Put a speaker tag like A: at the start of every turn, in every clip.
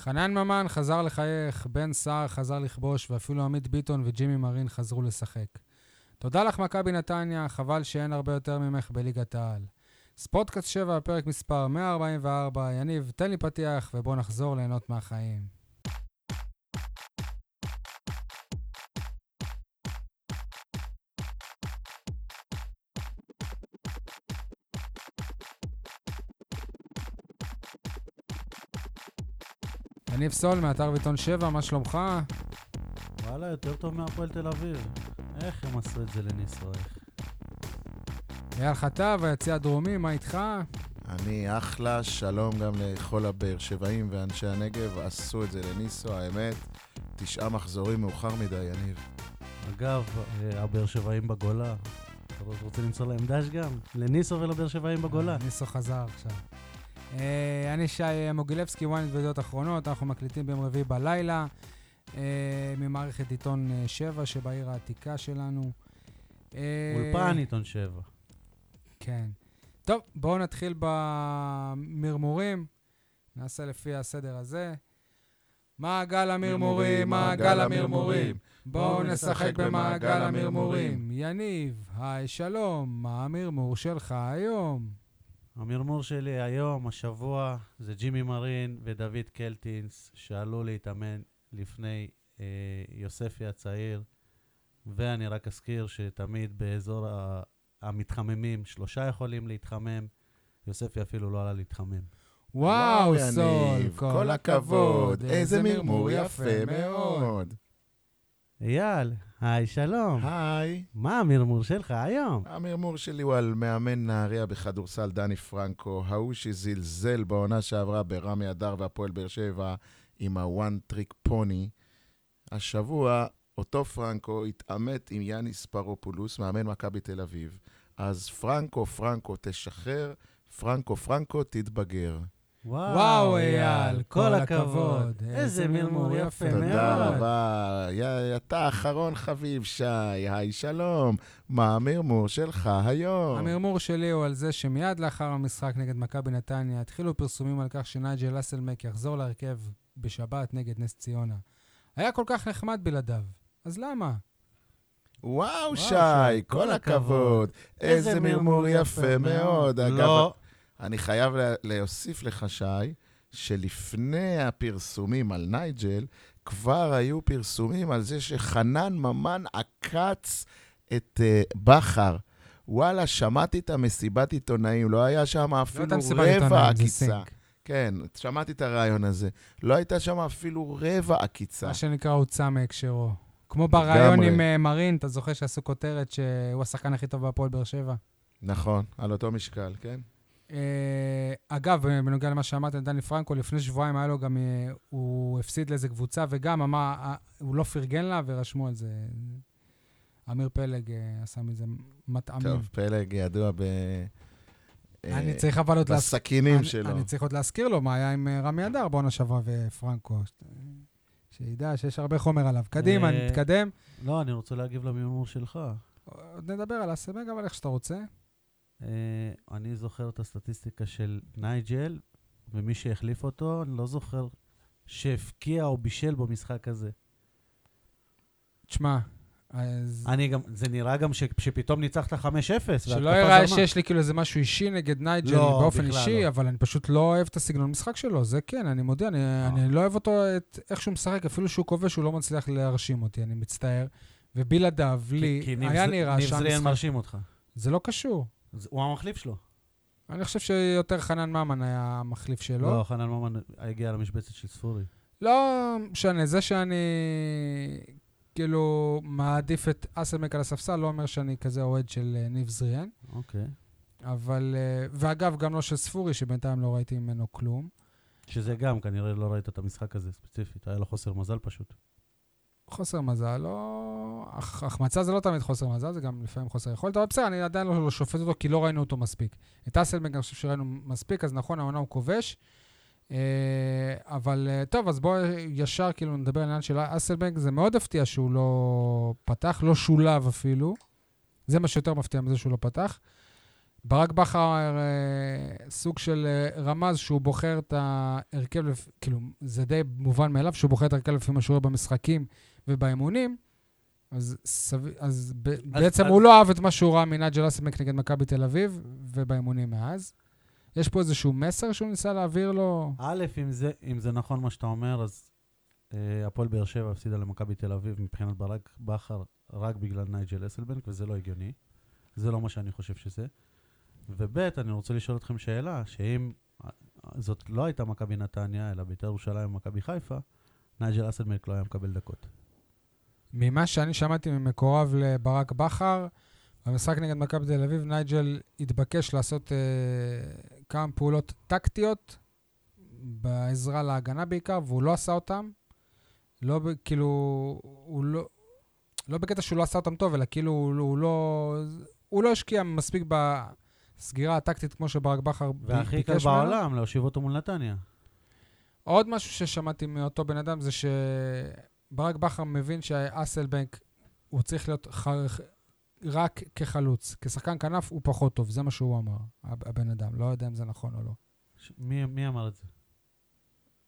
A: חנן ממן חזר לחייך, בן סער חזר לכבוש, ואפילו עמית ביטון וג'ימי מרין חזרו לשחק. תודה לך, מכבי נתניה, חבל שאין הרבה יותר ממך בליגת העל. ספורטקאסט 7, פרק מספר 144, יניב, תן לי פתיח ובוא נחזור ליהנות מהחיים. יניב סול, מאתר ועיתון 7, מה שלומך?
B: וואלה, יותר טוב מהפועל תל אביב. איך הם עשו את זה לניסרואיך?
A: אייל חטב, היציע הדרומי, מה איתך?
C: אני אחלה, שלום גם לכל הבאר שבעים ואנשי הנגב, עשו את זה לניסו, האמת, תשעה מחזורים מאוחר מדי, יניב.
B: אגב, אה, הבאר שבעים בגולה. אתה רוצה למצוא להם דש גם? לניסו ולבאר שבעים בגולה.
A: ניסו חזר עכשיו. אה, אני שי מוגילבסקי, ynet וידיעות אחרונות, אנחנו מקליטים ביום רביעי בלילה, אה, ממערכת עיתון אה, 7 שבעיר העתיקה שלנו. אה,
B: אולפן עיתון שבע.
A: כן. טוב, בואו נתחיל במרמורים. נעשה לפי הסדר הזה. מעגל המרמורים, מעגל המרמורים. בואו נשחק במעגל המרמורים. יניב, היי שלום, מה המרמור שלך היום?
B: המרמור שלי היום, השבוע, זה ג'ימי מרין ודוד קלטינס, שעלו להתאמן לפני אה, יוספי הצעיר, ואני רק אזכיר שתמיד באזור ה- המתחממים, שלושה יכולים להתחמם, יוספי אפילו לא עלה להתחמם.
A: וואו,
C: יניב,
A: סול,
C: כל הכבוד, איזה מרמור יפה מאוד.
B: אייל, היי, שלום.
C: היי,
B: מה המרמור שלך היום?
C: המרמור שלי הוא על מאמן נהריה בכדורסל דני פרנקו, ההוא שזלזל בעונה שעברה ברמי אדר והפועל באר שבע עם הוואן טריק פוני. השבוע אותו פרנקו התעמת עם יאניס פרופולוס, מאמן מכבי תל אביב. אז פרנקו, פרנקו, תשחרר, פרנקו, פרנקו, תתבגר.
A: וואו, אייל, כל הכבוד.
B: איזה מרמור יפה מאוד.
C: תודה רבה. יא- אתה אחרון חביב, שי. היי, שלום. מה המרמור שלך היום?
A: המרמור שלי הוא על זה שמיד לאחר המשחק נגד מכבי נתניה התחילו פרסומים על כך שנייג'ל אסלמק יחזור להרכב בשבת נגד נס ציונה. היה כל כך נחמד בלעדיו, אז למה?
C: וואו, שי,
B: שי,
C: כל
B: כל
C: הכבוד.
B: הכבוד.
C: איזה מרמור יפה מאוד. אגב,
B: לא,
C: אני חייב לה- להוסיף לך, שי, שלפני הפרסומים על נייג'ל, כבר היו פרסומים על זה שחנן ממן עקץ את אה, בכר. וואלה, שמעתי את המסיבת עיתונאים, לא היה שם
A: לא
C: אפילו
A: הייתה מסיבת
C: רבע
A: עיתונאים, זה
C: עקיצה.
A: סינק.
C: כן, שמעתי את הרעיון הזה. לא הייתה שם אפילו רבע עקיצה.
A: מה שנקרא הוצא מהקשרו. כמו בריאיון
C: לגמרי.
A: עם אה, מרין, אתה זוכר שעשו כותרת שהוא השחקן הכי טוב בהפועל באר שבע?
C: נכון, על אותו משקל, כן?
A: אה, אגב, אה, בנוגע למה שאמרת על דני פרנקו, לפני שבועיים היה לו גם, אה, הוא הפסיד לאיזה קבוצה, וגם אמר, אה, הוא לא פרגן לה, ורשמו על זה. אמיר פלג אה, עשה מזה מטעמים.
C: טוב, פלג ידוע ב... אה,
A: אני צריך אבל עוד להזכיר...
C: בסכינים
A: אני-
C: שלו.
A: אני צריך עוד להזכיר לו מה היה עם אה, רמי אדר בעונה שעברה ופרנקו. ש- שידע שיש הרבה חומר עליו. קדימה,
B: אה,
A: נתקדם.
B: לא, אני רוצה להגיב למרמור שלך.
A: עוד נדבר על הסמג, אבל איך שאתה רוצה.
B: אה, אני זוכר את הסטטיסטיקה של נייג'ל, ומי שהחליף אותו, אני לא זוכר שהפקיע או בישל במשחק הזה.
A: תשמע, אז...
B: אני גם, זה נראה גם ש- שפתאום ניצחת 5-0.
A: שלא
B: והתקפה
A: יראה
B: זרמה.
A: שיש לי כאילו איזה משהו אישי נגד נייג'ל
B: לא,
A: באופן
B: בכלל
A: אישי,
B: לא.
A: אבל אני פשוט לא אוהב את הסגנון משחק שלו, זה כן, אני מודה,
B: אה.
A: אני, אני לא אוהב אותו, את איך שהוא משחק, אפילו שהוא כובש, הוא לא מצליח להרשים אותי, אני מצטער. ובלעדיו, לי,
B: כי
A: היה
B: ניב-
A: נראה
B: ניב זריאן
A: שהמשחק...
B: מרשים אותך.
A: זה לא קשור.
B: זה- הוא המחליף שלו.
A: אני חושב שיותר חנן ממן היה המחליף שלו.
B: לא, חנן ממן הגיע למשבצת של ספורי.
A: לא משנה, זה שאני כאילו מעדיף את אסלמק על הספסל, לא אומר שאני כזה אוהד של אה, ניב זריאן.
B: אוקיי.
A: אבל, אה, ואגב, גם לא של ספורי, שבינתיים לא ראיתי ממנו כלום.
B: שזה גם, כנראה לא ראית את המשחק הזה ספציפית, היה לו חוסר מזל פשוט.
A: חוסר מזל, לא... הח- החמצה זה לא תמיד חוסר מזל, זה גם לפעמים חוסר יכולת, אבל בסדר, אני עדיין לא, לא שופט אותו, כי לא ראינו אותו מספיק. את אסלבנג אני חושב שראינו מספיק, אז נכון, העונה הוא כובש. אה, אבל אה, טוב, אז בואו ישר כאילו נדבר על העניין של אסלבנג. זה מאוד הפתיע שהוא לא פתח, לא שולב אפילו. זה מה שיותר מפתיע מזה שהוא לא פתח. ברק בכר אה, סוג של אה, רמז שהוא בוחר את ההרכב, לפ- כאילו, זה די מובן מאליו שהוא בוחר את ההרכב לפי מה שהוא רואה במשחקים ובאימונים, אז, סב... אז, ב... אז בעצם
B: אז-
A: הוא לא אהב את מה שהוא ראה מנג'ל אסמק נגד מכבי תל אביב ובאימונים מאז. יש פה איזשהו מסר שהוא ניסה להעביר לו?
B: א', אם זה, אם זה נכון מה שאתה אומר, אז אה, הפועל באר שבע הפסידה למכבי תל אביב מבחינת ברק בכר רק בגלל נייג'ל אסלבנק, וזה לא הגיוני. זה לא מה שאני חושב שזה. וב', אני רוצה לשאול אתכם שאלה, שאם אה, זאת לא הייתה מכבי נתניה, אלא בית"ר ירושלים ומכבי חיפה, נייג'ל אסלבנק לא היה מקבל דקות.
A: ממה שאני שמעתי ממקורב לברק בכר, במשחק נגד מכבי תל אביב, נייג'ל התבקש לעשות אה, כמה פעולות טקטיות בעזרה להגנה בעיקר, והוא לא עשה אותם. לא, ב- כאילו, הוא לא... לא בקטע שהוא לא עשה אותם טוב, אלא כאילו הוא, הוא לא... הוא לא השקיע מספיק בסגירה הטקטית כמו שברק בכר ב- ביקש ממנו.
B: והכי קל בעולם להושיב אותו מול נתניה.
A: עוד משהו ששמעתי מאותו בן אדם זה שברק בכר מבין שאסלבנק, הוא צריך להיות ח... רק כחלוץ. כשחקן כנף הוא פחות טוב, זה מה שהוא אמר, הב- הבן אדם. לא יודע אם זה נכון או לא.
B: ש- מי, מי אמר את זה?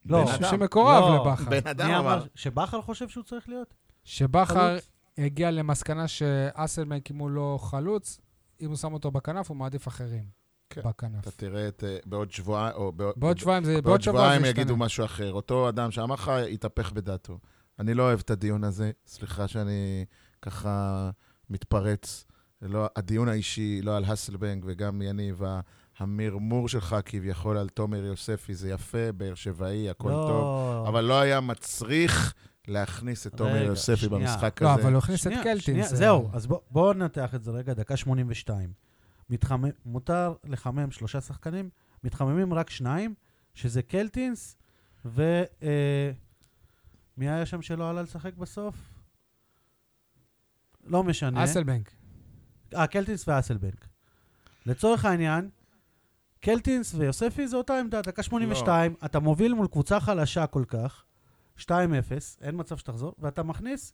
C: לא,
B: בן
A: ש-
B: אדם.
A: שמקורב
B: לא,
A: לבכר.
C: בן אדם
B: מי אמר
C: אמר,
B: שבכר חושב שהוא צריך להיות?
A: שבכר
B: חלוץ?
A: הגיע למסקנה שאסלבנק, אם הוא לא חלוץ, אם הוא שם אותו בכנף, הוא מעדיף אחרים
C: כן.
A: בכנף.
C: אתה תראה את... אה, בעוד שבועיים, או בעוד...
A: בעוד שבועיים זה...
C: בעוד
A: שבוע זה
C: שבועיים
A: ישתנה.
C: יגידו משהו אחר. אותו אדם שאמר לך, יתהפך בדעתו. אני לא אוהב את הדיון הזה, סליחה שאני ככה מתפרץ. לא, הדיון האישי, לא על הסלבנג וגם יניב, ה- המרמור שלך כביכול על תומר יוספי, זה יפה, באר שבעי, הכל
B: לא.
C: טוב.
A: נכון.
C: אבל לא היה מצריך להכניס את תומר
B: רגע,
C: יוספי
B: שנייה.
C: במשחק
A: לא,
C: הזה.
A: אבל הוא הכניס את
B: שנייה,
A: קלטינס. אה,
B: שנייה, זהו, אז בוא- בואו ננתח את זה רגע, דקה 82. מתחמם, מותר לחמם שלושה שחקנים, מתחממים רק שניים, שזה קלטינס, ו... אה, מי היה שם שלא עלה לשחק בסוף? לא משנה.
A: אסלבנק.
B: אה, קלטינס ואסלבנק. לצורך העניין, קלטינס ויוספי זה אותה עמדה, דקה 82,
A: לא.
B: אתה מוביל מול קבוצה חלשה כל כך, 2-0, אין מצב שתחזור, ואתה מכניס,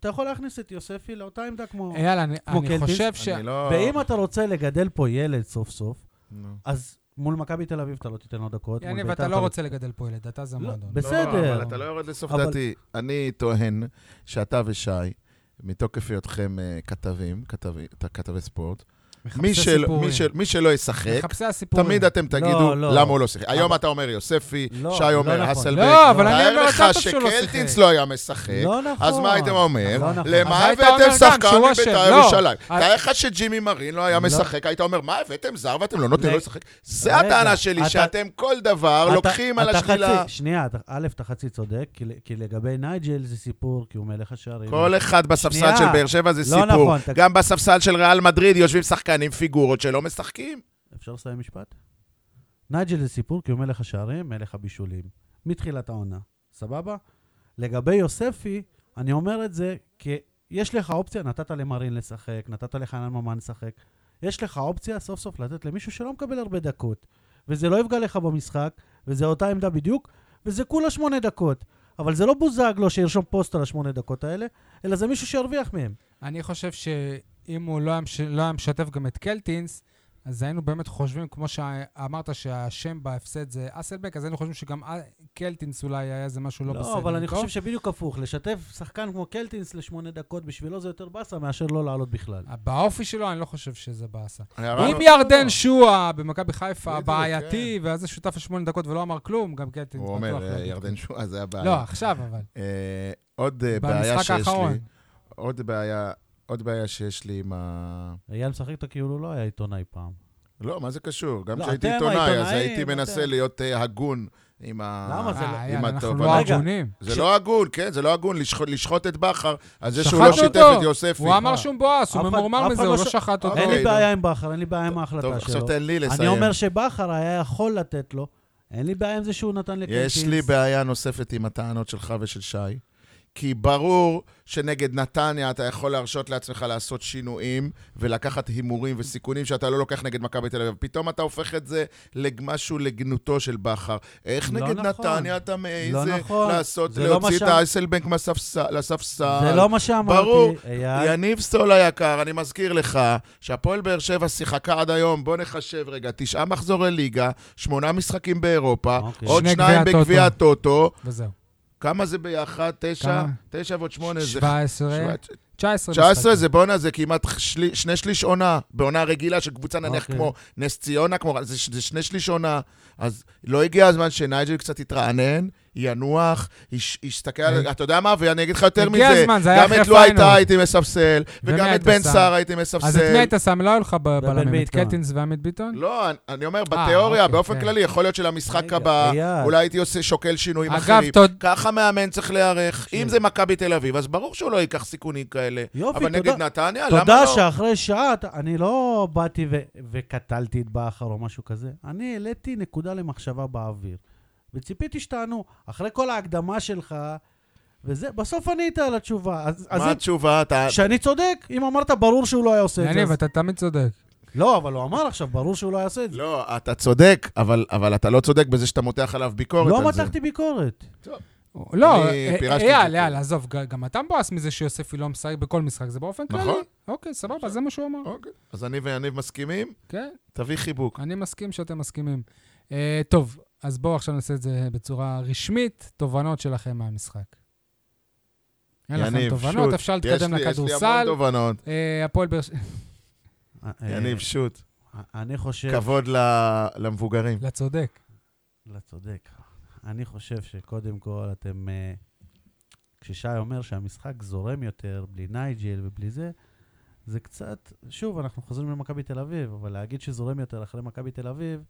B: אתה יכול להכניס את יוספי לאותה עמדה כמו...
A: אייל, אני
B: כמו
A: אני
B: קלטינס,
A: חושב ש...
C: אני לא...
B: ואם אתה רוצה לגדל פה ילד סוף סוף,
C: נו.
B: אז מול מכבי תל אביב אתה לא תיתן לו דקות. מול
A: יניב,
B: בית"ר
A: אתה
B: אתה-
A: לא רוצה לגדל פה ילד, אתה זה
B: לא,
A: מועדון.
B: בסדר.
C: לא, אבל אתה לא יורד לסוף
B: אבל-
C: דעתי. אני טוען שאתה ושי, מתוקף היותכם אה, כתבים, כתבי- אתה כתבי ספורט,
A: מחפשי
C: מי של-
A: סיפורים.
C: מי של- מי שלא ישחק,
A: מחפשי הסיפורים.
C: תמיד אתם תגידו
B: לא, לא.
C: למה הוא לא שיחק. היום אתה אומר יוספי,
B: לא,
C: שי
B: לא
C: אומר
B: נכון.
C: אסלבק.
A: לא, אבל אני
C: תאר
A: אומר
C: לך
A: אותה שהוא לא שיחק.
C: שקלטינס לא היה משחק,
B: לא נכון.
C: אז מה הייתם אומר?
B: לא נכון.
A: אז
C: למה
A: היית
C: הבאתם
A: אומר גם
C: שחקן
A: שהוא
C: מבית"ר
A: אשם, לא.
C: ירושלים?
A: אז-
C: תאר לך שג'ימי מרין לא היה
B: לא.
C: משחק, היית אומר, מה הבאתם זר ואתם לא נותנים לו
B: רגע,
C: לשחק? זה
B: רגע,
C: הטענה שלי,
B: אתה-
C: שאתם כל דבר
B: אתה-
C: לוקחים על
B: אתה
C: השלילה.
B: חצי- שנייה, אתה- א', אתה חצי צודק, כי ל- כי לגבי נייג'ל זה סיפור, כי הוא מלך השערים.
C: כל אחד בספסל
B: שנייה.
C: של באר שבע זה
B: לא
C: סיפור.
B: נכון, תק-
C: גם בספסל של ריאל מדריד יושבים שחקנים פיגורות שלא משחקים.
B: אפשר לסיים משפט? נייג'ל זה סיפור כי הוא מלך השערים, מלך הבישולים. מתחילת העונה, סבבה? לגבי יוספי, אני אומר את זה כי יש לך אופציה, נתת למרין לשחק, נתת לחנן ממן לשחק. יש לך אופציה סוף סוף לתת למישהו שלא מקבל הרבה דקות. וזה לא יפגע לך במשחק, וזה אותה עמדה בדיוק, וזה כולה שמונה דקות. אבל זה לא בוזגלו שירשום פוסט על השמונה דקות האלה, אלא זה מישהו שירוויח מהם.
C: לא-
A: אני חושב שאם הוא לא היה מש- לא היה משתף גם את קלטינס, אז היינו באמת חושבים, כמו שאמרת שהאשם בהפסד זה אסלבק, אז היינו חושבים שגם א- קלטינס אולי היה איזה משהו לא בסדר.
B: לא, אבל אני
A: איתו.
B: חושב שבדיוק הפוך, לשתף שחקן כמו קלטינס לשמונה דקות, בשבילו זה יותר באסה מאשר לא לעלות בכלל.
A: באופי שלו אני לא חושב שזה באסה.
C: הערה
A: אם
C: לא-
A: ירדן שועה במכבי חיפה
C: בדיוק, כן.
A: הבעייתי, ואז זה שותף לשמונה דקות ולא אמר כלום, גם קלטינס
C: הוא
A: בטוח.
C: אומר,
A: לא
C: אה,
A: יגיד
C: ירדן
A: כלום.
C: שועה, זה הבעיה.
A: לא, עכשיו אבל.
C: אה, עוד אה, בעיה
A: במשחק
C: שיש
A: האחרון.
C: לי, עוד בעיה, עוד בעיה שיש לי עם ה...
B: אייל משחק איתו כאילו הוא לא היה עיתונאי פעם.
C: לא, מה זה קשור? גם
B: לא,
C: כשהייתי
B: אתם
C: עיתונאי, אז
B: העיתונאים,
C: הייתי מנסה
B: אתם.
C: להיות אה, הגון עם ה...
B: למה זה לא-
A: אה,
C: עם
A: יאללה, אנחנו
C: התובנה.
A: לא
B: רגע.
A: הגונים.
C: זה
B: ש-
C: לא הגון, כן, זה לא הגון לשחוט- לשחוט את בכר על זה שהוא
A: שחטנו
C: לא שיתף
A: אותו.
C: את יוספי. אה.
A: הוא אמר שהוא מבואס, הוא
B: אף אחד-
A: ממורמר
B: אף
A: מזה,
B: אחד
A: הוא
B: לא
A: לא
B: ש-
A: שחט אותו.
B: אין לי
C: אוקיי,
B: בעיה עם בכר, אין לי בעיה עם
C: טוב,
B: ההחלטה
C: עכשיו
B: שלו.
C: תן לי
B: אני
C: לסיים.
B: אומר שבכר היה יכול לתת לו, אין לי בעיה עם זה שהוא נתן לקלטינס.
C: יש לי בעיה נוספת עם הטענות שלך ושל שי, כי ברור שנגד נתניה אתה יכול להרשות לעצמך לעשות שינויים ולקחת הימורים וסיכונים שאתה לא לוקח נגד מכבי תל אביב. פתאום אתה הופך את זה למשהו לגנותו של בכר. איך
B: לא
C: נגד
B: נכון.
C: נתניה אתה מעז
B: לא
C: אה,
B: נכון.
C: לעשות,
B: זה לא מה
C: להוציא את
B: שה-
C: האייסלבנק מהספסל- לספסל?
B: זה לא מה שאמרתי,
C: ברור.
B: אייל.
C: יניב סול היקר, אני מזכיר לך שהפועל באר שבע שיחקה עד היום, בוא נחשב רגע, תשעה מחזורי ליגה, שמונה משחקים באירופה,
B: אוקיי.
C: עוד
A: שני
C: שניים
A: גביע
C: בגביע הטוטו.
A: וזהו.
C: כמה זה ביחד? תשע?
A: כמה?
C: תשע ועוד שמונה זה...
A: 17,
C: שבע-
A: 19
C: 19
A: משחקים.
C: זה בואנה, זה כמעט שלי, שני שליש עונה, בעונה רגילה של קבוצה נניח
B: אוקיי.
C: כמו נס ציונה, כמו, זה, ש- זה שני שליש עונה. אז לא הגיע הזמן שנייג'ל קצת יתרענן, ינוח, יש- יסתכל על...
A: אה.
C: אתה יודע מה? ואני אגיד לך יותר מזה.
A: הגיע הזמן, זה היה
C: גם
A: אחרי
C: את לא לואי
A: פיינל.
C: טאה הייתי מספסל,
A: ומי
C: וגם
A: היית
C: את בן
A: שם?
C: סער הייתי מספסל.
A: אז את מי היית שם? לא היו לך ב-
B: ובן
A: בלמים, את
B: ביטון.
A: קלטינס ועמית ביטון?
C: לא, אני- אני אומר,
A: אה,
C: בתיאוריה,
A: אוקיי,
C: באופן
A: כן.
C: כללי, יכול להיות שלמשחק
B: רגע,
C: הבא,
B: אייל.
C: אולי הייתי עושה, שוקל שינויים
A: אגב,
C: אחרים.
A: תוד- כן.
C: ככה מאמן צריך להיערך. אם
B: תקשיב.
C: זה מכבי תל אביב, אז ברור שהוא לא ייקח סיכונים כאלה.
B: יופי,
C: אבל
B: תודה.
C: נגד נתניה, למה לא?
B: תודה שאחרי שעה, אתה- אני לא באתי ו- וקטלתי את בכר או משהו כזה. אני העליתי נקודה למחשבה באוויר. וציפיתי שתענו, אחרי כל ההקדמה שלך, וזה, בסוף ענית על התשובה. אז, אז
C: מה אה,
B: אם,
C: התשובה? אתה...
B: שאני צודק, אם אמרת ברור שהוא לא היה עושה את זה.
A: יניב,
B: אז...
A: אתה תמיד צודק.
B: לא, אבל הוא אמר עכשיו, ברור שהוא לא היה עושה את זה.
C: לא, אתה צודק, אבל, אבל אתה לא צודק בזה שאתה מותח עליו ביקורת
B: לא
C: על זה.
B: מתחתי ביקורת.
A: לא,
C: אני
A: אה,
C: פירשתי את
A: אייל,
C: זה. כן.
A: אייל, עזוב, ג- גם אתה מבואס מזה שיוספי לא משחק בכל משחק, זה באופן כללי.
C: נכון.
A: אוקיי, סבבה, זה מה שהוא אמר.
C: אוקיי. אז אני ויניב מסכימים?
A: כן,
C: תביא חיבוק.
A: אני מסכים שאתם מסכימים. אה, טוב, אז בואו עכשיו נעשה את זה בצורה רשמית, תובנות שלכם מהמשחק. אין לכם
C: יניב,
A: תובנות,
C: שוט.
A: אפשר
C: יש
A: להתקדם
C: לי- יש לי המון
A: לכדורסל.
C: תובנות.
A: אה, הפועל באר שבע,
C: יניב, שוט.
B: אה, אני חושב...
C: כבוד ל- למבוגרים.
A: לצודק.
B: לא צודק. אני חושב שקודם כל אתם... אה, כששי אומר שהמשחק זורם יותר, בלי נייג'ל ובלי זה, זה קצת... שוב, אנחנו חוזרים למכבי תל אביב, אבל להגיד שזורם יותר אחרי מכבי תל אביב,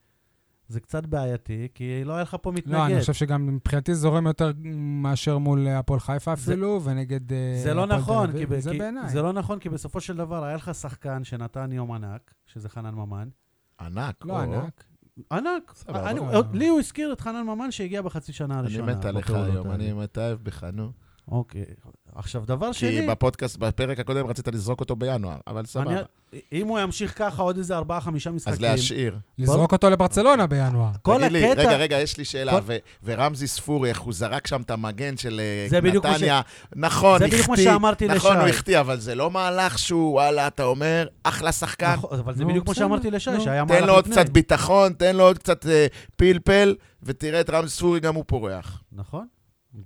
B: זה קצת בעייתי, כי לא היה לך פה מתנגד.
A: לא, אני חושב שגם מבחינתי זורם יותר מאשר מול הפועל חיפה
B: זה-
A: אפילו, ונגד אה,
B: זה לא
A: הפועל תל
B: נכון,
A: אביב.
B: כי, ב-
A: זה
B: כי,
A: בעיניי.
B: זה לא נכון, כי בסופו של דבר היה לך שחקן שנתן יום ענק, שזה חנן ממן.
C: ענק. או.
A: לא ענק.
B: ענק.
C: סבבה.
B: אני-
A: אה.
B: לי הוא הזכיר את חנן ממן שהגיע בחצי שנה
C: אני
B: הראשונה.
C: מת עליך
B: בפעולות
C: היום,
B: האלה.
C: אני מתאהב בך, נו.
B: אוקיי. עכשיו, דבר שני...
C: כי בפודקאסט, בפרק הקודם רצית לזרוק אותו בינואר, אבל סבבה.
B: אני- אם הוא ימשיך ככה עוד איזה ארבעה, חמישה משחקים...
C: אז להשאיר.
A: לזרוק אותו לברצלונה בינואר.
B: כל
C: תגיד לי,
B: הקטע-
C: רגע, רגע, יש לי שאלה.
B: כל-
C: ו- ורמזי ספורי, איך הוא זרק שם את המגן של אה,
B: זה בדיוק מה ש-
C: נתניה. נכון,
B: זה
C: החטיא.
B: בדיוק מה שאמרתי
C: נכון, הוא
B: לשי.
C: החטיא, אבל זה לא מהלך שהוא, וואלה, אתה אומר, אחלה שחקן.
B: נכון, אבל זה
A: נו,
B: בדיוק כמו
A: בסדר,
B: שאמרתי לשי,
A: נו.
B: שהיה מהלך לפני.
C: תן לו עוד קצת ביטחון, תן לו עוד קצת אה, פלפל, ותראה את רמזי ספורי, גם הוא פורח.
B: נכון,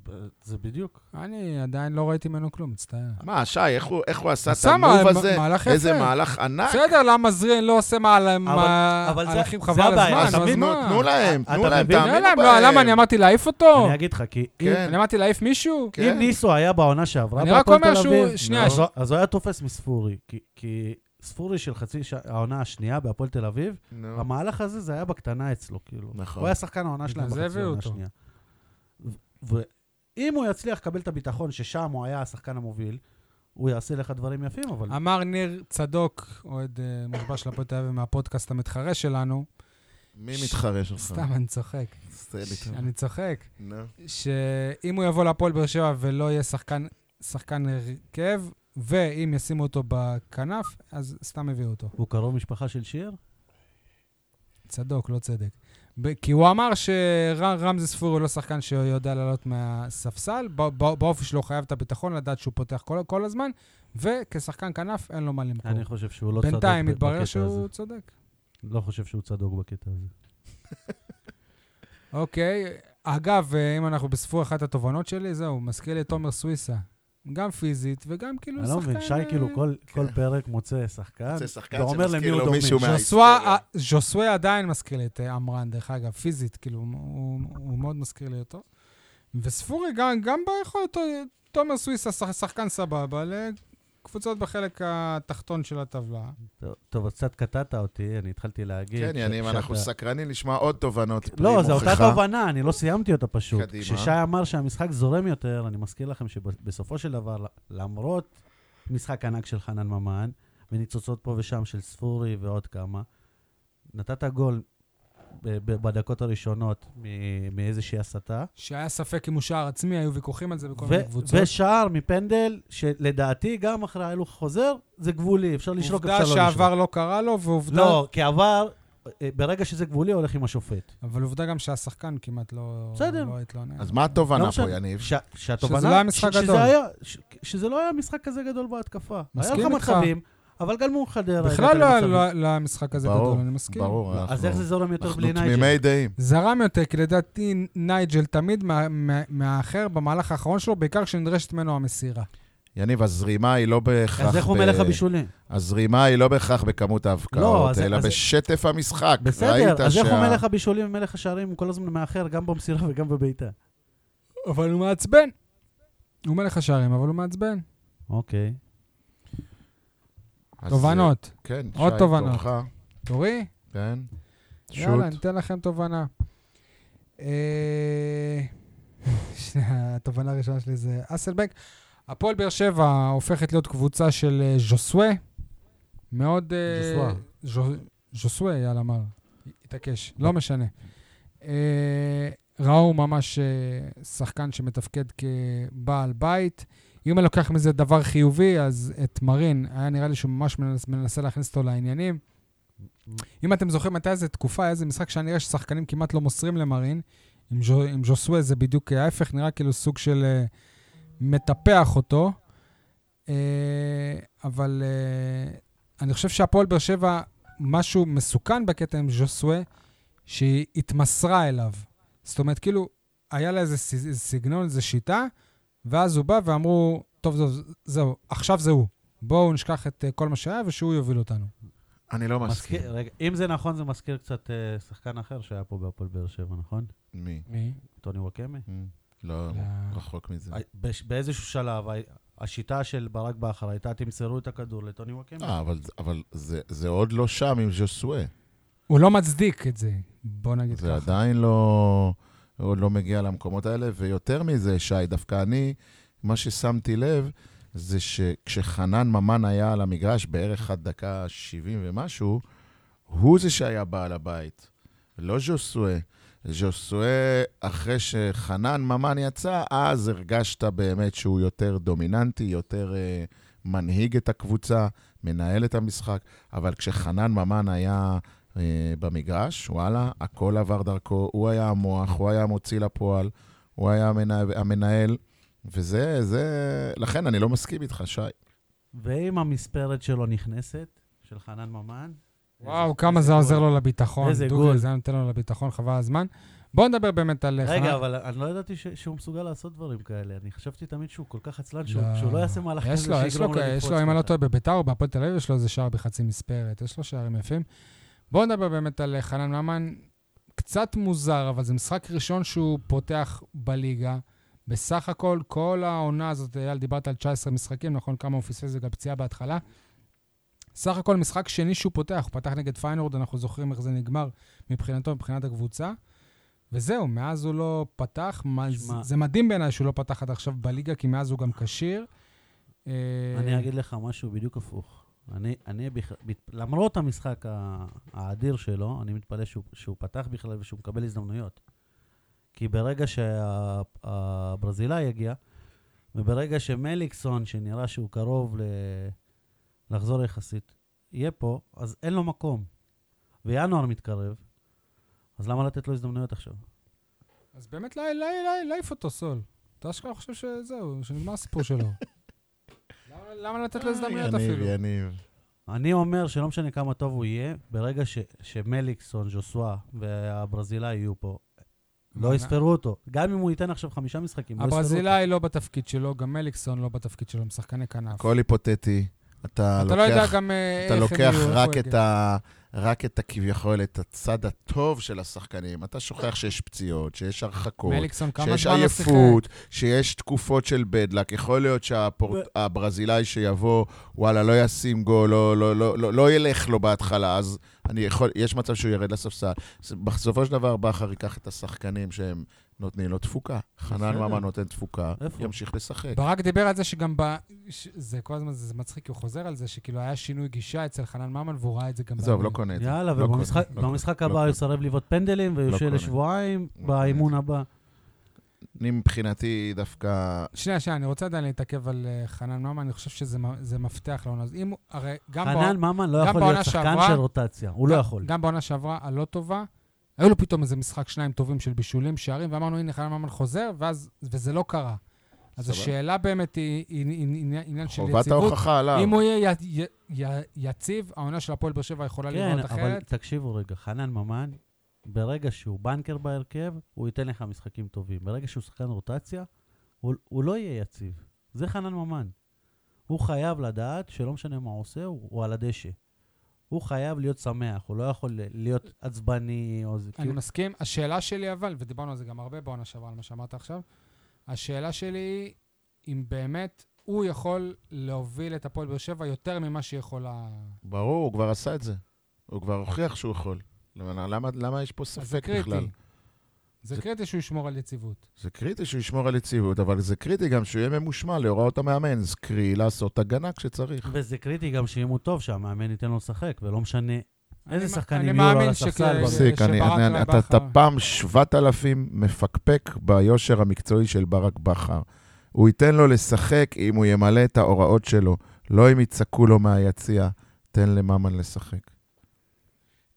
B: ב- זה בדיוק.
A: אני עדיין לא ראיתי ממנו כלום, מצטער.
C: מה, שי, איך הוא- איך הוא עשה את
A: עשה מה-
C: המוב
A: מה-
C: הזה?
A: מהלך
C: איזה
A: יפה.
C: מהלך ענק.
A: בסדר, למה זרין לא עושה מה- מה-
B: אבל זה-
A: מהלכים
B: זה
A: חבל על
B: הבעיה,
A: הזמן?
C: אז
B: אתה
A: נו, אז
B: מבין?
C: תנו
A: מה?
C: תנו להם,
B: אתה
C: תנו להם,
B: מבין?
A: תנו
C: תאמינו
A: להם,
C: בהם.
A: לא, למה אני אמרתי להעיף אותו?
B: אני אגיד לך, כי אם-
C: כן.
A: אני אמרתי להעיף מישהו?
C: כן.
B: אם ניסו היה בעונה שעברה
A: אני רק
B: בהפועל
A: אומר
B: תל
A: שהוא-
B: אביב,
A: שנייה,
B: אז-
A: ש-
B: אז הוא היה תופס מספורי, כי- כי ספורי של חצי ש- העונה השנייה בהפועל תל אביב,
C: נו.
B: המהלך הזה זה היה בקטנה אצלו, כאילו.
C: נכון.
B: הוא היה שחקן העונה שלהם
A: בגלל זה
B: בחצי
A: הביאו
B: העונה
A: אותו.
B: השנייה. ו- ואם הוא יצליח לקבל את הביטחון ששם הוא היה השחקן המוביל, הוא יעשה לך דברים יפים, אבל...
A: אמר ניר צדוק, אוהד אה, מושבע של הפועל תל אביב מהפודקאסט המתחרה שלנו,
C: מי מתחרה שלך?
B: נכון.
A: סתם, אני צוחק,
C: עשה לי טוב.
A: אני צוחק,
C: נו.
A: שאם הוא יבוא להפועל באר שבע ולא יהיה שחקן- שחקן הרכב, ואם ישימו אותו בכנף, אז סתם הביאו אותו.
B: הוא קרוב משפחה של שיר?
A: צדוק, לא צדק. ב- כי הוא אמר שרמזי ספורי הוא לא שחקן שיודע לעלות מהספסל, ב- ב- באופי שלו הוא חייב את הביטחון לדעת שהוא פותח כל, כל הזמן, וכשחקן כנף אין לו מה למכור.
B: אני חושב שהוא לא צדוק
A: נכון. בינתיים
B: ב-
A: מתברר
B: בקטע
A: שהוא כאילו
B: הזה.
A: צודק.
B: לא חושב שהוא צדוק בקטע הזה.
A: אוקיי, אגב, אה, אם אנחנו בספור אחת התובנות שלי, זהו, מזכיר לי את תומר סוויסה. גם פיזית וגם כאילו
B: אני
A: שחקן... כן.
B: לא מבין, שי כאילו כל- כל פרק מוצא שחקן,
C: זה שחקן
B: ואומר למי
C: שמזכיר
B: הוא
C: לו מישהו
B: דומה. אה,
C: מה-
A: ז'וסווה, אה, ז'וסווה עדיין מזכיר לי את אה, עמרן, דרך אגב, פיזית, כאילו, הוא, הוא מאוד מזכיר לי אותו. וספורי גם, גם ביכולת, אה, תומר סוויסה שח- שחקן סבבה, לקבוצות בחלק התחתון של הטבלה.
B: טוב- טוב, אז קצת קטעת אותי, אני התחלתי להגיד.
C: כן,
B: ש-
C: יניב,
B: שאתה-
C: אנחנו סקרנים לשמוע עוד תובנות.
B: לא,
C: פרי
B: זו אותה
C: מוכחה.
B: תובנה, אני לא סיימתי אותה פשוט.
C: קדימה.
B: כששי אמר שהמשחק זורם יותר, אני מזכיר לכם שבסופו של דבר, למרות משחק ענק של חנן ממן, וניצוצות פה ושם של ספורי ועוד כמה, נתת גול ב- ב- בדקות הראשונות מ- מאיזושהי הסתה.
A: שהיה ספק אם הוא שער עצמי, היו ויכוחים על זה בכל מיני
B: ו-
A: קבוצות.
B: ושער מפנדל, שלדעתי גם אחרי ההילוך חוזר, זה גבולי, אפשר לשרוק, אפשר לא
A: עובדה
B: לשרוק.
A: שעבר לא קרה לו, ועובדה...
B: לא, כי עבר, אה, ברגע שזה גבולי, הולך עם השופט.
A: אבל עובדה גם שהשחקן כמעט לא...
B: בסדר.
A: לא התלונן.
C: אז מה התובנה
B: לא
C: פה,
B: משנה.
C: יניב?
B: ש- שהתובנה...
A: שזה לא היה משחק
B: ש- שזה
A: גדול.
B: היה- ש- שזה לא היה משחק כזה גדול בהתקפה.
A: מסכים
B: היה לך
A: איתך.
B: מצבים, אבל גם מול חדרה...
A: בכלל
B: הגעת
A: לא היה-
B: למצבים.
A: לא היה- לא היה משחק כזה
C: ברור,
A: גדול, אני מסכים.
C: ברור, אנחנו
B: אז איך זה זורם יותר
C: אנחנו
B: בלי
C: תמימי
B: נייג'ל?
C: דעים.
A: זרם יותר, כי לדעתי נייג'ל תמיד מה- מה- מהאחר במהלך האחרון שלו, בעיקר כשנדרשת ממנו המסירה.
C: יניב, הזרימה היא לא בהכרח...
B: אז איך הוא
C: ב-
B: מלך הבישולים?
C: הזרימה היא לא בהכרח בכמות
B: לא,
C: ההבקעות,
B: אז-
C: אלא
B: אז-
C: בשטף המשחק. ראית
B: בסדר, אז איך הוא
C: שה-
B: מלך הבישולים ומלך השערים? הוא כל הזמן מאחר, גם במסירה וגם בבעיטה.
A: אבל הוא מעצבן. הוא מלך השערים, אבל הוא מעצבן.
B: אוקיי.
C: אז,
A: תובנות.
C: אה, כן,
A: עוד
C: שי,
A: תובנות.
C: תורך,
A: תורי?
C: כן. שוט.
A: יאללה, ניתן לכם תובנה. אה, שנייה, התובנה הראשונה שלי זה אסלבנק. הפועל באר שבע הופכת להיות קבוצה של אה, ז'וסווה. מאוד... אה,
B: ז'וסווה.
A: ז'ו- ז'וסווה, יאללה, אמר. התעקש, לא משנה. אה, ראו ממש אה, שחקן שמתפקד כבעל בית. אם אני לוקח מזה דבר חיובי, אז את מרין, היה נראה לי שהוא ממש מנס- מנסה להכניס אותו לעניינים. אם אתם זוכרים, הייתה איזו תקופה, היה איזה משחק שהיה נראה ששחקנים כמעט לא מוסרים למרין. עם, ז'ו, עם ז'וסווה זה בדיוק ההפך, נראה כאילו סוג של אה, מטפח אותו. אה, אבל אה, אני חושב שהפועל באר שבע, משהו מסוכן בקטע עם ז'וסווה, שהיא התמסרה אליו. זאת אומרת, כאילו, היה לה איזה ס- איזה סגנון, איזה שיטה, ואז הוא בא ואמרו, טוב, זהו, זהו עכשיו זה הוא. בואו נשכח את אה, כל מה שהיה ושהוא יוביל אותנו.
C: אני לא מסכים.
B: מזכיר- רגע, אם זה נכון, זה מזכיר קצת אה, שחקן אחר שהיה פה בהפועל באר שבע, נכון?
C: מי?
A: מי?
B: טוני וואקמה?
C: אה, לא, רחוק מזה.
B: בש- באיזשהו שלב, ה- השיטה של ברק בכר הייתה, תמסרו את הכדור לטוני וואקמה.
C: אה, אבל- אבל זה- זה עוד לא שם עם ז'וסואה.
A: הוא לא מצדיק את זה, בוא נגיד
C: זה
A: ככה.
C: עדיין לא... הוא עוד לא מגיע למקומות האלה, ויותר מזה, שי, דווקא אני, מה ששמתי לב, זה שכשחנן ממן היה על המגרש בערך עד דקה 70 ומשהו, הוא זה שהיה בעל הבית, לא ז'וסואה. ז'וסואה, אחרי שחנן ממן יצא, אז הרגשת באמת שהוא יותר דומיננטי, יותר אה, מנהיג את הקבוצה, מנהל את המשחק, אבל כשחנן ממן היה אה, במגרש, וואלה, הכל עבר דרכו, הוא היה המוח, הוא היה המוציא לפועל, הוא היה המנהל, המנהל וזה, זה... לכן אני לא מסכים איתך, שי.
B: ואם המספרת שלו נכנסת, של חנן ממן... איזה-
A: וואו, כמה
B: איזה
A: זה עוזר
B: גול.
A: לו לביטחון.
B: איזה
A: דוגרי,
B: גול.
A: זה היה נותן לו לביטחון, חבל הזמן. בואו נדבר באמת על... אה, חנן.
B: רגע, אבל אני לא ידעתי ש- שהוא מסוגל לעשות דברים כאלה. אני חשבתי תמיד שהוא כל כך עצלן, שהוא
A: לא.
B: שהוא לא יעשה מהלך
A: יש
B: כזה
A: לו, יש לו,
B: לו
A: יש
B: לקפוץ
A: לו, אם אני לא
B: ככה.
A: טועה, בביתר או בהפועל תל אביב, יש לו איזה שער בחצי מספרת, יש לו שערים יפים. בואו נדבר באמת על אה, חנן ממן. קצת מוזר, אבל זה משחק ראשון שהוא פותח בליגה. בסך הכל, כל העונה הזאת, אייל, דיברת על 19 משחקים, נכון? כמה הוא פספס וגם פציעה בהתחלה. סך הכל משחק שני שהוא פותח, הוא פתח נגד פיינורד, אנחנו זוכרים איך זה נגמר מבחינתו, מבחינת הקבוצה. וזהו, מאז הוא לא פתח. מה-
B: שמע.
A: זה מדהים בעיניי שהוא לא פתח עד עכשיו בליגה, כי מאז הוא גם כשיר. אה,
B: אני אגיד לך משהו בדיוק הפוך. אני, אני בכלל, מת- למרות המשחק ה- האדיר שלו, אני מתפלא שהוא, שהוא פתח בכלל ושהוא מקבל הזדמנויות. כי ברגע שהברזילאי יגיע, וברגע שמליקסון, שנראה שהוא קרוב ל... לחזור יחסית, יהיה פה, אז אין לו מקום. וינואר מתקרב, אז למה לתת לו הזדמנויות עכשיו?
A: אז באמת לה- לה- לה- להעיף אותו סול. אתה אשכרה חושב שזהו, שנגמר הסיפור שלו. למה- למה לתת
B: אה,
A: לו הזדמנויות אפילו?
C: יניב, יניב.
B: אני אומר שלא משנה כמה טוב הוא יהיה, ברגע ש, שמליקסון, ז'וסואה והברזילאי יהיו פה, לא יספרו אותו. גם אם הוא ייתן עכשיו חמישה משחקים, לא יספרו אותו.
A: הברזילאי לא בתפקיד שלו, גם מליקסון לא בתפקיד שלו, הם שחקני כנף.
C: הכל היפותטי. אתה
A: אתה לא יודע
C: לוקח,
A: גם אה, איך
C: אתה
A: הם
C: לוקח
A: יהיו, איפה
C: רק
A: הוא
C: את
A: יגיע.
C: ה... רק את הכביכול, את הצד הטוב של השחקנים. אתה שוכח שיש פציעות, שיש הרחקות,
A: מליקסון כמה
C: שיש
A: זמן לא שיחק.
C: עייפות, שיש תקופות של בדלק. יכול להיות שהברזילאי שיבוא, וואלה, לא ישים גול, לא, לא, לא, לא, לא ילך לו בהתחלה, אז אני יכול, יש מצב שהוא ירד לספסל. אז בסופו של דבר, בכר ייקח את השחקנים שהם נותנים לו תפוקה. חנן
B: בסדר.
C: ממן נותן תפוקה,
B: איפה?
C: ימשיך לשחק.
A: ברק דיבר על זה שגם ב... ש- זה כל הזמן, זה מצחיק, כי הוא חוזר על זה, שכאילו היה שינוי גישה אצל חנן ממן, והוא ראה את זה גם...
C: עזוב, לא
A: באימון.
C: קונה את זה.
B: יאללה,
C: לא קונה,
B: ובמשחק
C: לא קונה,
B: במשחק
C: לא
B: הבא
C: קונה.
B: הוא יסרב לבעוט
A: לא
B: פנדלים ויושב
C: קונה.
B: לשבועיים
C: לא
B: באימון הבא.
C: אני מבחינתי דווקא...
A: שנייה, שנייה, אני רוצה עדיין להתעכב על אה, חנן ממן, אני חושב שזה מ- זה מפתח לעונה הזאת. אם... הוא- הרי גם בעונה-
B: חנן ממן לא
A: גם
B: יכול
A: בעונה
B: להיות שחקן
A: שעברה-
B: של רוטציה, הוא לא יכול.
A: גם בעונה שעברה, הלא טובה, היו לו פתאום איזה משחק שניים טובים של בישולים, שערים, ואמרנו, הנה, חנן ממן חוזר, ואז, וזה לא קרה. אז
C: סבבה.
A: השאלה באמת היא היא- היא- היא- היא- עניין של
C: חובת
A: יציבות.
C: ההוכחה עליו.
A: אם הוא יהיה י- י- י- יציב, העונה של הפועל באר שבע יכולה
B: כן,
A: להיראות
B: אבל
A: אחרת.
B: תקשיבו רגע, חנן ממן, ברגע שהוא בנקר בהרכב, הוא ייתן לך משחקים טובים. ברגע שהוא שחקן רוטציה, הוא, הוא לא יהיה יציב. זה חנן ממן. הוא חייב לדעת שלא משנה מה הוא עושה, הוא, הוא על הדשא. הוא חייב להיות שמח, הוא לא יכול ל- להיות עצבני או זה.
A: אני
B: כאילו-
A: מסכים. השאלה שלי אבל, ודיברנו על זה גם הרבה בעונה שעברה, על מה שאמרת עכשיו, השאלה שלי היא אם באמת הוא יכול להוביל את הפועל באר שבע יותר ממה שיכולה...
C: ברור, הוא כבר עשה את זה. הוא כבר הוכיח שהוא יכול. למה, למה, למה יש פה
A: אז זה
C: ספק
A: קריטי.
C: בכלל?
A: זה
C: זה-
A: קריטי שהוא ישמור על יציבות.
C: זה קריטי שהוא ישמור על יציבות, אבל זה קריטי גם שהוא יהיה ממושמע להוראות המאמן, אז קרי לעשות הגנה כשצריך.
B: כאילו, וזה קריטי גם שאם הוא טוב, שהמאמן ייתן לו לשחק, ולא משנה איזה
A: אני-
B: שחקנים
A: אני
B: יהיו לו על
A: מאמין
B: הספסל.
A: שכ-
B: במשחק.
C: תפסיק, אני-
A: שברק
C: אני-
A: לא
C: אתה אתה
A: אה, בכר.
C: פעם 7,000 מפקפק ביושר המקצועי של ברק בכר. הוא ייתן לו לשחק אם הוא ימלא את ההוראות שלו, לא אם יצעקו לו מהיציע, תן לממן לשחק.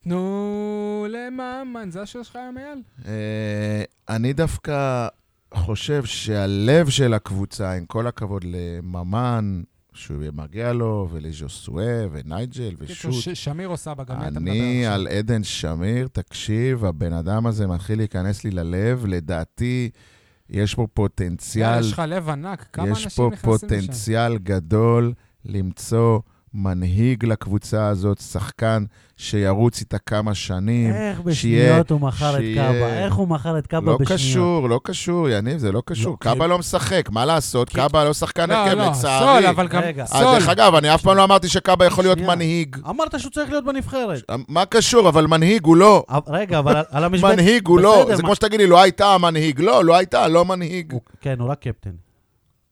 A: תנו לממן, זה השיר שלך היום, אייל?
C: אה, אני דווקא חושב שהלב של הקבוצה, עם כל הכבוד לממן, שהוא מגיע לו, ולז'וסואה, ונייג'ל,
A: קיצור,
C: ושות.
A: כן, ש- שמיר או סבא, גם מי אתה מדבר
C: אני
A: עכשיו?
C: על עדן שמיר, תקשיב, הבן אדם הזה מתחיל להיכנס לי ללב, לדעתי יש פה
A: יאללה,
C: פוטנציאל,
A: יש לך לב ענק, כמה אנשים
C: יש פה
A: נכנסים לשם?
C: פוטנציאל גדול למצוא מנהיג לקבוצה הזאת, שחקן שירוץ איתה כמה שנים.
A: אה,
B: איך
C: שיהיה-
B: בשניות הוא מכר את
C: שיהיה-
B: קאבה? איך הוא מכר את קאבה
C: לא
B: בשניות?
C: קשור, לא קשור, יניב, זה לא
B: לא,
C: קשור.
B: כי-
C: קאבה לא משחק, מה לעשות?
B: כי-
C: קאבה לא שחקן הרכב,
A: לא, לא,
C: לצערי.
A: סול, אבל גם...
B: רגע.
C: אה,
A: סול.
C: דרך אגב, אני אף פעם לא אמרתי שקאבה יכול להיות
B: שנייה.
C: מנהיג.
B: אמרת שהוא צריך להיות בנבחרת.
C: מה קשור? אבל מנהיג הוא לא.
B: אבל- רגע, אבל על- על המשבצת...
C: מנהיג הוא לא,
B: בסדר,
C: זה
B: מה-
C: כמו שתגיד לי, לא הייתה המנהיג. לא, לא הייתה, לא מנהיג.
B: הוא- כן, הוא רק קפטן.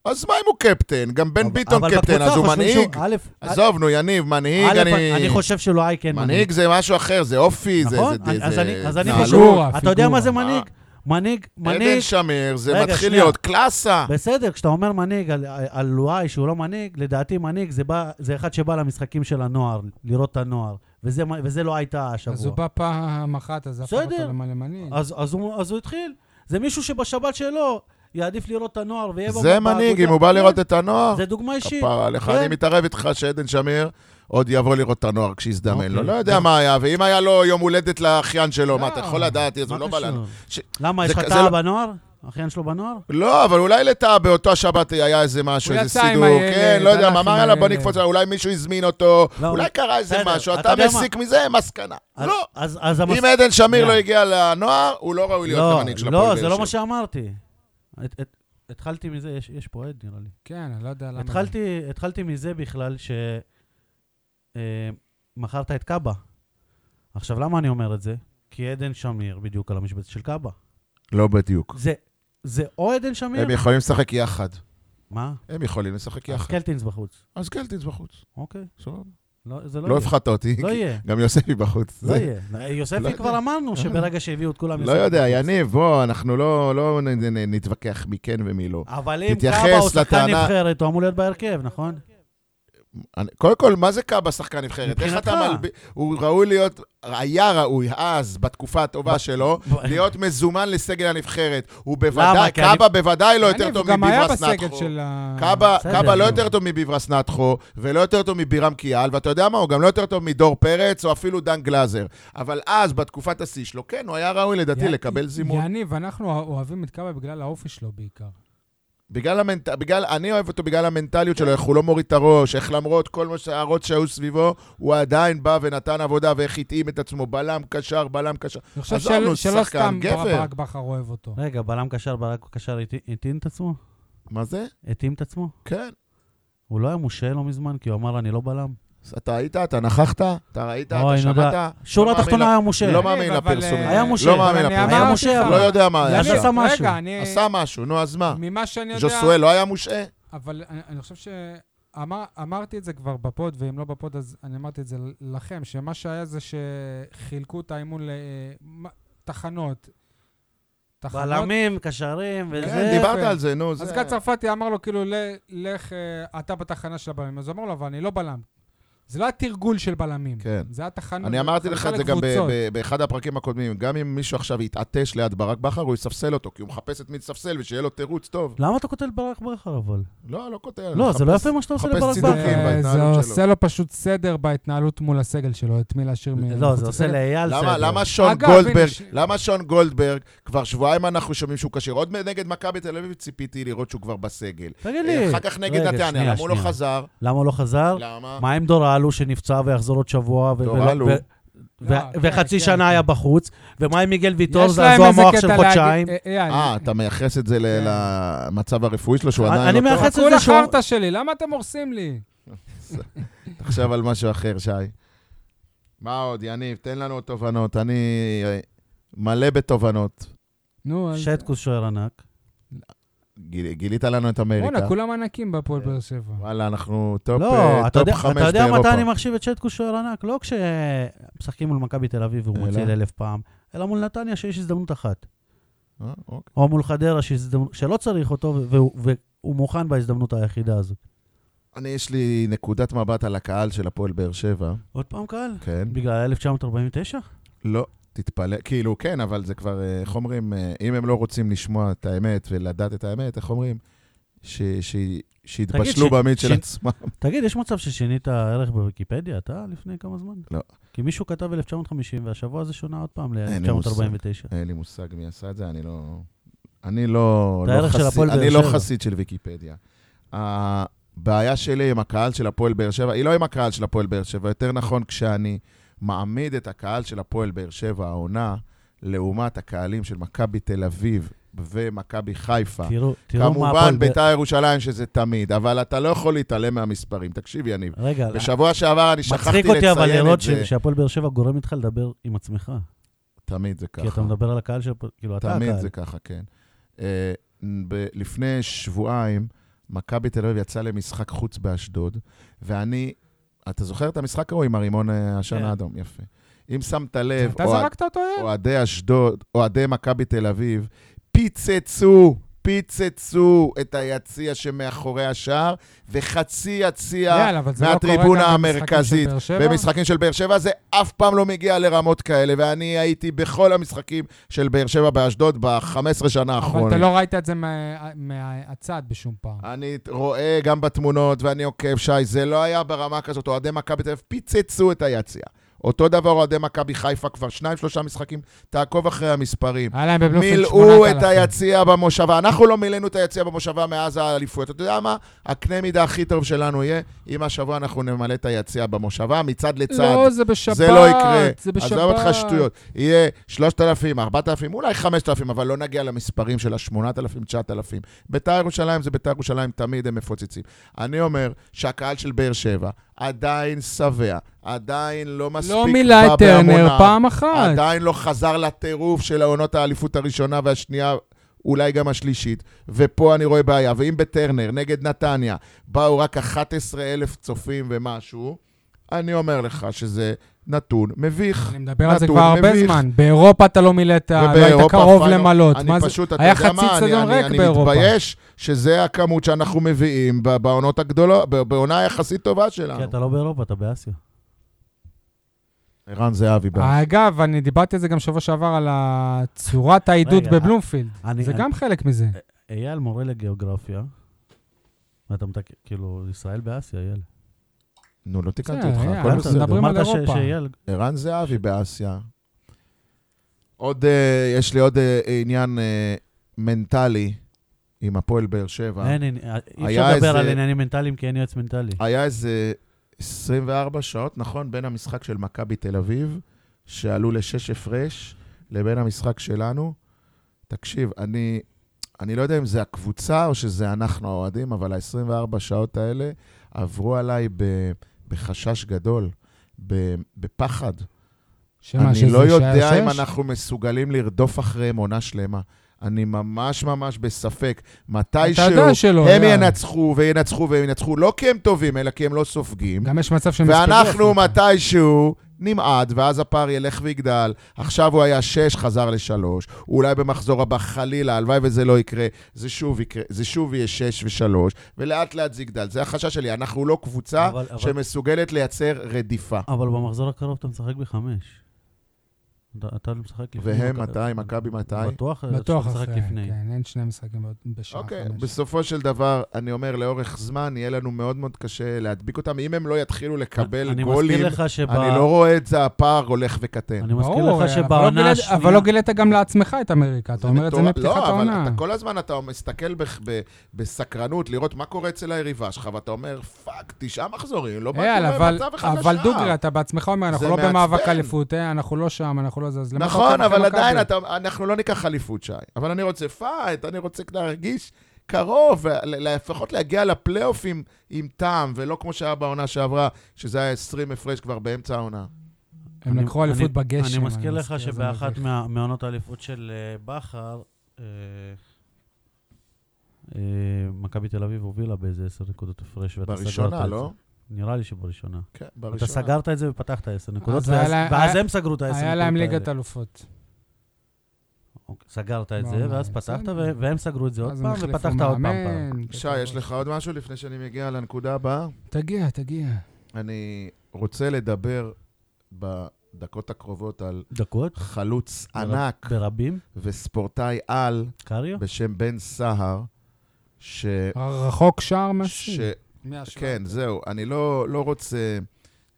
C: אז מה אם הוא קפטן? גם בן
B: אבל-
C: ביטון
B: אבל
C: קפטן,
B: בקבוצה
C: אז הוא
B: חושבים
C: מנהיג?
B: שהוא- א',
C: עזוב, נו, יניב, מנהיג,
B: א',
C: אני...
B: אני חושב שלא אי כן
C: מנהיג זה משהו אחר, זה אופי, זה...
B: נכון?
C: זה-
B: אז-
C: זה-
B: אז
C: זה
B: אני- אז אני
C: התנהלות.
B: חושב...
A: פיגורה,
B: אתה יודע מה זה
A: פיגורה.
B: מנהיג? מנהיג,
C: עדן
B: מנהיג,
C: שמיר, זה
B: רגע,
C: מתחיל
B: שנייה.
C: להיות קלאסה.
B: בסדר, כשאתה אומר מנהיג על- על לואי שהוא לא מנהיג, לדעתי מנהיג זה בא- זה אחד שבא למשחקים של הנוער, לראות את הנוער, וזה מה- וזה לא הייתה
A: אז הוא
B: השבוע.
A: בא פעם אחת, אז הפך
B: בסדר. אה,
A: אותו למנהיג.
B: אז- אז הוא- אז הוא התחיל. זה מישהו שבשבת שלו יעדיף לראות את הנוער ויהיה...
C: זה מנהיג, אם הוא בא לראות את הנוער.
B: כן, זה דוגמה אישית.
C: כפרה עליך,
B: כן.
C: אני מתערב איתך שעדן שמיר עוד יבוא לראות את הנוער כשיזדמן לו.
B: אוקיי.
C: לא יודע מה היה, ואם היה לו יום הולדת לאחיין שלו, מה, אתה
A: לא.
C: יכול לדעת, אז
B: מה
C: הוא לא בא
B: קשור?
C: לנו. ש-
B: למה,
C: זה
B: יש לך
C: כ- זה
B: טעה
C: לא-
B: בנוער? אחיין שלו בנוער?
C: לא, אבל אולי לטאה באותה שבת היה איזה משהו,
A: הוא
C: איזה
A: יצא עם
C: סידור,
A: הילד,
C: כן, לא יודע,
A: הלך
C: מה,
A: עם
C: מה, יאללה, בוא
A: הילד.
C: נקפוץ, אולי מישהו הזמין אותו,
B: לא,
C: אולי קרה איזה
B: בסדר,
C: משהו,
B: אתה
C: אתה
B: יודע מה?
C: מסיק מזה מסקנה.
B: אז-
C: לא,
B: אז, אז המס...
C: אם עדן שמיר
B: שנייה.
C: לא הגיע לנוער, הוא לא ראוי להיות
B: לא,
C: המנהיג של הפועל
B: לא,
C: באר
B: זה
C: שבע.
B: לא מה שאמרתי. את, את, התחלתי מזה, יש, יש פה עד נראה לי.
A: כן, אני לא יודע למה.
B: התחלתי, התחלתי מזה בכלל ש... אה, מכרת את קאבה. עכשיו, למה אני אומר את זה? כי עדן שמיר בדיוק על המשבצת של קאבה.
C: לא בדיוק.
B: זה, זה או עדן שמיר...
C: הם יכולים לשחק יחד.
B: מה?
C: הם יכולים לשחק
B: אז
C: יחד.
B: קלטינס בחוץ.
C: אז קלטינס בחוץ.
B: אוקיי.
C: סבבה.
B: לא, זה לא,
C: לא
B: יהיה.
C: הפחדת אותי.
B: לא יהיה.
C: גם יוספי בחוץ.
B: לא
C: זה-
B: יהיה.
C: לא
B: יוספי
C: יודע.
B: כבר אמרנו שברגע שהביאו את כולם...
C: לא
B: יוספי
C: יודע,
B: בחוץ.
C: יניב, בוא, אנחנו לא לא נ- נ- נ- נתווכח מי כן ומי לא.
B: אבל אם
C: תתייחס
B: קאבה הוא שחקן
C: לטענה-
B: נבחרת, הוא אמור להיות בהרכב, נכון?
C: אני- קודם כל, מה זה קאבה שחקן נבחרת? איך אתה
B: מבחינתך.
C: מלביש... הוא ראוי להיות, היה ראוי אז, בתקופה
B: ב-
C: הטובה שלו,
B: ב-
C: להיות מזומן לסגל הנבחרת. הוא בוודאי,
B: כי אני-
C: קאבה בוודאי לא יותר
A: יניב,
C: טוב
A: הוא גם היה
C: מביברס
A: בסגל
C: נתחו.
A: של ה...
C: קאבה
B: בסדר, כן.
C: קאבה לא
B: נו.
C: יותר טוב מביברס נתחו, ולא יותר טוב מבירם קיאל, ואתה יודע מה, הוא גם לא יותר טוב מדור פרץ, או אפילו דן גלאזר. אבל אז, בתקופת השיא שלו, כן, הוא היה ראוי לדעתי
A: י-
C: לקבל זימון.
A: יניב, אנחנו אוהבים את קאבה בגלל האופי שלו בעיקר.
C: בגלל המנט... בגלל... אני אוהב אותו בגלל המנטליות שלו, איך הוא לא מוריד את הראש, איך למרות כל מה שההערות שהיו סביבו, הוא עדיין בא ונתן עבודה ואיך התאים את עצמו, בלם קשר, בלם קשר.
A: אני חושב
C: עזוב,
A: של-
C: נו,
A: שלא
C: שחקן,
A: סתם
C: גבר.
A: ברק בכר אוהב אותו.
B: רגע, בלם קשר, ברק קשר התי- התאים את עצמו?
C: מה זה?
B: התאים את עצמו?
C: כן,
B: הוא לא היה מושעה לא מזמן, כי הוא אמר, אני לא בלם.
C: אז אתה היית, אתה נכחת, אתה ראית, אתה
B: אוי, נו,
C: שמעת.
B: ב- שורה
C: לא מאמין
B: התחתונה
C: לה-
B: היה משה.
C: לא מאמין
A: אבל,
C: לפרסומים.
A: אה,
B: היה משה.
C: לא
A: אבל
C: מאמין
A: אני אמרתי
C: לפרסומים.
B: היה משה,
A: לך.
B: אבל-
C: לא יודע מה היה
B: יאללה,
C: שם.
B: עשה משהו.
A: רגע, אני...
C: עשה משהו, נו, אז מה?
A: ממה שאני יודע...
C: ז'וסואל לא היה מושעה?
A: אבל אני, אני חושב שאמרתי את זה כבר בפוד, ואם לא בפוד אז אני אמרתי את זה לכם, שמה שהיה זה שחילקו את האימון לתחנות.
B: בלמים, קשרים וזה.
C: כן, דיברת על זה, נו.
A: אז
C: זה-
A: גיא צרפתי אמר לו, כאילו, "ל- לך, אה, אתה בתחנה של הבלמים. אז הוא אמר לו, אבל אני לא בלם. זה לא היה תרגול של בלמים.
C: כן.
A: זה היה תחנות.
C: אני אמרתי לך את
A: חלוקה
C: זה גם ב-
A: לקבוצות.
C: ב- באחד הפרקים הקודמים. גם אם מישהו עכשיו יתעטש ליד ברק בכר, הוא יספסל אותו, כי הוא מחפש את מי לספסל ושיהיה לו תירוץ טוב.
B: למה אתה כותב ברק בכר אבל?
C: לא, לא קוטע.
B: לא, זה לא
C: מחפש-
B: יפה מה שאתה עושה
C: מחפש
B: לברק
A: זה-
C: צידוקים.
B: בכר.
C: בהתנהלות
A: זה
C: שלו.
A: עושה לו פשוט סדר בהתנהלות מול הסגל שלו, את מי להשאיר מ...
B: לא,
A: מחוץ
B: זה עושה
A: לסגל.
B: לאייל
C: למה-
B: סדר.
C: למה שון
A: אגב,
C: גולדברג,
A: הנה, ש-
C: למה שון גולדברג, כבר שבועיים אנחנו שומעים שהוא כשיר. עוד נגד מכבי תל אביב ציפיתי לראות שהוא כבר בסגל.
B: תגיד לי.
C: אה, אחר כך נגד
B: רגע,
C: נתניה,
B: שנייה,
C: למה הוא לא
B: שנייה.
C: חזר?
B: למה הוא לא חזר?
C: למה?
B: מה עם דורלו שנפצע ויחזור עוד שבוע? ו-
C: דורלו.
B: ולא- ו- ו-
A: לא, כן,
B: וחצי
A: כן,
B: שנה
A: כן.
B: היה בחוץ, ומה עם מיגל ויטור?
A: יש
B: זה
A: להם
B: הזו
A: איזה
B: המוח
A: קטע
B: של
A: להגיד-
B: חודשיים.
A: אה, אה,
C: אה,
A: אני-
C: אתה מייחס את זה ל-
A: כן.
C: למצב הרפואי שלו, שהוא
B: אני-
C: עדיין
B: אני
C: לא טוב?
B: מייחס-
A: חכו
B: זה שהוא-
A: לחרטא שלי, למה אתם הורסים לי?
C: תחשב על משהו אחר, שי. מה עוד, יניב? תן לנו עוד תובנות. אני אה, מלא בתובנות.
A: נו, אז...
B: שטקוס שוער ענק.
C: גיל- גילית לנו את אמריקה.
A: וואלה, כולם ענקים בהפועל באר שבע.
C: וואלה, אנחנו טופ
B: לא,
C: אה,
B: אתה
C: טופ
B: יודע-
C: חמש
B: אתה יודע מתי
C: באירופה.
B: אני מחשיב את שטקוס שוער ענק? לא כשמשחקים מול מכבי תל אביב והוא
C: אלא?
B: מציל אלף פעם, אלא מול נתניה שיש הזדמנות אחת.
C: אה, אוקיי.
B: או מול חדרה שיש הזדמנות- שלא צריך אותו, ו- והוא- והוא מוכן בהזדמנות היחידה הזאת.
C: אני, יש לי נקודת מבט על הקהל של הפועל באר שבע.
B: עוד פעם קהל?
C: כן.
B: בגלל 1949?
C: לא, תתפלא, כאילו, כן, אבל זה כבר, אה, איך אומרים, אה, אם הם לא רוצים לשמוע את האמת ולדעת את האמת, איך אומרים? ש- ש- שיתבשלו
B: ש-
C: במיץ של
B: ש-
C: עצמם.
B: תגיד, יש מצב ששינית ערך בוויקיפדיה, אתה, לפני כמה זמן?
C: לא.
B: כי מישהו כתב 1950, והשבוע זה שונה עוד פעם
C: אין לי מושג.
B: ל-1949.
C: אין לי מושג מי עשה את זה, אני לא... אני לא,
B: את
C: לא,
B: הערך של
C: חסיד,
B: הפועל
C: אני
B: באר
C: לא
B: שבע.
C: חסיד של ויקיפדיה. הבעיה שלי עם הקהל של הפועל באר שבע, היא לא עם הקהל של הפועל באר שבע, יותר נכון, כשאני מעמיד את הקהל של הפועל באר שבע העונה, לעומת הקהלים של מכבי תל אביב ומכבי חיפה.
B: תראו, תראו מה הפועל...
C: כמובן, ביתר ירושלים שזה תמיד, אבל אתה לא יכול להתעלם מהמספרים. תקשיב, יניב,
B: רגע,
C: בשבוע שעבר אני
B: מצחיק
C: שכחתי
B: אותי אבל
C: לציין
B: לראות
C: את זה.
B: ש- שהפועל באר שבע גורם איתך לדבר עם עצמך.
C: תמיד זה
B: כי אתה
C: ככה.
B: מדבר על הקהל של... הפועל- כאילו,
A: לא,
B: אתה
C: תמיד
B: הקהל.
C: זה ככה, כן. אה, ב- לפני שבועיים, מכבי תל אביב יצאה למשחק חוץ באשדוד, ואני... אתה זוכר את המשחק ההוא עם הרימון אה,
B: כן.
C: עשן האדום? יפה. אם שמת לב,
A: אתה
C: אוהד-
A: זרקת אותו, יאיר?
C: אוהדי אשדוד, אוהדי מכבי תל אביב, פיצצו, פיצצו את היציע שמאחורי השער, וחצי יציע
A: יאללה, לא- אבל זה לא קורה גם
C: מהטריבונה
A: במשחקים
C: המרכזית.
A: של באר שבע?
C: במשחקים של באר שבע זה אף פעם לא מגיע לרמות כאלה, ואני הייתי בכל המשחקים של באר שבע באשדוד ב-15 שנה
A: אבל
C: האחרונות.
A: אתה לא ראית את זה מה- מהצד בשום פעם.
C: אני רואה גם בתמונות, ואני עוקב, שי, זה לא היה ברמה כזאת. אוהדי מכבי תל אביב פיצצו את היציע. אותו דבר אוהדי מכבי חיפה, כבר שניים, שלושה משחקים, תעקוב אחרי המספרים.
A: היה להם בבלומפילד 8,000.
C: מילאו את היציע במושבה. אנחנו לא מילאנו את היציע במושבה מאז האליפויות. אתה יודע מה? הקנה מידה הכי טוב שלנו יהיה, אם השבוע אנחנו נמלא את היציע במושבה, מצד לצד.
A: לא, זה בשבת.
C: זה לא יקרה.
A: זה בשבת.
C: עזוב אותך שטויות. יהיה 3,000, 4,000, אולי 5,000, אבל לא נגיע למספרים של ה-8,000, 9,000. ביתר ירושלים זה ביתר ירושלים, תמיד הם מפוצצים. אני אומר שהקהל של באר שבע עדיין שבע, עדיין לא מספיק
A: לא
C: בא
A: מילא את טרנר
C: בהמוניו.
A: פעם אחת.
C: עדיין לא חזר לטירוף של העונות האליפות הראשונה והשנייה, אולי גם השלישית. ופה אני רואה בעיה. ואם בטרנר, נגד נתניה, באו רק 11,000 צופים ומשהו, אני אומר לך שזה נתון מביך.
A: אני מדבר על זה
C: נתון
A: כבר הרבה
C: מביך.
A: זמן. באירופה אתה לא מילא את ה... לא היית
C: ובאירופה
A: קרוב
C: פיינל-
A: למלות.
C: אני
A: מה זה?
C: פשוט, אתה
A: היה
C: יודע
A: חצי
C: מה, אני-
A: צדון
C: אני-
A: ריק באירופה.
C: אני מתבייש שזה הכמות שאנחנו מביאים ב- בעונות הגדולות, ב- בעונה היחסית טובה
B: כי
C: שלנו.
B: אתה לא באירופה, אתה באסיה.
C: ערן זהבי
A: אה,
C: בא.
A: אגב, אני דיברתי על זה גם שבוע שעבר, על צורת העידוד
B: רגע,
A: בבלומפילד.
B: אני-
A: זה
B: אני-
A: גם חלק מזה.
C: אה,
B: אייל מורה לגיאוגרפיה, ואתה מתק... כאילו, ישראל באסיה, אייל.
C: נו, לא תיקנתי
A: בסדר,
C: אותך,
A: היה,
C: הכל
A: אה, אנחנו
C: בסדר.
A: מדברים על
B: אמרת ש-
A: אירופה.
B: שאייל...
C: ערן זהבי באסיה. עוד, אה, יש לי עוד אה, עניין אה, מנטלי עם הפועל באר שבע.
B: אין, אין, אה, אי
C: היה
B: אפשר לדבר
C: איזה-
B: על עניינים מנטליים, כי אין יועץ מנטלי.
C: היה איזה 24 שעות, נכון, בין המשחק של מכבי תל אביב, שעלו לשש הפרש, לבין המשחק שלנו. תקשיב, אני, אני לא יודע אם זה הקבוצה או שזה אנחנו האוהדים, אבל ה-24 שעות האלה עברו עליי ב, בחשש גדול, ב- בפחד.
A: שמה,
C: אני
A: כן, שזה
C: לא יודע
A: שהיה
C: אם
A: שש?
C: אנחנו מסוגלים לרדוף אחריהם עונה שלמה. אני ממש ממש בספק. מתישהו
A: יודע שלא, לא.
C: הם
A: יאללה.
C: ינצחו וינצחו וינצחו, לא כי הם טובים, אלא כי הם לא סופגים.
A: גם יש מצב שהם
C: ואנחנו
A: יספגו הפעם.
C: מתישהו נמעד, ואז הפער ילך ויגדל. עכשיו הוא היה 6, חזר ל-3. אולי במחזור הבא, חלילה, הלוואי וזה לא יקרה, זה שוב יקרה, זה שוב יהיה 6 ו-3, ולאט לאט זה יגדל. זה החשש שלי, אנחנו לא קבוצה
B: אבל- אבל-
C: שמסוגלת לייצר רדיפה.
B: אבל במחזור הקרוב אתה משחק בחמש. אתה- אתה לא משחק לפני.
C: והם
B: מכבי.
C: מתי? מכבי מתי?
B: בטוח,
A: בטוח
B: בטוח משחק
A: אחרי,
B: לפני.
A: כן, אין שני משחקים בעוד- בשעה
C: אוקיי,
A: אה, חמש.
C: בסופו של דבר, אני אומר, לאורך זמן יהיה לנו מאוד מאוד קשה להדביק אותם. אם הם לא יתחילו לקבל
B: אני
C: גולים,
B: מזכיר לך שב...
C: אני לא רואה את זה, הפער הולך וקטן.
B: אני מזכיר
A: ברור,
B: לך
A: אבל לא
B: שבעונה
A: גילית-
B: השנייה...
A: אבל לא גילית גם לעצמך את אמריקה, אתה אומר את זה
C: מטורף.
A: מפתיחת
C: לא,
A: העונה.
C: אבל אתה כל הזמן אתה מסתכל ב- ב- בסקרנות לראות מה קורה אצל היריבה שלך, ואתה אומר, פאק, תשעה מחזורים, לא
A: אייל,
C: באתי
A: אה, אבל-
C: במצב אחד
A: אבל
C: לשער."
A: דוגרי, אתה בעצמך אומר, אנחנו
C: זה
A: לא במאבק
C: מעצבן.
A: אליפות, אה, אנחנו לא שם, אנחנו לא זה, אז למה אתה
C: נכון,
A: עוקב אחרי
C: אבל
A: מכבי?
C: עדיין אתה- אנחנו לא ניקח אליפות, שי. אבל אני רוצה פייט, אני רוצה להרגיש קרוב, ול- לפחות להגיע לפלייאוף עם- עם טעם, ולא כמו שהיה בעונה שעברה, שזה היה 20 הפרש כבר באמצע העונה.
A: הם
B: אני-
A: לקחו אליפות
B: אני-
A: בגשם.
B: אני מזכיר לך
A: זה
B: שבאחת
A: מביך.
B: מה- מעונות האליפות של אה, בכר, אה, אה, מכבי תל אביב הובילה באיזה עשר נקודות הפרש. ואתה סגרת
C: בראשונה,
B: את
C: לא?
B: זה. נראה לי שבראשונה.
C: כן,
B: אתה
C: בראשונה.
B: סגרת את זה ופתחת עשר נקודות,
A: אז היה
B: ואז
A: להם-
B: ואז
A: היה-
B: הם סגרו את העשר נקודות
A: היה
B: האלה.
A: להם ליגת אלופות.
B: אוקיי, סגרת את
A: בעונה,
B: זה, ואז פתחת,
A: בסדר.
B: ו- והם סגרו את זה עוד
A: אז הם
B: פעם,
A: החליפו
B: ופתחת עוד פעם פעם.
A: מאמן,
C: שי, יש לך עוד משהו לפני שאני מגיע לנקודה הבאה?
A: תגיע, תגיע.
C: אני רוצה לדבר בדקות הקרובות על
B: דקות?
C: חלוץ
B: בר-
C: ענק
B: ברבים?
C: וספורטאי על
B: קריו?
C: בשם בן סהר, ש...
B: אה,
A: רחוק שער
C: כן. ש...
A: משהו.
C: כן, זהו. אני לא, לא רוצה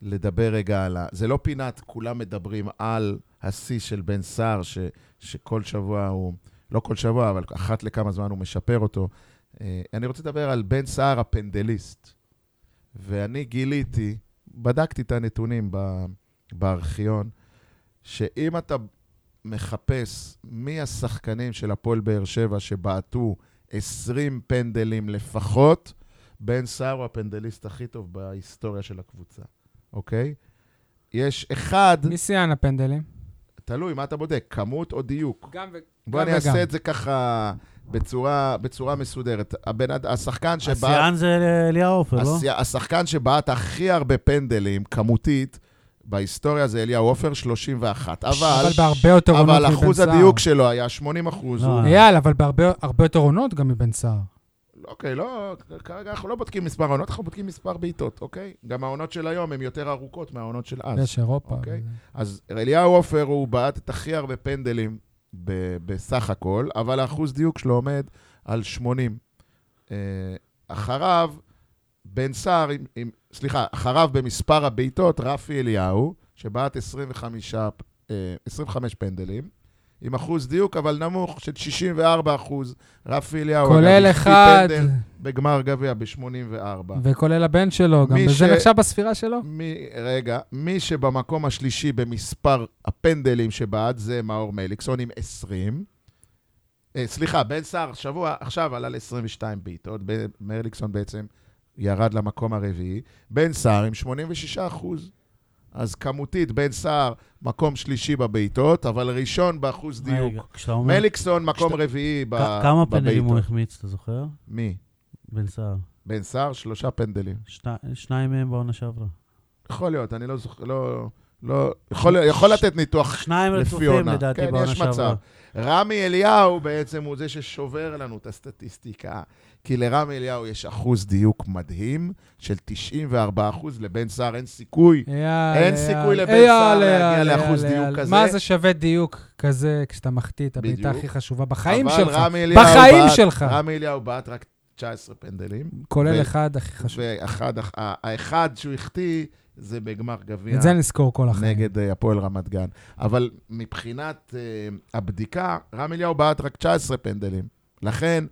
C: לדבר רגע על ה... זה לא פינת כולם מדברים על השיא של בן סער, ש... שכל שבוע הוא... לא כל שבוע, אבל אחת לכמה זמן הוא משפר אותו. אה, אני רוצה לדבר על בן סער הפנדליסט. ואני גיליתי, בדקתי את הנתונים ב... בארכיון, שאם אתה מחפש מי השחקנים של הפועל באר שבע שבעטו 20 פנדלים לפחות, בן סער הוא הפנדליסט הכי טוב בהיסטוריה של הקבוצה, אוקיי? יש אחד,
A: מי שיאן הפנדלים?
C: תלוי מה אתה בודק, כמות או דיוק.
A: גם
C: בוא
A: גם
C: אני אעשה
A: וגם.
C: את זה ככה בצורה, בצורה מסודרת. הבן, אד- השחקן שבעט...
B: השיאן זה אליהו עופר, לא?
C: השיא- השחקן שבעט הכי הרבה פנדלים, כמותית, בהיסטוריה זה אליהו עופר, 31. אבל...
A: אבל בהרבה יותר עונות
C: אבל
A: מבן
C: אחוז
A: סער.
C: הדיוק שלו היה 80 אחוז.
B: לא,
C: הוא-
A: אייל, אבל בהרבה הרבה יותר עונות גם מבן סער.
C: אוקיי, לא, כרגע אנחנו לא בודקים מספר העונות, אנחנו בודקים מספר בעיטות, אוקיי? גם העונות של היום הן יותר ארוכות מהעונות של אז.
A: יש אירופה.
C: אוקיי.
A: אבל-
C: אז אליהו עופר הוא בעט את הכי הרבה פנדלים ב- בסך הכל, אבל האחוז דיוק שלו עומד על 80. אה, אחריו, בן סער, עם, עם, סליחה, אחריו במספר הבעיטות, רפי אליהו, שבעט 25, אה, 25 פנדלים. עם אחוז דיוק, אבל נמוך, של 64 אחוז. רפי אליהו, אגב,
A: כולל
C: החטיא
A: אחד,
C: פנדל בגמר גביע ב-84.
A: וכולל הבן שלו, גם
C: מי
A: וזה
C: ש-
A: נחשב בספירה שלו?
C: מי, רגע, מי שבמקום השלישי במספר הפנדלים שבעד זה מאור מליקסון עם 20. אה, סליחה, בן סער שבוע עכשיו עלה ל-22 בעיטות, ב- מליקסון בעצם ירד למקום הרביעי. בן סער עם 86 אחוז. אז כמותית, בן סער מקום שלישי בבעיטות, אבל ראשון באחוז דיוק.
B: רגע, כשאתה אומר...
C: מליקסון מקום
B: כשאתה-
C: רביעי ב-
B: כ-
C: בבעיטות.
B: כמה פנדלים הוא החמיץ, אתה זוכר?
C: מי?
B: בן סער.
C: בן סער, שלושה פנדלים.
B: שתי- שניים מהם בעונה שעברה.
C: יכול להיות, אני לא זוכר, לא... לא, יכול, יכול לתת ניתוח
B: שניים
C: לפי
B: רצופים
C: עונה.
B: לדעתי
C: כן,
B: בעונה
C: יש
B: שעברה.
C: מצב. רמי אליהו בעצם הוא זה ששובר לנו את הסטטיסטיקה, כי לרמי אליהו יש אחוז דיוק מדהים של 94 אחוז, לבן סער אין סיכוי.
A: אייל,
C: אין
A: אייל,
C: סיכוי לבן
A: אייל,
C: סער להגיע
A: אייל,
C: לאחוז
A: אייל,
C: דיוק
A: אייל.
C: כזה.
A: מה זה שווה דיוק כזה כשאתה מחטיא את הבעיטה
C: בדיוק.
A: הכי חשובה בחיים
C: אבל
A: שלך?
C: רמי אליהו
A: בחיים
C: בעט-
A: שלך.
C: רמי אליהו בעט רק 19 פנדלים,
A: כולל
C: ו-
A: אחד הכי חשוב.
C: ואחד, הח- ה- האחד שהוא החטיא זה בגמר גביע
A: את זה נזכור כל החיים.
C: נגד אה, הפועל רמת גן. אבל מבחינת אה, הבדיקה, רם אליהו בעט רק 19 פנדלים. לכן,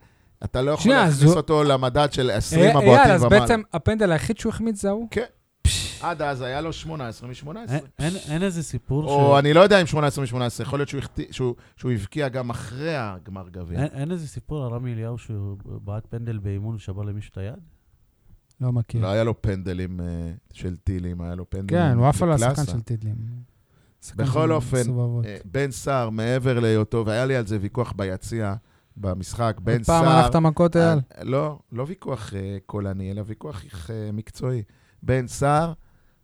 C: אתה לא יכול
A: שנייה,
C: להכניס
A: זו-
C: אותו למדד של
A: אה,
C: 20
A: אייל,
C: הבועטים
A: אז
C: ומעלה.
A: בעצם הפנדל היחיד שהוא החמיץ זה ההוא?
C: כן.
A: פש,
C: עד אז היה לו 18 מ-18.
B: אין- אין- אין איזה סיפור ש...
C: או אני לא יודע אם 18 מ-18, יכול להיות שהוא החטיא- שהוא- שהוא הבקיע גם אחרי הגמר גביע.
B: אה, אין- אין איזה סיפור על רמי אליהו שהוא בעט פנדל באימון ושבר למישהו את היד?
A: לא מכיר.
C: לא היה לו פנדלים אה, של טילים, היה לו פנדלים.
A: כן, הוא עף על
C: לקלאסה.
A: השחקן של טידלים. שחקן
C: בכל
A: של
C: אופן,
A: מסובבות.
C: אה, בן סער, מעבר להיותו, והיה לי על זה ויכוח ביציע, במשחק, בן סער...
A: פעם הלכת מכות אייל?
C: אה, לא, לא ויכוח אה, קולני, אלא ויכוח אה, מקצועי. בן סער,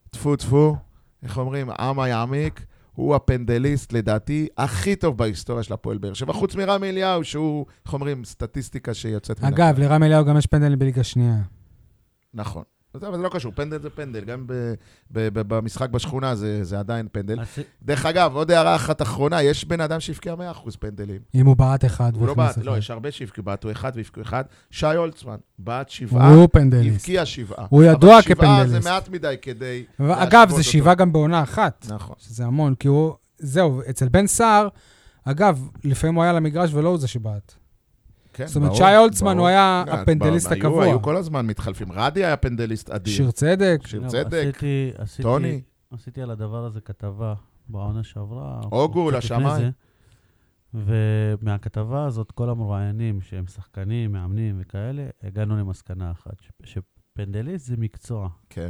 C: טפו טפו, איך אומרים, עמה יעמיק, הוא הפנדליסט, לדעתי, הכי טוב בהיסטוריה של הפועל באר שבע, חוץ מרמי אליהו, שהוא, איך אומרים, סטטיסטיקה שיוצאת מן
A: אגב, לרם אליהו גם יש פנדלים בליגה שנייה.
C: נכון. זה- אבל זה לא קשור, פנדל זה פנדל, גם ב- ב- ב- במשחק בשכונה זה, זה עדיין פנדל.
B: אז-
C: דרך אגב, עוד הערה אחת אחרונה, יש בן אדם שהבקיע 100% פנדלים.
A: אם הוא בעט אחד.
C: הוא לא
A: והכניס
C: בעט, לא,
A: אחד.
C: יש הרבה שהבקיעו, בעטו אחד והבקיעו אחד. שי הולצמן, בעט שבעה,
A: הוא פנדליסט.
C: הבקיע שבעה.
A: הוא ידוע
C: אבל שבעה
A: כפנדליסט.
C: זה מעט מדי כדי...
A: אגב,
C: להשוות
A: זה
C: אותו.
A: שבעה גם בעונה אחת.
C: נכון.
A: שזה המון, כי הוא... זהו, אצל בן סער, אגב, לפעמים הוא היה על המגרש ולא הוא זה שבעט.
C: כן,
A: זאת אומרת,
C: ברור,
A: שי הולצמן, הוא
C: ברור.
A: היה
C: כן,
A: הפנדליסט
C: היו-
A: הקבוע.
C: היו כל הזמן מתחלפים. רדי היה פנדליסט אדיר.
A: שיר צדק,
C: שיר
B: לא,
C: צדק,
B: עשיתי- עשיתי-
C: טוני.
B: עשיתי על הדבר הזה כתבה בעונה שעברה.
C: אוגו,
B: או קצת לפני
C: לשמיים.
B: זה. ומהכתבה הזאת, כל המרואיינים שהם שחקנים, מאמנים וכאלה, הגענו למסקנה אחת, ש- שפנדליסט זה מקצוע.
C: כן.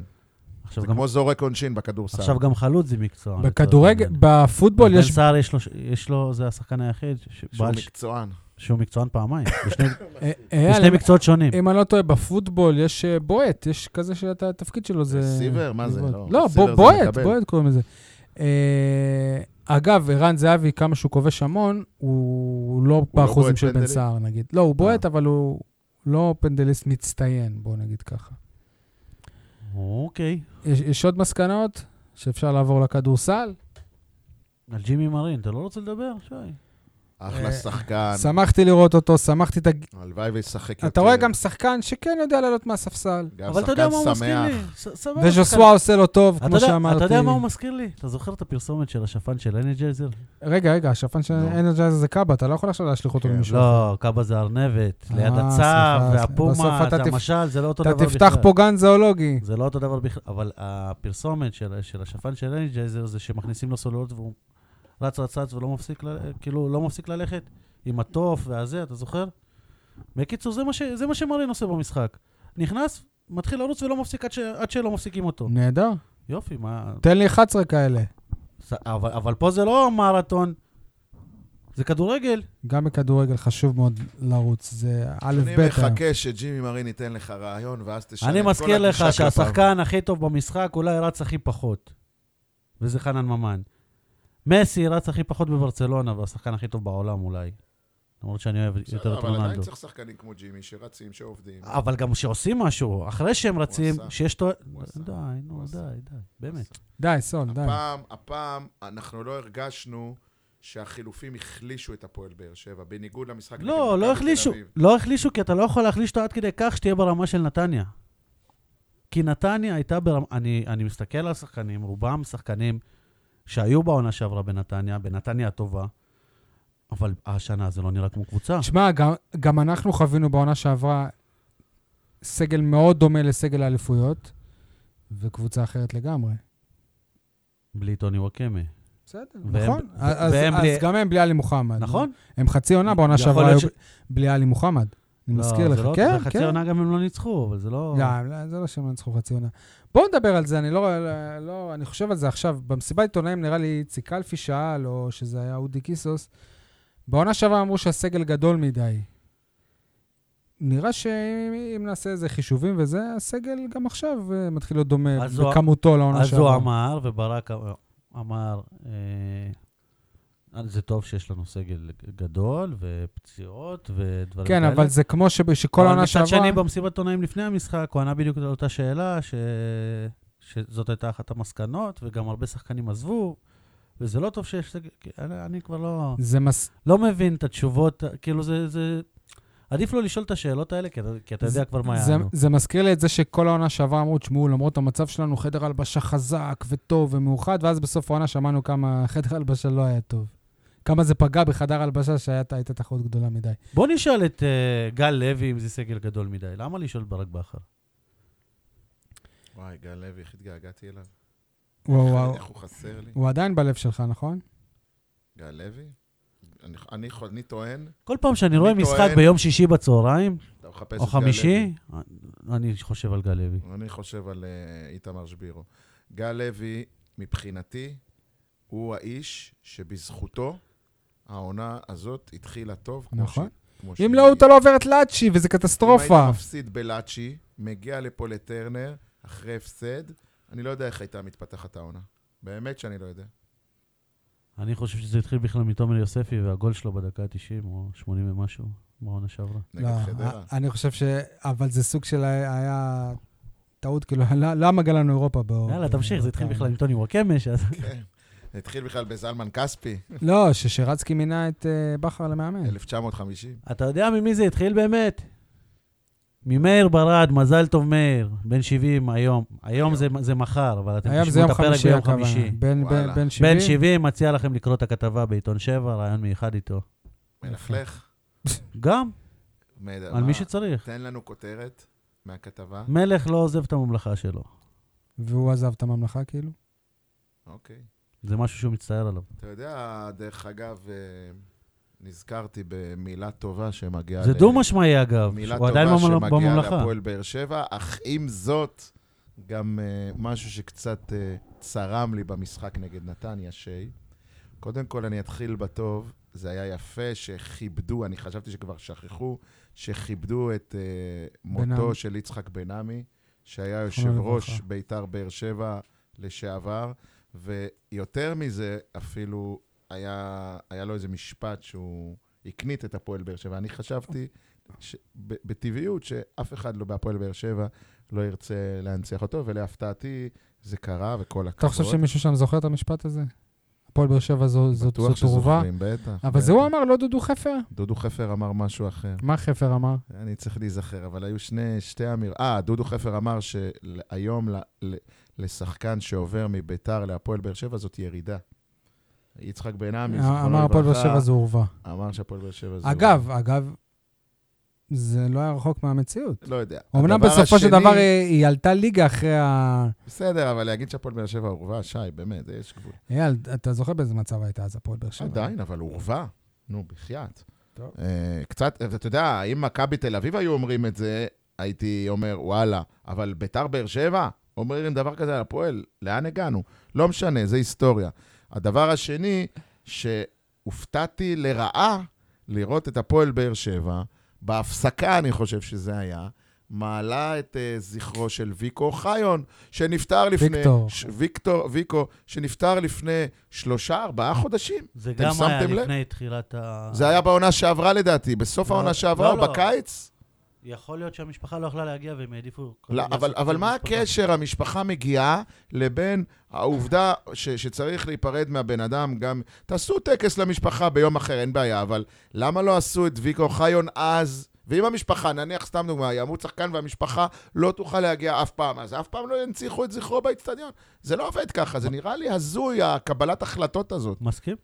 B: עכשיו
C: זה
B: גם-
C: כמו זורק עונשין בכדורסל.
B: עכשיו גם חלוץ זה מקצוע.
C: נכון,
B: לצורך
A: בכדורגל,
B: העניין.
A: בפוטבול
B: בן
A: יש...
B: סער יש לו, יש לו, זה השחקן היחיד ש-
C: שהוא
B: בעל ש-
C: מקצוען.
B: שהוא מקצוען פעמיים, בשני-
A: אה, אה,
B: בשני
A: אם-
B: מקצועות שונים.
A: אם אני לא טועה, בפוטבול יש אה, בועט, יש כזה שהתפקיד שלו זה...
C: רסיבר? מה זה?
A: לבעוט.
C: לא,
A: לא,
C: רסיבר
A: בו-
C: זה
A: בועט,
C: מקבל.
A: בועט קוראים לזה. אה, אגב, ערן זהבי, כמה שהוא כובש המון, הוא לא
C: לא
A: באחוזים
C: בועט
A: של בן
C: פנדלים? אה.
A: סער, נגיד. לא, הוא בועט, אבל הוא לא פנדליסט מצטיין, בואו נגיד ככה.
B: אוקיי,
A: יש, יש עוד מסקנות שאפשר לעבור לכדורסל?
B: על ג'ימי מרין, אתה לא רוצה לדבר, שי?
A: אה,
C: אחלה שחקן.
A: שמחתי לראות אותו, שמחתי את הג...
C: הלוואי וישחק יותר.
A: אתה רואה גם שחקן שכן יודע לעלות מהספסל.
C: גם
B: אבל אתה יודע מה
C: שחקן
B: הוא מזכיר לי?
C: שמח.
B: ס- סבבה,
A: וז'וסווה עושה לו טוב,
B: לא אתה
A: כמו
B: יודע-
A: שאמרתי.
B: אתה יודע מה הוא מזכיר לי? אתה זוכר את הפרסומת של השפן של אנג'ייזר?
A: רגע, רגע, השפן של
C: נו.
A: אנרג'ייזר זה קאבה, אתה לא יכול עכשיו להשליך אותו
C: כן,
A: למישהו. אחר.
B: לא, קאבה זה ארנבת,
A: אה,
B: ליד
A: סליחה,
B: הצב,
A: סליחה. בסוף
B: והפומה,
A: אתה
B: זה
A: תפ-
B: המשל, זה לא אותו דבר
A: אתה
B: בכלל.
A: תפתח פה גן זואולוגי.
B: זה לא אותו דבר בכלל, אבל הפרסומת של של השפן של אנג'ייזר זה שמכניסים לו סוללות והוא רץ, רץ, רץ ולא מפסיק, ל- כאילו, לא מפסיק ללכת עם התוף והזה, אתה זוכר? בקיצור, זה מה ש- זה מה שמרין עושה במשחק. נכנס, מתחיל לרוץ ולא מפסיק עד ש- עד שלא מפסיקים אותו.
A: נהדר.
B: יופי, מה...
A: תן לי 11 כאלה,
B: ס- אבל, אבל פה זה לא מרתון, זה כדורגל.
A: גם בכדורגל חשוב מאוד לרוץ, זה א'
C: אני
A: ב'. היום.
C: מחכה שג'ימי מרין ייתן לך רעיון, ואז תשנה את
B: אני
C: כל
B: מזכיר לך
C: הגישה כלפיו.
B: שהשחקן הכי טוב במשחק אולי רץ הכי פחות, וזה חנן ממן. מסי רץ הכי פחות בברצלונה, והשחקן הכי טוב בעולם אולי. למרות שאני אוהב יותר אה,
C: בסדר,
B: את
C: לא, אבל עדיין
B: רונלדו.
C: צריך שחקנים כמו ג'ימי, שרצים, שעובדים.
B: אבל גם כשעושים משהו, אחרי שהם רצים,
C: עשה.
B: שיש תו...
C: הוא עשה.
B: די, נו,
C: הוא
B: די,
C: עשה.
B: די, באמת.
A: די, סול, די.
C: הפעם, הפעם אנחנו לא הרגשנו שהחילופים החלישו את הפועל באר שבע, בניגוד למשחק נגד
B: לא,
C: מכבי
B: לא
C: תל
B: החלישו,
C: אביב.
B: לא החלישו, כי אתה לא יכול להחליש אותו עד כדי כך שתהיה ברמה של נתניה. כי נתניה הייתה ברמה, אני, אני מסתכל על השחקנים, רובם שחקנים שהיו בעונה שעברה בנתניה, בנתניה הטובה, אבל השנה זה לא נראה כמו קבוצה.
A: תשמע, גם- גם אנחנו חווינו בעונה שעברה סגל מאוד דומה לסגל האליפויות, וקבוצה אחרת לגמרי.
B: בלי טוני וואקמה,
A: בסדר,
B: והם-
A: נכון.
B: ו-
A: אז
B: והם
A: אז
B: בלי-
A: גם הם בלי עלי מוחמד.
B: נכון?
A: הם חצי עונה בעונה
B: יכול
A: שעברה
B: להיות
A: היו
B: ש-
A: בלי עלי מוחמד. אני מזכיר
B: לא,
A: לך.
B: זה לא-
A: כן,
B: בחצי
A: כן.
B: עונה גם הם לא ניצחו, אבל זה לא...
A: לא, לא, זה לא שהם לא ניצחו חצי עונה. בואו נדבר על זה, אני לא, לא, אני חושב על זה עכשיו. במסיבת עיתונאים נראה לי איציק אלפי שאל, או שזה היה אודי קיסוס, בעונה שעברה אמרו שהסגל גדול מדי. נראה שאם אם נעשה איזה חישובים וזה, הסגל גם עכשיו אה, מתחיל להיות דומה
B: אז הוא-
A: בכמותו לעונה
B: אז הוא
A: שעברה.
B: אמר, וברק אמ- אמר, אה, זה טוב שיש לנו סגל גדול, ופציעות, ודברים
A: כן,
B: כאלה.
A: אבל זה כמו שב- שכל העונה
B: אבל מצד
A: שעברה...
B: שני, במסיבת עיתונאים לפני המשחק, הוא ענה בדיוק על אותה שאלה, ש... שזאת הייתה אחת המסקנות, וגם הרבה שחקנים עזבו, וזה לא טוב שיש... סגל- כי אני, אני כבר לא,
A: זה מס...
B: לא מבין את התשובות, כאילו זה... זה... עדיף לא לשאול את השאלות האלה, כי אתה, כי אתה יודע כבר מה
A: זה,
B: יענו.
A: זה מזכיר לי את זה שכל העונה שעברה אמרו, תשמעו, למרות המצב שלנו, חדר הלבשה חזק וטוב ומאוחד, ואז בסוף העונה שמענו כמה חדר הלבשה לא היה טוב. כמה זה פגע בחדר הלבשה שהייתה תחרות גדולה מדי.
B: בוא נשאל את uh, גל לוי אם זה סגל גדול מדי. למה לשאול את ברק בכר?
C: וואי, גל לוי, איך התגעגעתי אליו.
A: וואו,
C: איך-
A: וואו.
C: איך הוא חסר לי.
A: הוא עדיין בלב שלך, נכון?
C: גל לוי? אני- אני יכול- אני טוען,
B: כל פעם שאני רואה
C: אני
B: משחק
C: טוען-
B: ביום שישי בצהריים,
C: אתה מחפש את גל לוי.
B: או חמישי, אני חושב על גל לוי.
C: אני חושב על אה, איתמר שבירו. גל לוי, מבחינתי, הוא האיש שבזכותו העונה הזאת התחילה טוב. כמו
A: נכון.
C: שהיא- כמו
A: אם
C: שהיא-
A: לא, הוא אתה לא עובר את לאצ'י, וזה
C: אם
A: קטסטרופה.
C: היית מפסיד בלאצ'י, מגיע לפה לטרנר, אחרי הפסד, אני לא יודע איך הייתה מתפתחת העונה. באמת שאני לא יודע.
B: אני חושב שזה התחיל בכלל מתומר יוספי והגול שלו בדקה ה-90 או 80 ומשהו בעונה שעברה.
C: נגד
A: לא,
B: אה.
C: חדרה.
A: אני חושב ש... אבל זה סוג של ה- היה טעות, כאילו, ל- למה גלנו אירופה כן. באור?
B: יאללה, תמשיך, זה
A: אוקיי.
B: התחיל בכלל עם טוני וואקמה, שאז...
C: כן. זה התחיל בכלל בזלמן כספי,
B: כן.
A: לא, ששרצקי מינה את אה, בכר למאמן.
C: 1950.
B: אתה יודע ממי זה התחיל באמת? ממאיר ברד, מזל טוב מאיר, בן 70 היום. היום זה, זה מחר, אבל אתם
A: היום זה
B: תשמעו את
A: יום
B: הפרק
A: חמישי, אה,
B: ביום
A: הכוונה.
B: חמישי.
A: בין- בין-
C: וואלה.
A: בין
B: בן
A: 70.
B: 70 מציע לכם לקרוא את הכתבה בעיתון 7, רעיון מיוחד איתו.
C: מלכלך.
B: גם,
C: מד-
B: על
C: מה?
B: מי שצריך.
C: תן לנו כותרת מהכתבה.
B: מלך לא עוזב את הממלכה שלו.
A: והוא עזב את הממלכה, כאילו.
C: אוקיי.
B: זה משהו שהוא מצטער עליו.
C: אתה יודע, דרך אגב, אה, נזכרתי במילה טובה שמגיעה...
B: זה
C: ל-
B: דו-משמעי אגב,
C: מילה
B: הוא עדיין
C: טובה
B: בממל-
C: שמגיעה
B: בממלכה.
C: להפועל באר שבע, אך עם זאת, גם אה, משהו שקצת אה, צרם לי במשחק נגד נתניה, שי. קודם כל, אני אתחיל בטוב. זה היה יפה שכיבדו, אני חשבתי שכבר שכחו, שכיבדו את אה,
A: בן-עמי.
C: מותו של יצחק בן עמי, שהיה יושב
A: זיכרונו
C: ראש
A: לברכה.
C: בית"ר באר שבע לשעבר, ויותר מזה, אפילו היה, היה לו איזה משפט שהוא הקנית את הפועל באר שבע. אני חשבתי ש, ב, בטבעיות שאף אחד לא בהפועל באר שבע לא ירצה להנציח אותו, ולהפתעתי זה קרה, וכל הכבוד.
A: אתה חושב שמישהו שם זוכר את המשפט הזה? הפועל באר שבע זו זו- זו
C: בטוח
A: תרובה.
C: שזוכרים, כן. בטח.
A: אבל זה
C: בטח.
A: הוא אמר, לא דודו חפר?
C: דודו חפר אמר משהו אחר.
A: מה חפר אמר?
C: אני צריך להיזכר, אבל היו שני, שתי אמירות. אה, דודו חפר אמר שהיום ל- ל- לשחקן שעובר מביתר להפועל באר שבע זאת ירידה. יצחק בן עמי,
A: אה, אמר
C: זיכרונו
A: הפועל באר
C: לברכה,
A: שבע זו עורבה.
C: אמר שהפועל באר שבע זו...
A: אגב, אגב, זה לא היה רחוק מהמציאות.
C: לא יודע.
A: אמנם
C: הדבר
A: בסופו של
C: השני-
A: דבר אה, היא עלתה ליגה אחרי ה...
C: בסדר, אבל להגיד שהפועל באר שבע עורבה, שי, באמת, יש גבול.
A: אייל, אתה זוכר באיזה מצב הייתה אז הפועל באר שבע?
C: עדיין, אבל עורבה. נו, בחייאת.
A: טוב.
C: אה, קצת, אתה יודע, אם מכבי תל אביב היו אומרים את זה, הייתי אומר, וואלה, אבל ביתר באר שבע, אומרים דבר כזה על הפועל, לאן הגענו? לא משנה, זה היסטוריה. הדבר השני, שהופתעתי לרעה לראות את הפועל באר שבע, בהפסקה, אני חושב שזה היה, מעלה את uh, זכרו של ויקו חיון, שנפטר לפני...
A: ויקטור.
C: ש, ויקטור, ויקו, שנפטר לפני שלושה, ארבעה חודשים.
B: זה
C: אתם
B: גם היה
C: שמתם לב?
B: לפני תחילת ה...
C: זה היה בעונה שעברה לדעתי, בסוף
B: לא,
C: העונה שעברה,
B: לא,
C: או
B: לא.
C: בקיץ?
B: יכול להיות שהמשפחה לא יכלה להגיע והם העדיפו...
C: לא, אבל, אבל מה הקשר המשפחה מגיעה לבין העובדה ש, שצריך להיפרד מהבן אדם גם... תעשו טקס למשפחה ביום אחר, אין בעיה, אבל למה לא עשו את ויקו חיון אז? ואם המשפחה, נניח סתם דוגמה, ימות שחקן והמשפחה לא תוכל להגיע אף פעם, אז אף פעם לא ינציחו את זכרו באצטדיון. זה לא עובד ככה, זה נראה לי הזוי, הקבלת החלטות הזאת.
B: מסכים?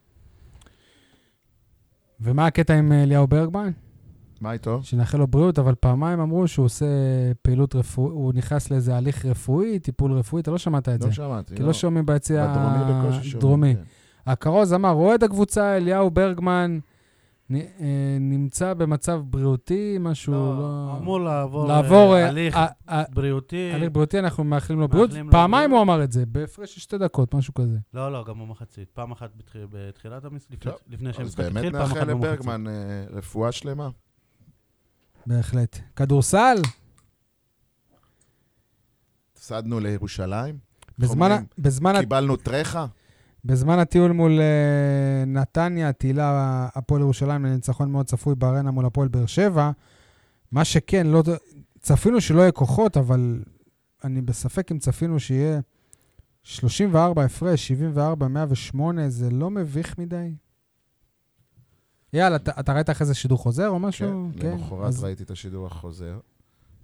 A: ומה הקטע עם אה, אליהו ברגמן?
C: מה איתו?
A: שנאחל לו בריאות, אבל פעמיים אמרו שהוא עושה פעילות רפואית, הוא נכנס לאיזה הליך רפואי, טיפול רפואי, אתה לא שמעת את זה.
C: לא שמעתי.
A: כי לא שומעים ביציע
C: בדרומי בקושי שומעים,
A: הדרומי.
C: כן.
A: הכרוז אמר, אוהד הקבוצה אליהו ברגמן נ- אה, נמצא במצב בריאותי, משהו לא...
B: אמור לעבור
A: לעבור
B: אה,
A: אה,
B: הליך
A: אה, אה,
B: בריאותי.
A: הליך בריאותי, אנחנו מאחלים לו
B: מאחלים
A: בריאות.
B: לו
A: פעמיים הוא
B: בריאות.
A: אמר את זה, בהפרש של שתי דקות, משהו כזה.
B: לא, לא, גם במחצית. פעם אחת בתח- בתחילת המשחק, לפני-
C: טוב,
B: לפני
C: אז
B: שהמשחק
C: באמת
B: התחיל, פעם אחת
C: נאחל
B: במחצית.
C: לברגמן אה, רפואה שלמה.
A: בהחלט. כדורסל?
C: הפסדנו לירושלים,
A: בזמן, ה-
C: אומרים?
A: בזמן, ה-
C: קיבלנו טרחה.
A: בזמן הטיול מול אה, נתניה, תהילה הפועל ירושלים לניצחון מאוד צפוי בארנה מול הפועל באר שבע. מה שכן, לא, צפינו שלא יהיה כוחות, אבל אני בספק אם צפינו שיהיה 34 הפרש, 74, 108, זה לא מביך מדי? יאללה, אתה, אתה ראית אחרי זה שידור חוזר או משהו?
C: כן, למחרת
A: אז
C: ראיתי את השידור החוזר.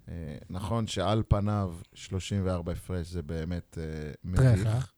C: אה, נכון שעל פניו 34 הפרש זה באמת אה,
A: טרחה.
C: מביך.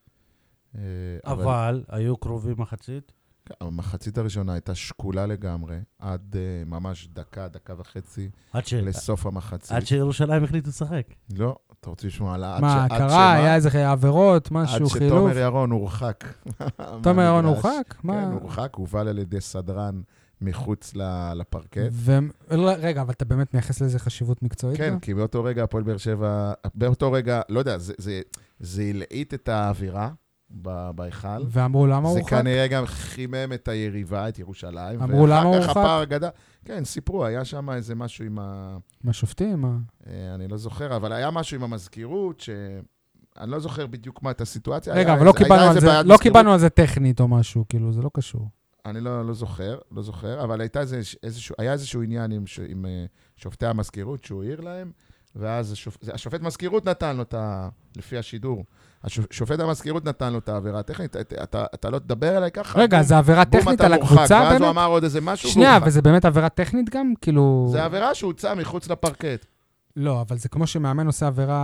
C: אה,
B: אבל היו קרובים מחצית.
C: כן, המחצית הראשונה הייתה שקולה לגמרי, עד אה, ממש דקה, דקה וחצי
A: כן.
B: עד ש-
C: לסוף המחצית.
B: עד שירושלים החליטו לשחק.
C: לא, אתה רוצה לשמוע על ה-
A: מה,
C: עד ש- עד
A: קרה,
C: שמה?
A: היה איזה עבירות, משהו,
C: עד
A: חילוף?
C: שתומר ירון הורחק.
A: תומר ירון
C: מהמגרש.
A: הורחק? מה?
C: כן, הורחק, הובל על ידי סדרן מחוץ ל- לפרקט.
A: ו- לא, רגע, אבל אתה באמת מייחס לזה חשיבות מקצועית?
C: כן,
A: גם?
C: כי באותו רגע הפועל באר שבע, באותו רגע, לא יודע, זה- זה- זה הלעיט את האווירה ב- בהיכל.
A: ואמרו למה הוא
C: זה
A: הורחק?
C: כנראה גם חימם את היריבה, את ירושלים.
A: אמרו, למה הוא
C: ואחר כך
A: הורחק?
C: הפער גדל. כן, סיפרו, היה שם איזה משהו עם ה...
A: מה, שופטים? מה?
C: אה, אני לא זוכר, אבל היה משהו עם המזכירות, ש... אני לא זוכר בדיוק מה את הסיטואציה.
A: רגע,
C: היה
A: אבל לא
C: איזה-
A: קיבלנו
C: הייתה
A: על
C: איזה
A: זה-
C: בעיית
A: לא
C: מזכירות.
A: קיבלנו על זה טכנית או משהו, כאילו, זה לא קשור.
C: אני לא, לא זוכר, לא זוכר, אבל הייתה איזה, איזשהו, היה איזשהו עניין עם, ש- עם אה, שופטי המזכירות שהוא העיר להם, ואז השופ, זה- השופט מזכירות נתן לו את ה... לפי השידור. השופ- שופט המזכירות נתן לו את העבירה הטכנית, אתה, אתה, אתה לא תדבר אליי ככה.
A: רגע, זה עבירה
C: בום,
A: טכנית
C: אתה
A: על
C: מורחק.
A: הקבוצה
C: ואז הוא
A: באמת?
C: אמר עוד איזה משהו.
A: שנייה,
C: והוא
A: וזה באמת עבירה טכנית גם? כאילו...
C: מורחק. זה עבירה שהוצאה מחוץ לפרקט.
A: לא, אבל זה כמו שמאמן עושה עבירה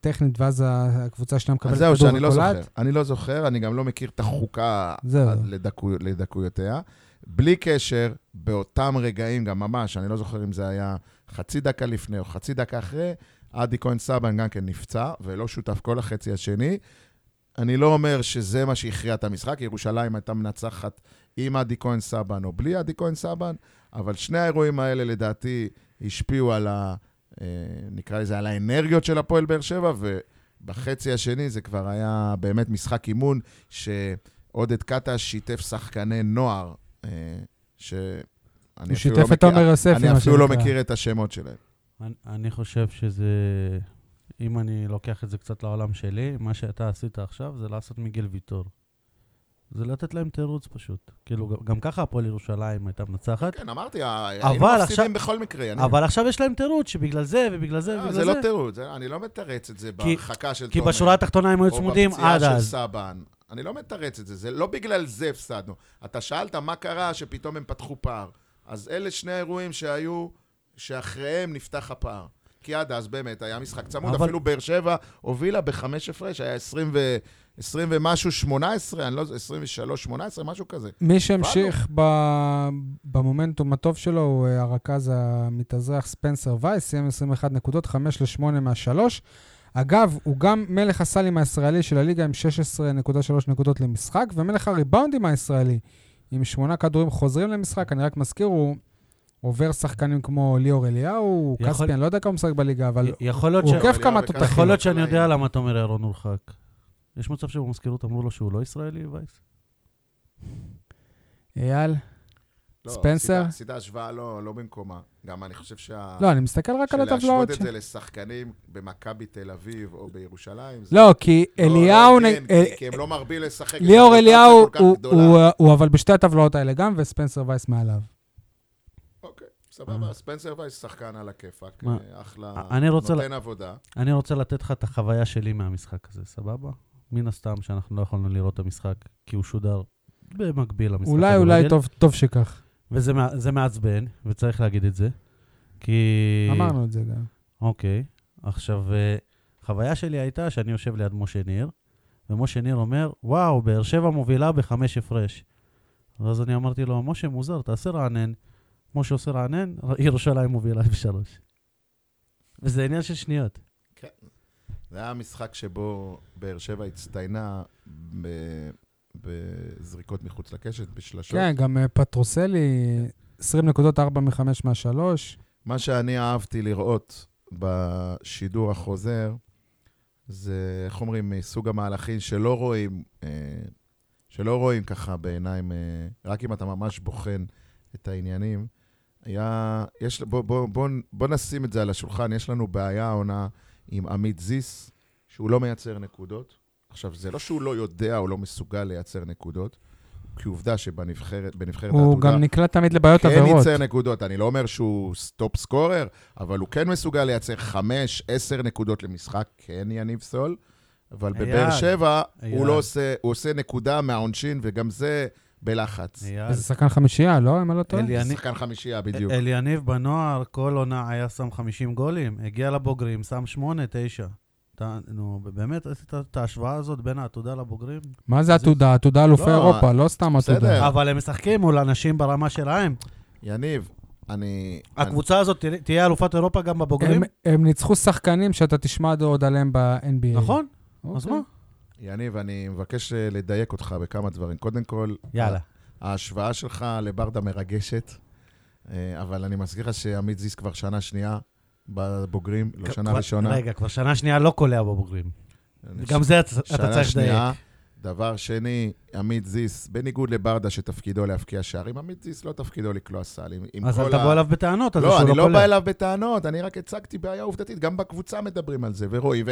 A: טכנית, ואז הקבוצה השנייה מקבלת
C: אז
A: כדור
C: זהו,
A: וקולעת.
C: שאני לא זוכר. אני לא זוכר, אני גם לא מכיר את החוקה
A: זהו.
C: עד לדקו- לדקויותיה. בלי קשר, באותם רגעים, גם ממש, אני לא זוכר אם זה היה חצי דקה לפני או חצי דקה אחרי, עדי כהן סבן גם כן נפצע, ולא שותף כל החצי השני. אני לא אומר שזה מה שהכריע את המשחק, ירושלים הייתה מנצחת עם עדי כהן סבן או בלי עדי כהן סבן, אבל שני האירועים האלה לדעתי השפיעו על ה... אה, נקרא לזה, על האנרגיות של הפועל באר שבע, ובחצי השני זה כבר היה באמת משחק אימון, שעודד קטש שיתף שחקני נוער, אה, שאני
A: הוא
C: אפילו לא
A: שיתף את
C: מכיר-
A: עומר יוסף,
C: אני
A: מה
C: אפילו לא
A: שנקרא.
C: מכיר את השמות שלהם.
B: אני, אני חושב שזה, אם אני לוקח את זה קצת לעולם שלי, מה שאתה עשית עכשיו זה לעשות מיגל ויטור. זה לתת להם תירוץ פשוט. כאילו, גם, גם ככה הפועל ירושלים הייתה מנצחת,
C: כן, אמרתי, ה- היינו
B: אבל
C: מפסידים
B: עכשיו-
C: בכל מקרה. אני-
B: אבל עכשיו יש להם תירוץ שבגלל זה ובגלל זה
C: כן, אה,
B: ובגלל
C: זה
B: זה.
C: לא תירוץ, זה- אני לא מתרץ את זה
B: כי-
C: בהרחקה של
B: כי
C: תומר.
B: בשורה התחתונה הם היו צמודים עד
C: או בפציעה של
B: אז.
C: סבן. אני לא מתרץ את זה, זה לא בגלל זה הפסדנו. אתה שאלת מה קרה שפתאום הם פתחו פער. אז אלה שני האירועים שהיו, שאחריהם נפתח הפער. כי עד אז באמת היה משחק צמוד,
B: אבל-
C: אפילו באר שבע הובילה בחמש הפרש, היה עשרים ו... עשרים ומשהו, שמונה עשרה, אני לא זוכר, עשרים ושלוש, שמונה עשרה, משהו כזה.
A: מי שהמשיך ב- במומנטום הטוב שלו הוא אה, הרכז המתאזרח ספנסר וייס, סיים 21 נקודות, 5 ל-8 מהשלוש. אגב, הוא גם מלך הסלים הישראלי של הליגה עם 16.3 נקודות למשחק, ומלך הריבאונדים הישראלי עם שמונה כדורים חוזרים למשחק. אני רק מזכיר, הוא עובר שחקנים כמו ליאור אליהו,
B: יכול-
A: כספי, אני לא יודע כמה הוא משחק בליגה, אבל
B: י- יכול להיות,
A: הוא
B: ש...
A: עוקף
C: אבל
A: כמה
C: יואב וקאסי
A: תותחים.
B: יכול להיות שאני
C: בחלל.
B: יודע למה תומר ירון הורחק. יש מצב שבמזכירות אמרו לו שהוא לא ישראלי, וייס?
A: אייל?
C: לא,
A: ספנסר?
C: עשית- עשית השוואה לא, לא במקומה. גם אני חושב שה...
A: לא, אני מסתכל רק על הטבלאות.
C: שלהשוות את
A: ש-
C: זה לשחקנים במכבי תל אביב או בירושלים, זה
A: לא, כי
C: לא- לא
A: אליהו...
C: הוגן,
A: נג-
C: כי-
A: אה,
C: כי הם לא מרבים לשחק.
A: ליאור
C: יש להם
A: אליהו
C: רוטציה כל כך
A: הוא,
C: גדולה.
A: הוא, אה, הוא אבל בשתי הטבלאות האלה גם, וספנסר וייס מעליו. אה.
C: אוקיי, סבבה, ספנסר וייס שחקן על הכיפאק,
B: מה?
C: אה, אחלה,
B: א- אני רוצה
C: נותן עבודה.
B: אני רוצה לתת לך את החוויה שלי מהמשחק הזה, סבבה? מן הסתם שאנחנו לא יכולנו לראות את המשחק, כי הוא שודר במקביל למשחק.
A: אולי,
B: הכדורגל,
A: אולי טוב, טוב שכך.
B: וזה מע- זה מעצבן, וצריך להגיד את זה. כי... אה,
A: אמרנו את זה גם.
B: אוקיי. עכשיו, אה, חוויה שלי הייתה שאני יושב ליד משה ניר, ומשה ניר אומר, וואו, באר שבע מובילה בחמש הפרש. ואז אני אמרתי לו, משה, מוזר, תעשה רענן. משה עושה רענן, ר- ירושלים מובילה בשלוש. וזה עניין של שניות.
C: זה היה משחק שבו באר שבע הצטיינה ב- בזריקות מחוץ לקשת, בשלשות.
A: כן, גם אה, פטרוסלי, 20 נקודות, 4 מ-5 מה-3.
C: מה שאני אהבתי לראות בשידור החוזר, זה, איך אומרים, מסוג המהלכים שלא רואים, אה, שלא רואים ככה בעיניים, אה, רק אם אתה ממש בוחן את העניינים. היה, יש, בוא, בוא, בוא, בוא נשים את זה על השולחן, יש לנו בעיה העונה עם עמית זיס, שהוא לא מייצר נקודות. עכשיו, זה לא שהוא לא יודע או לא מסוגל לייצר נקודות, כי עובדה שבנבחרת, בנבחרת
A: הוא גם נקלע תמיד לבעיות
C: כן
A: עבירות.
C: ייצר נקודות, אני לא אומר שהוא סטופ סקורר, אבל הוא כן מסוגל לייצר חמש, עשר נקודות למשחק, כן יניב סול, אבל
B: אייל,
C: בבאר שבע הוא
B: אייל.
C: לא עושה, הוא עושה נקודה מהעונשין, וגם זה בלחץ.
A: וזה שחקן חמישייה, לא? אם אני לא טועה.
B: אלי יניב-
C: שחקן חמישייה בדיוק.
B: אל יניב בנוער כל עונה היה שם 50 גולים, הגיע לבוגרים, שם 8, 9. אתה, נו, באמת עשית את ההשוואה הזאת בין העתודה לבוגרים?
C: כן.
A: מה זה עתודה? עתודה אלופי
C: לא,
A: אירופה, לא סתם
C: בסדר.
A: עתודה.
B: אבל הם משחקים מול אנשים ברמה שלהם.
C: כן. יניב, אני...
B: הקבוצה הזאת תה- תהיה אלופת אירופה גם
A: הם-
B: בבוגרים,
A: הם ניצחו שחקנים שאתה תשמע עוד עליהם ב-NBA.
B: נכון?
A: אוקיי.
B: אז מה?
C: אני- יניב, אני מבקש אה, לדייק אותך בכמה דברים. קודם כל...
B: יאללה.
C: ההשוואה שלך לברדה מרגשת, אה, אבל אני מזכיר לך שעמית זיס כבר שנה שנייה בבוגרים, לא
B: כ-
C: שנה
B: כבר-
C: ראשונה.
B: רגע, כבר שנה שנייה לא קולע בבוגרים.
C: אני
B: גם זה אתה אתה
C: שנה
B: צריך לדייק.
C: שנייה. דבר שני, עמית זיס, בניגוד לברדה שתפקידו להבקיע שערים, עמית זיס לא תפקידו לקלוע סל. עם- עם
B: אז
C: כל
B: אל
C: ה-
B: תבוא אליו בטענות, אז
C: לא,
B: שהוא
C: אני
B: לא
C: לא בא
B: קולע.
C: אליו בטענות, אני רק הצגתי בעיה עובדתית, גם בקבוצה מדברים על זה, ורואים,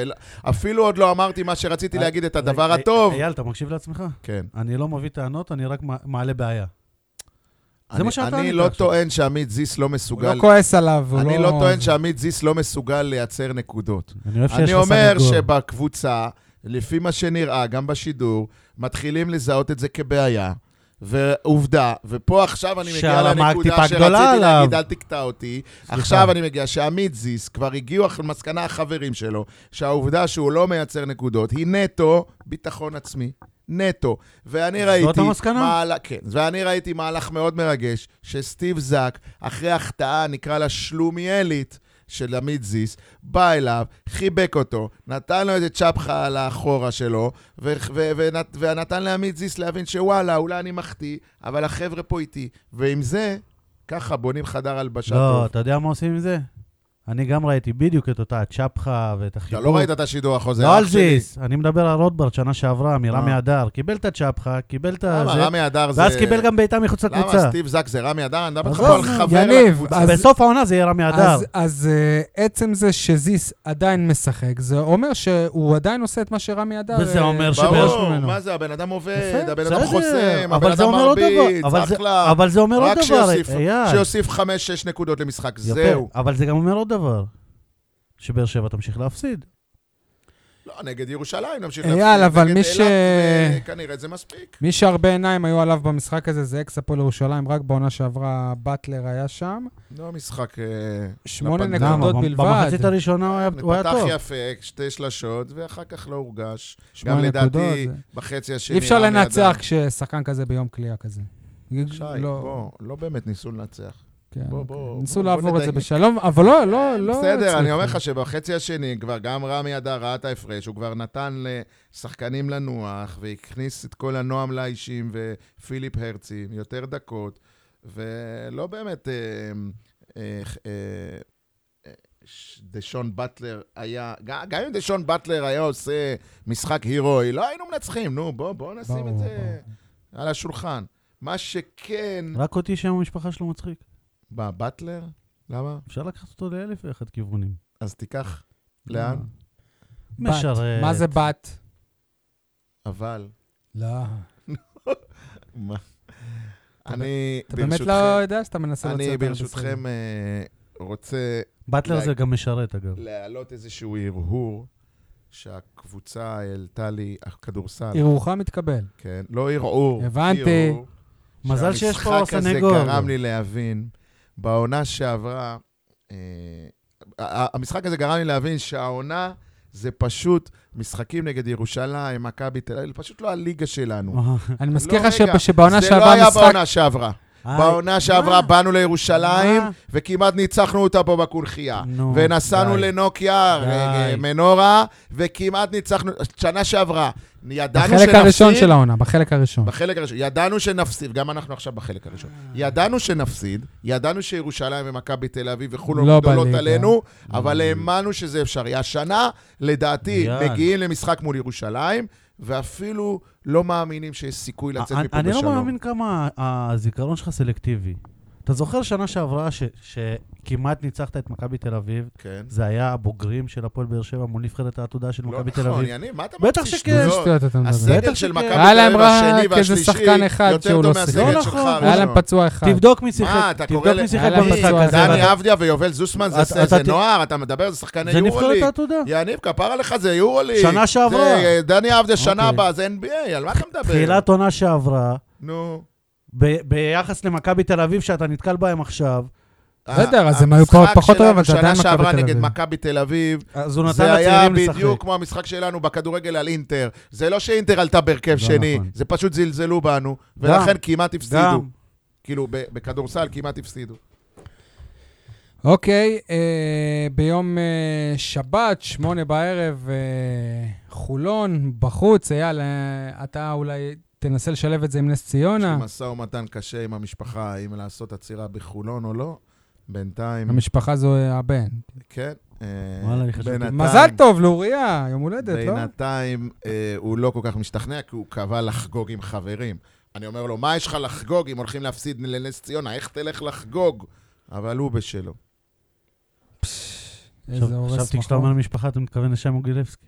C: ואפילו עוד לא אמרתי מה שרציתי
B: אה,
C: להגיד, את
B: רגע,
C: הדבר
B: אה,
C: הטוב.
B: אייל, אתה מקשיב לעצמך?
C: כן.
B: אני לא מביא טענות, אני רק מע- מעלה בעיה. זה
C: אני-
B: מה שאתה
C: אני
B: ענית
C: לא
B: עכשיו.
C: טוען שעמית זיס לא
A: הוא לא
C: מסוגל...
A: כועס עליו, הוא לא...
C: אני לא טוען שעמית זיס לא מסוגל לייצר נקודות.
B: אני אוהב שיש
C: אני
B: לך
C: אומר
B: סנגור.
C: שבקבוצה, לפי מה שנראה, גם בשידור, מתחילים לזהות את זה כבעיה, ועובדה, ופה עכשיו אני מגיע
B: שהרמה
C: לנקודה
B: טיפה
C: שרציתי
B: גדולה עליו.
C: להגיד, אל תקטע אותי. עכשיו אני מגיע שעמית זיס, כבר הגיעו למסקנה החברים שלו, שהעובדה שהוא לא מייצר נקודות היא נטו ביטחון עצמי. נטו. ואני ראיתי...
B: המסקנה?
C: מהלה... כן. ואני ראיתי מהלך מאוד מרגש, שסטיב זאק, אחרי החטאה, נקרא לה שלומיאלית, של עמית זיס, בא אליו, חיבק אותו, נתן לו איזה צ'פחה על האחורה שלו, ו- ו- ונת- ונתן לעמית זיס להבין שוואלה, אולי אני מחטיא, אבל החבר'ה פה איתי. ועם זה, ככה בונים חדר הלבשה
B: לא,
C: טוב.
B: אתה יודע מה עושים עם זה? אני גם ראיתי בדיוק את אותה הצ'פחה ואת החיבור.
C: אתה לא ראית את השידור החוזר,
B: לא
C: אח
B: על
C: שלי.
B: זיס, אני מדבר על רוטברט שנה שעברה, מרמי
C: אה.
B: הדר. קיבל את הצ'פחה, קיבל את
C: למה,
B: הזה,
C: רמי אדר זה...
B: אה, ואז קיבל גם בעיטה מחוץ
C: למה,
B: לקבוצה.
C: סטיב זק זה רמי אדר? אני מדבר איתך
B: עזוב,
C: פה על חבר
A: לא, יניב,
C: לקבוצה.
A: אז-
B: בסוף העונה זה יהיה רמי הדר.
A: אז, אז uh, עצם זה שזיס עדיין משחק, זה אומר שהוא עדיין עושה את מה שרמי אדר...
B: וזה
A: אה,
B: אומר שבאר-
A: דורש
C: ברור,
A: ממנו.
C: מה זה, הבן אדם עובד,
A: יפה,
C: הבן
B: בסדר,
C: אדם חוסם, הבן
B: אבל זה
C: אדם
B: אומר עוד
C: מרביץ,
B: דבר, אבל זה-
C: אחלה.
B: אבל זה אומר עוד
C: רק
B: דבר,
C: שיוסיף-
B: אייל.
C: שיוסיף 5-6 נקודות למשחק,
B: יפה,
C: זהו.
B: אבל זה גם אומר עוד דבר, שבאר שבע תמשיך להפסיד.
C: לא, נגד ירושלים נמשיך
A: אייל,
C: להפסיד,
A: אבל
C: נגד
A: מי
C: אילת,
A: ש-
C: אה, כנראה זה מספיק.
A: מי שהרבה עיניים היו עליו במשחק הזה זה אקס הפועל ירושלים, רק בעונה שעברה באטלר היה שם. לא,
C: משחק...
A: שמונה
C: לפנתר.
A: נקודות
B: למה?
A: בלבד.
B: במחצית הראשונה הוא היה- הוא היה
C: פתח
B: טוב.
C: יפה, שתי שלשות, ואחר כך לא הורגש.
A: שמונה
C: גם
A: נקודות,
C: לדעתי,
A: זה-
C: בחצי השני...
A: אי אפשר
C: רמי
A: לנצח
C: אדם.
A: כששחקן כזה ביום קליעה כזה.
C: שי,
A: לא,
C: בוא, לא באמת ניסו לנצח.
A: כן,
C: בוא,
A: אוקיי.
C: בוא,
A: ניסו
C: בוא, בוא
A: לעבור את זה
C: נדייק.
A: בשלום, אבל לא, לא, לא.
C: בסדר, אני
A: הצליחו.
C: אומר לך שבחצי השני כבר גם רמי אדר ראה את ההפרש, הוא כבר נתן לשחקנים לנוח, והכניס את כל הנועם לאישים ופיליפ הרצי, יותר דקות, ולא באמת... אה, אה, אה, אה, ש- דשון באטלר היה, ג- גם אם דשון באטלר היה עושה משחק הירואי, לא היינו מנצחים, נו, בואו בוא נשים
A: ברור,
C: את זה
A: ברור.
C: על השולחן. מה שכן...
B: רק אותי שם המשפחה שלו מצחיק.
C: מה, באטלר? למה?
B: אפשר לקחת אותו לאלף ואחד כיוונים.
C: אז תיקח לאן,
A: לא. בת.
B: משרת.
A: מה זה בת?
C: אבל...
A: לא.
C: מה? אני,
A: אתה באמת לא
C: ברשותכם,
A: יודע שאתה מנסה לצאת
C: אני
A: על
C: ברשותכם אה, רוצה
B: באטלר זה גם משרת, אגב.
C: להעלות איזשהו הרהור שהקבוצה העלתה לי, הכדורסל,
A: ערעורך מתקבל.
C: כן, לא ערעור,
A: הבנתי.
C: הרהור,
B: מזל שיש פה סנגור.
C: שהמשחק הזה גרם לי להבין, בעונה שעברה, אה, ה- ה- המשחק הזה גרם לי להבין שהעונה זה פשוט משחקים נגד ירושלים, מכבי תל אביב, פשוט לא הליגה שלנו.
A: אני מזכיר
C: לא,
A: לך
C: רגע,
A: שב- שבעונה
C: זה לא
A: שעברה
C: היה
A: משחק...
C: בעונה שעברה.
B: אה,
C: בעונה שעברה
B: מה?
C: באנו לירושלים,
B: מה?
C: וכמעט ניצחנו אותה פה בקונכייה.
B: נו,
C: ונסענו
B: די.
C: לנוקיה,
B: די.
C: רגע, מנורה, וכמעט ניצחנו, שנה שעברה. ידענו שנפסיד.
A: בחלק הראשון של העונה, בחלק הראשון.
C: בחלק הראשון. ידענו שנפסיד, גם אנחנו עכשיו בחלק הראשון.
B: אה.
C: ידענו שנפסיד, ידענו שירושלים ומכבי תל אביב וחולון
A: לא
C: גדולות
A: בליגה.
C: עלינו,
B: לא
C: אבל האמנו שזה אפשרי. השנה, לדעתי,
B: יאללה.
C: מגיעים למשחק מול ירושלים, ואפילו לא מאמינים שיש סיכוי לצאת
B: אני-
C: מפה
B: אני
C: בשלום.
B: לא מאמין כמה ה- הזיכרון שלך סלקטיבי. אתה זוכר שנה שעברה ש- שכמעט ניצחת את מכבי תל אביב?
C: כן.
B: זה היה הבוגרים של הפועל באר שבע מול נבחרת העתודה של מכבי תל
C: לא נכון,
B: אביב.
C: יניב, מה אתה
B: בטח
C: ממציא
B: שכן.
A: איזה
C: שטויות?
A: שטויות אתה מדבר.
C: הסגל
B: בטח
C: של
B: שכן.
C: מכבי תל
A: היה להם
C: אביב השני
A: רק איזה שחקן
C: והשלישי
A: אחד
C: יותר
A: שהוא לא
C: טוב
A: שיחק.
C: מהסגל
B: לא
C: שלך.
B: נכון.
A: היה להם
C: הראשון.
A: פצוע אחד.
B: תבדוק מי שיחק
C: מה, אתה
B: תבדוק
C: קורא
B: מי
C: ל-
B: שיחק
A: היה להם
B: במשחק
A: פצוע
B: הזה.
A: קשה.
C: דני
B: ואתה-
C: אבדיה ויובל זוסמן זה-
B: אתה-
C: זה
B: אתה-
C: נוער, אתה מדבר, זה שחקני
B: זה נבחרת
C: יורוליג.
B: העתודה.
C: יניב, כפרה לך, זה יורוליג.
B: שנה שעברה.
C: זה, אה, דני אבדיה שנה
B: אוקיי.
C: הבאה, זה NBA, על מה אתה מדבר?
B: תחילת עונה שעברה,
C: נו.
B: ב- ביחס למכבי תל אביב שאתה נתקל בהם עכשיו,
A: בסדר,
C: ה-
A: אז הם היו
C: המשחק
A: פחות טובים, אבל זה
C: שלנו
A: עדיין
C: שנה
A: מכבי
C: שעברה
A: תל
C: נגד
A: אביב.
C: מכבי תל אביב,
B: אז הוא נתן
C: זה היה
B: לצעירים לשחק.
C: בדיוק כמו המשחק שלנו בכדורגל על אינטר. זה לא שאינטר עלתה בהרכב
B: לא
C: שני,
B: נכון.
C: זה פשוט זלזלו בנו, ולכן כמעט הפסידו.
B: גם.
C: כאילו, ב- בכדורסל כמעט הפסידו.
A: אוקיי, אה, ביום אה, שבת, שמונה בערב, אה, חולון, בחוץ, אייל, אה, אתה אולי תנסה לשלב את זה עם נס
C: יש לי
A: ציונה.
C: משא ומתן קשה עם המשפחה, האם לעשות עצירה בחולון או לא. בינתיים,
A: המשפחה זו אה, הבן.
C: כן. אה,
B: וואלה, אני חשבתי-
C: בינתיים-
A: מזל טוב לאוריה, יום הולדת, לא?
C: בינתיים אה, הוא לא כל כך משתכנע, כי הוא קבע לחגוג עם חברים. אני אומר לו, מה יש לך לחגוג אם הולכים להפסיד לנס ציונה? איך תלך לחגוג? אבל הוא בשלו.
A: פשש, איזה
B: עכשיו-
A: הורס
B: חשבתי כשאתה
A: מחור.
B: אומר משפחה, אתה מתכוון לשם מוגילבסקי.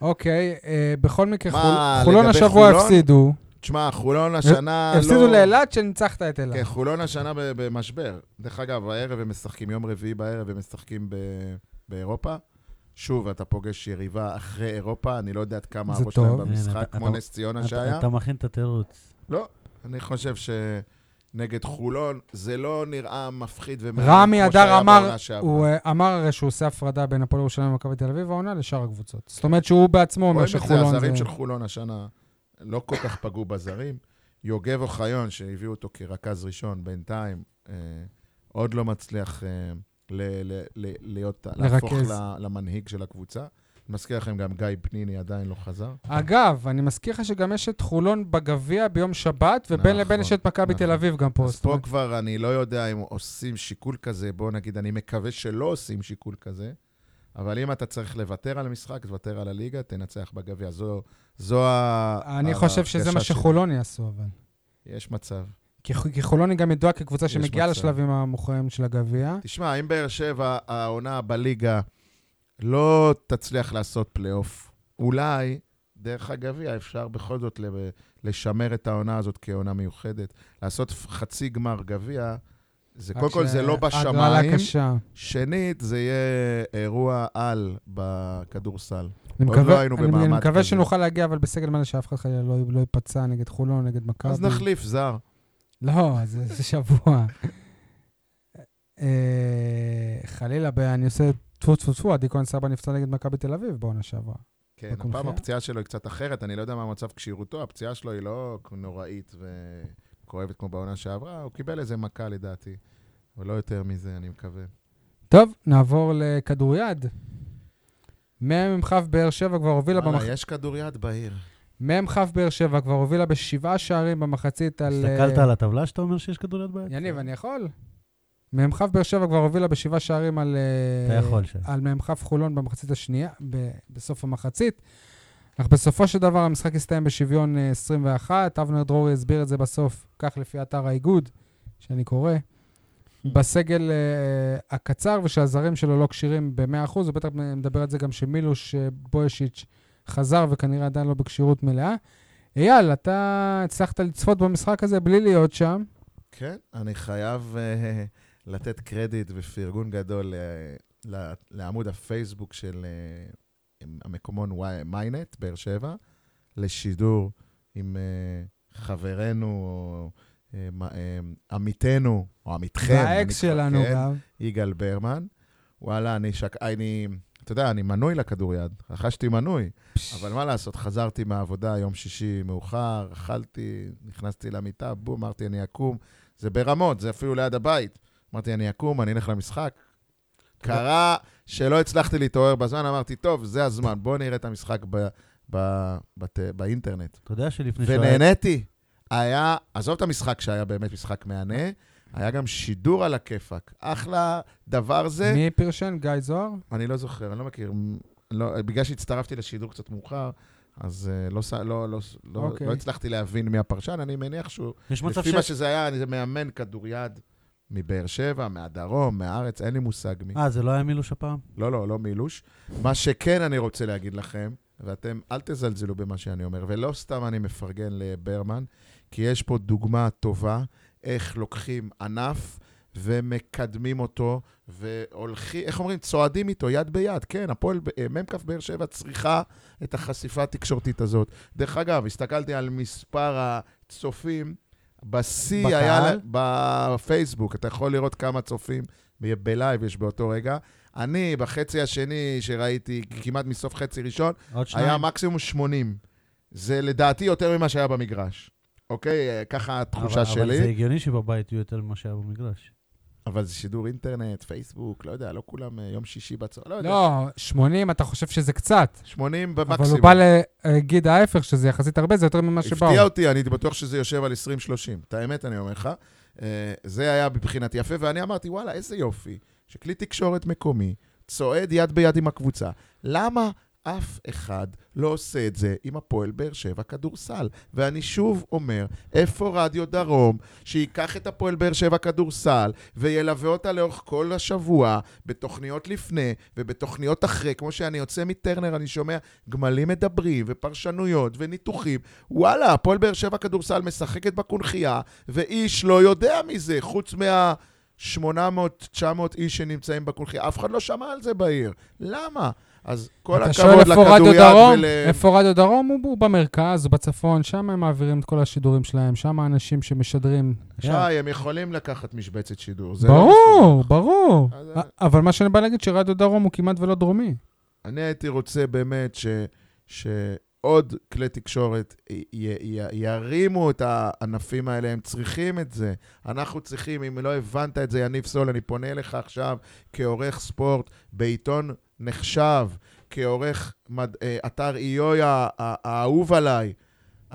A: אוקיי, אה, בכל מקרה,
C: מה,
A: חול- חולון
C: לגבי
A: השבוע
C: חולון?
A: הפסידו.
C: תשמע, חולון השנה לא...
A: אה, הפסידו לאילת שניצחת את אילת.
C: כן, חולון השנה ב- במשבר. דרך אגב, הערב הם משחקים, יום רביעי בערב הם משחקים ב- באירופה. שוב, אתה פוגש יריבה אחרי אירופה, אני לא יודע עד כמה
A: זה
C: הראש שלהם
A: טוב. אה,
B: אין,
C: במשחק,
B: אתה-
C: כמו
B: אתה-
C: נס ציונה
B: אתה-
C: שהיה.
B: אתה מכין את התירוץ.
C: לא, אני חושב שנגד חולון זה לא נראה מפחיד ומאיים
A: רמי
C: כמו
A: אדר
C: שהיה
A: אמר-
C: בעונה שעברה.
A: הוא אה, אמר הרי שהוא עושה הפרדה בין הפועל ירושלים ומכבי תל אביב העונה לשאר הקבוצות. זאת אומרת שהוא בעצמו אומר
C: רואים את זה,
A: שחולון זה...
C: הזרים של חולון השנה לא כל כך פגעו בזרים. יוגב אוחיון, שהביאו אותו כרכז ראשון בינתיים, אה, עוד לא מצליח אה, ל- ל- ל- להיות, להפוך
A: לרכז.
C: ל- למנהיג של הקבוצה. אני מזכיר לכם, גם גיא פניני עדיין לא חזר.
A: אה, אגב, אני מזכיר לך שגם יש את חולון בגביע ביום שבת, ובין
C: נכון,
A: לבין יש את מכבי
C: נכון.
A: תל אביב גם פה.
C: אז
A: זאת
C: פה
A: אומרת,
C: כבר אני לא יודע אם עושים שיקול כזה, בוא נגיד, אני מקווה שלא עושים שיקול כזה, אבל אם אתה צריך לוותר על המשחק, תוותר על הליגה, תנצח בגביע. זו, זו ה...
A: אני חושב שזה
C: ההרגשה
A: מה
C: שלי.
A: שחולון יעשו, אבל.
C: יש מצב.
A: כי חו- כי חולון היא גם ידועה כקבוצה
C: יש
A: שמגיעה
C: מצב.
A: לשלבים המוכרעים של הגביע.
C: תשמע, אם באר שבע, העונה בליגה, לא תצליח לעשות פלייאוף, אולי דרך הגביע אפשר בכל זאת ל- לשמר את העונה הזאת כעונה מיוחדת. לעשות חצי גמר גביע, זה קודם כל
A: רק
C: זה לא
A: הגרלה
C: בשמיים,
A: קשה.
C: שנית, זה יהיה אירוע על בכדורסל.
A: אני
C: עוד לא
A: מקווה-
C: היינו
A: אני- אני
C: במעמד
A: מקווה
C: כזה.
A: שנוכל להגיע, אבל בסגל מלא שאף אחד חלילה לא- לא ייפצע נגד חולון, נגד מכבי.
C: אז נכון, נחליף זר.
A: לא, זה זה שבוע. אה, חלילה, ב- אני עושה טפו טפו טפו, עדי כהן סבא נפצע נגד מכבי תל אביב בעונה שעברה.
C: כן,
A: מקום
C: הפעם
A: אחר?
C: הפציעה שלו היא קצת אחרת, אני לא יודע מה מצב כשירותו, הפציעה שלו היא לא נוראית וכואבת כמו בעונה שעברה, הוא קיבל איזה מכה לדעתי, אבל לא יותר מזה, אני מקווה.
A: טוב, נעבור לכדוריד. מ"ם כ' באר שבע כבר הובילה
C: וואלה,
A: במחצית.
C: יש כדוריד בעיר.
A: מ"ם כ' באר שבע כבר הובילה בשבעה שערים במחצית על... אה,
B: הסתכלת על הטבלה שאתה אומר שיש כדוריד בעיה?
A: יניב, אני יכול? מ"כ באר שבע כבר הובילה בשבעה שערים על... אה,
B: אתה יכול ש...
A: על מ"כ חולון במחצית השנייה, ב- בסוף המחצית. אך בסופו של דבר המשחק הסתיים בשוויון אה, 21, אבנר דרורי הסביר את זה בסוף, כך לפי אתר האיגוד, שאני קורא. בסגל אה, הקצר ושהזרים שלו לא כשירים ב-100%, הוא בטח מדבר על זה גם שמילוש אה, בוישיץ' חזר וכנראה עדיין לא בכשירות מלאה. אייל, אתה הצלחת לצפות במשחק הזה בלי להיות שם.
C: כן, אני חייב אה, לתת קרדיט ופרגון גדול אה, ל- לעמוד הפייסבוק של אה, המקומון וואי- מיינט, באר שבע, לשידור עם אה, חברנו, או אה, מה- אה, עמיתנו, או עמיתכם. אני
A: והאקס
C: כבר-
A: שלנו
C: כן,
A: גם.
C: יגאל ברמן. וואלה, אני שק... אני... אתה יודע, אני מנוי לכדוריד, רכשתי מנוי, אבל מה לעשות, חזרתי מהעבודה יום שישי מאוחר, אכלתי, נכנסתי למיטה, בום, אמרתי, אני אקום. זה ברמות, זה אפילו ליד הבית. אמרתי, אני אקום, אני אלך למשחק. קרה שלא הצלחתי להתעורר בזמן, אמרתי, טוב, זה הזמן, בואו נראה את המשחק ב... ב... בת... באינטרנט.
B: אתה יודע שלפני שהוא היה...
C: ונהניתי. היה, עזוב את המשחק שהיה באמת משחק מהנה, היה גם שידור על הכיפאק. אחלה דבר זה.
A: מי פרשן? גיא זוהר?
C: אני לא זוכר, אני לא מכיר. לא, בגלל שהצטרפתי לשידור קצת מאוחר, אז אה, לא, ס- לא, לא, לא,
A: אוקיי.
C: לא הצלחתי להבין מי הפרשן, אני מניח שהוא...
B: יש מצב
C: לפי
B: ש...
C: מה שזה היה, אני- זה מאמן כדוריד מבאר שבע, מהדרום, מהארץ, אין לי מושג מי.
B: אה, זה לא היה מילוש הפעם?
C: לא, לא, לא מילוש. מה שכן אני רוצה להגיד לכם, ואתם אל תזלזלו במה שאני אומר, ולא סתם אני מפרגן לברמן, כי יש פה דוגמה טובה איך לוקחים ענף ומקדמים אותו, והולכים, איך אומרים? צועדים איתו יד ביד. כן, הפועל, ב- אה, מ"כ באר שבע צריכה את החשיפה התקשורתית הזאת. דרך אגב, הסתכלתי על מספר הצופים. בשיא
B: בקהל?
C: היה לה- בפייסבוק, אתה יכול לראות כמה צופים ב- בלייב יש באותו רגע. אני, בחצי השני שראיתי, כמעט מסוף חצי ראשון,
B: עוד שניים?
C: היה מקסימום 80. זה לדעתי יותר ממה שהיה במגרש. אוקיי? אה, ככה
B: אבל-
C: התחושה
B: אבל זה
C: שלי.
B: הגיוני שבבית יהיו יותר ממה שהיה במגרש.
C: אבל זה שידור אינטרנט, פייסבוק, לא יודע, לא כולם אה, יום שישי בצהר, לא יודע.
A: לא, 80, אתה חושב שזה קצת.
C: 80
A: אבל
C: במקסימום.
A: הוא בא להגיד ההפך, שזה יחסית הרבה, זה יותר ממה שבאו.
C: הפתיע אותי, אני הייתי בטוח שזה יושב על 20-30. את האמת, אני אומר לך. אה, זה היה מבחינתי יפה, ואני אמרתי, וואלה, איזה יופי, שכלי תקשורת מקומי צועד יד ביד עם הקבוצה. למה אף אחד לא עושה את זה עם הפועל באר שבע כדורסל? ואני שוב אומר, איפה רדיו דרום, שייקח את הפועל באר שבע כדורסל וילווה אותה לאורך כל השבוע, בתוכניות לפני ובתוכניות אחרי, כמו שאני יוצא מטרנר, אני שומע גמלים מדברים ופרשנויות וניתוחים. וואלה, הפועל באר שבע כדורסל משחקת בקונכייה, ואיש לא יודע מזה, חוץ מה... 800, 900 איש שנמצאים בקונכייה, אף אחד לא שמע על זה בעיר. למה? אז כל
A: אתה שואל
C: הכבוד
A: איפה רדיו
C: לכדוריד
A: דרום?
C: ול...
A: איפה רדיו דרום? הוא- הוא במרכז, הוא בצפון, שם הם מעבירים את כל השידורים שלהם, שם האנשים שמשדרים.
C: שי, הם יכולים לקחת משבצת שידור. זה לא אה, מסובך.
A: ברור, ברור.
C: אז-
A: א- אבל מה שאני בא להגיד, שרדיו דרום הוא כמעט ולא דרומי.
C: אני הייתי רוצה באמת ש, שעוד כלי תקשורת י, י, י, ירימו את הענפים האלה, הם צריכים את זה. אנחנו צריכים, אם לא הבנת את זה, יניב סול, אני פונה אליך עכשיו כעורך ספורט בעיתון נחשב, כעורך מד, אה, אתר איוי הא- הא- האהוב עליי.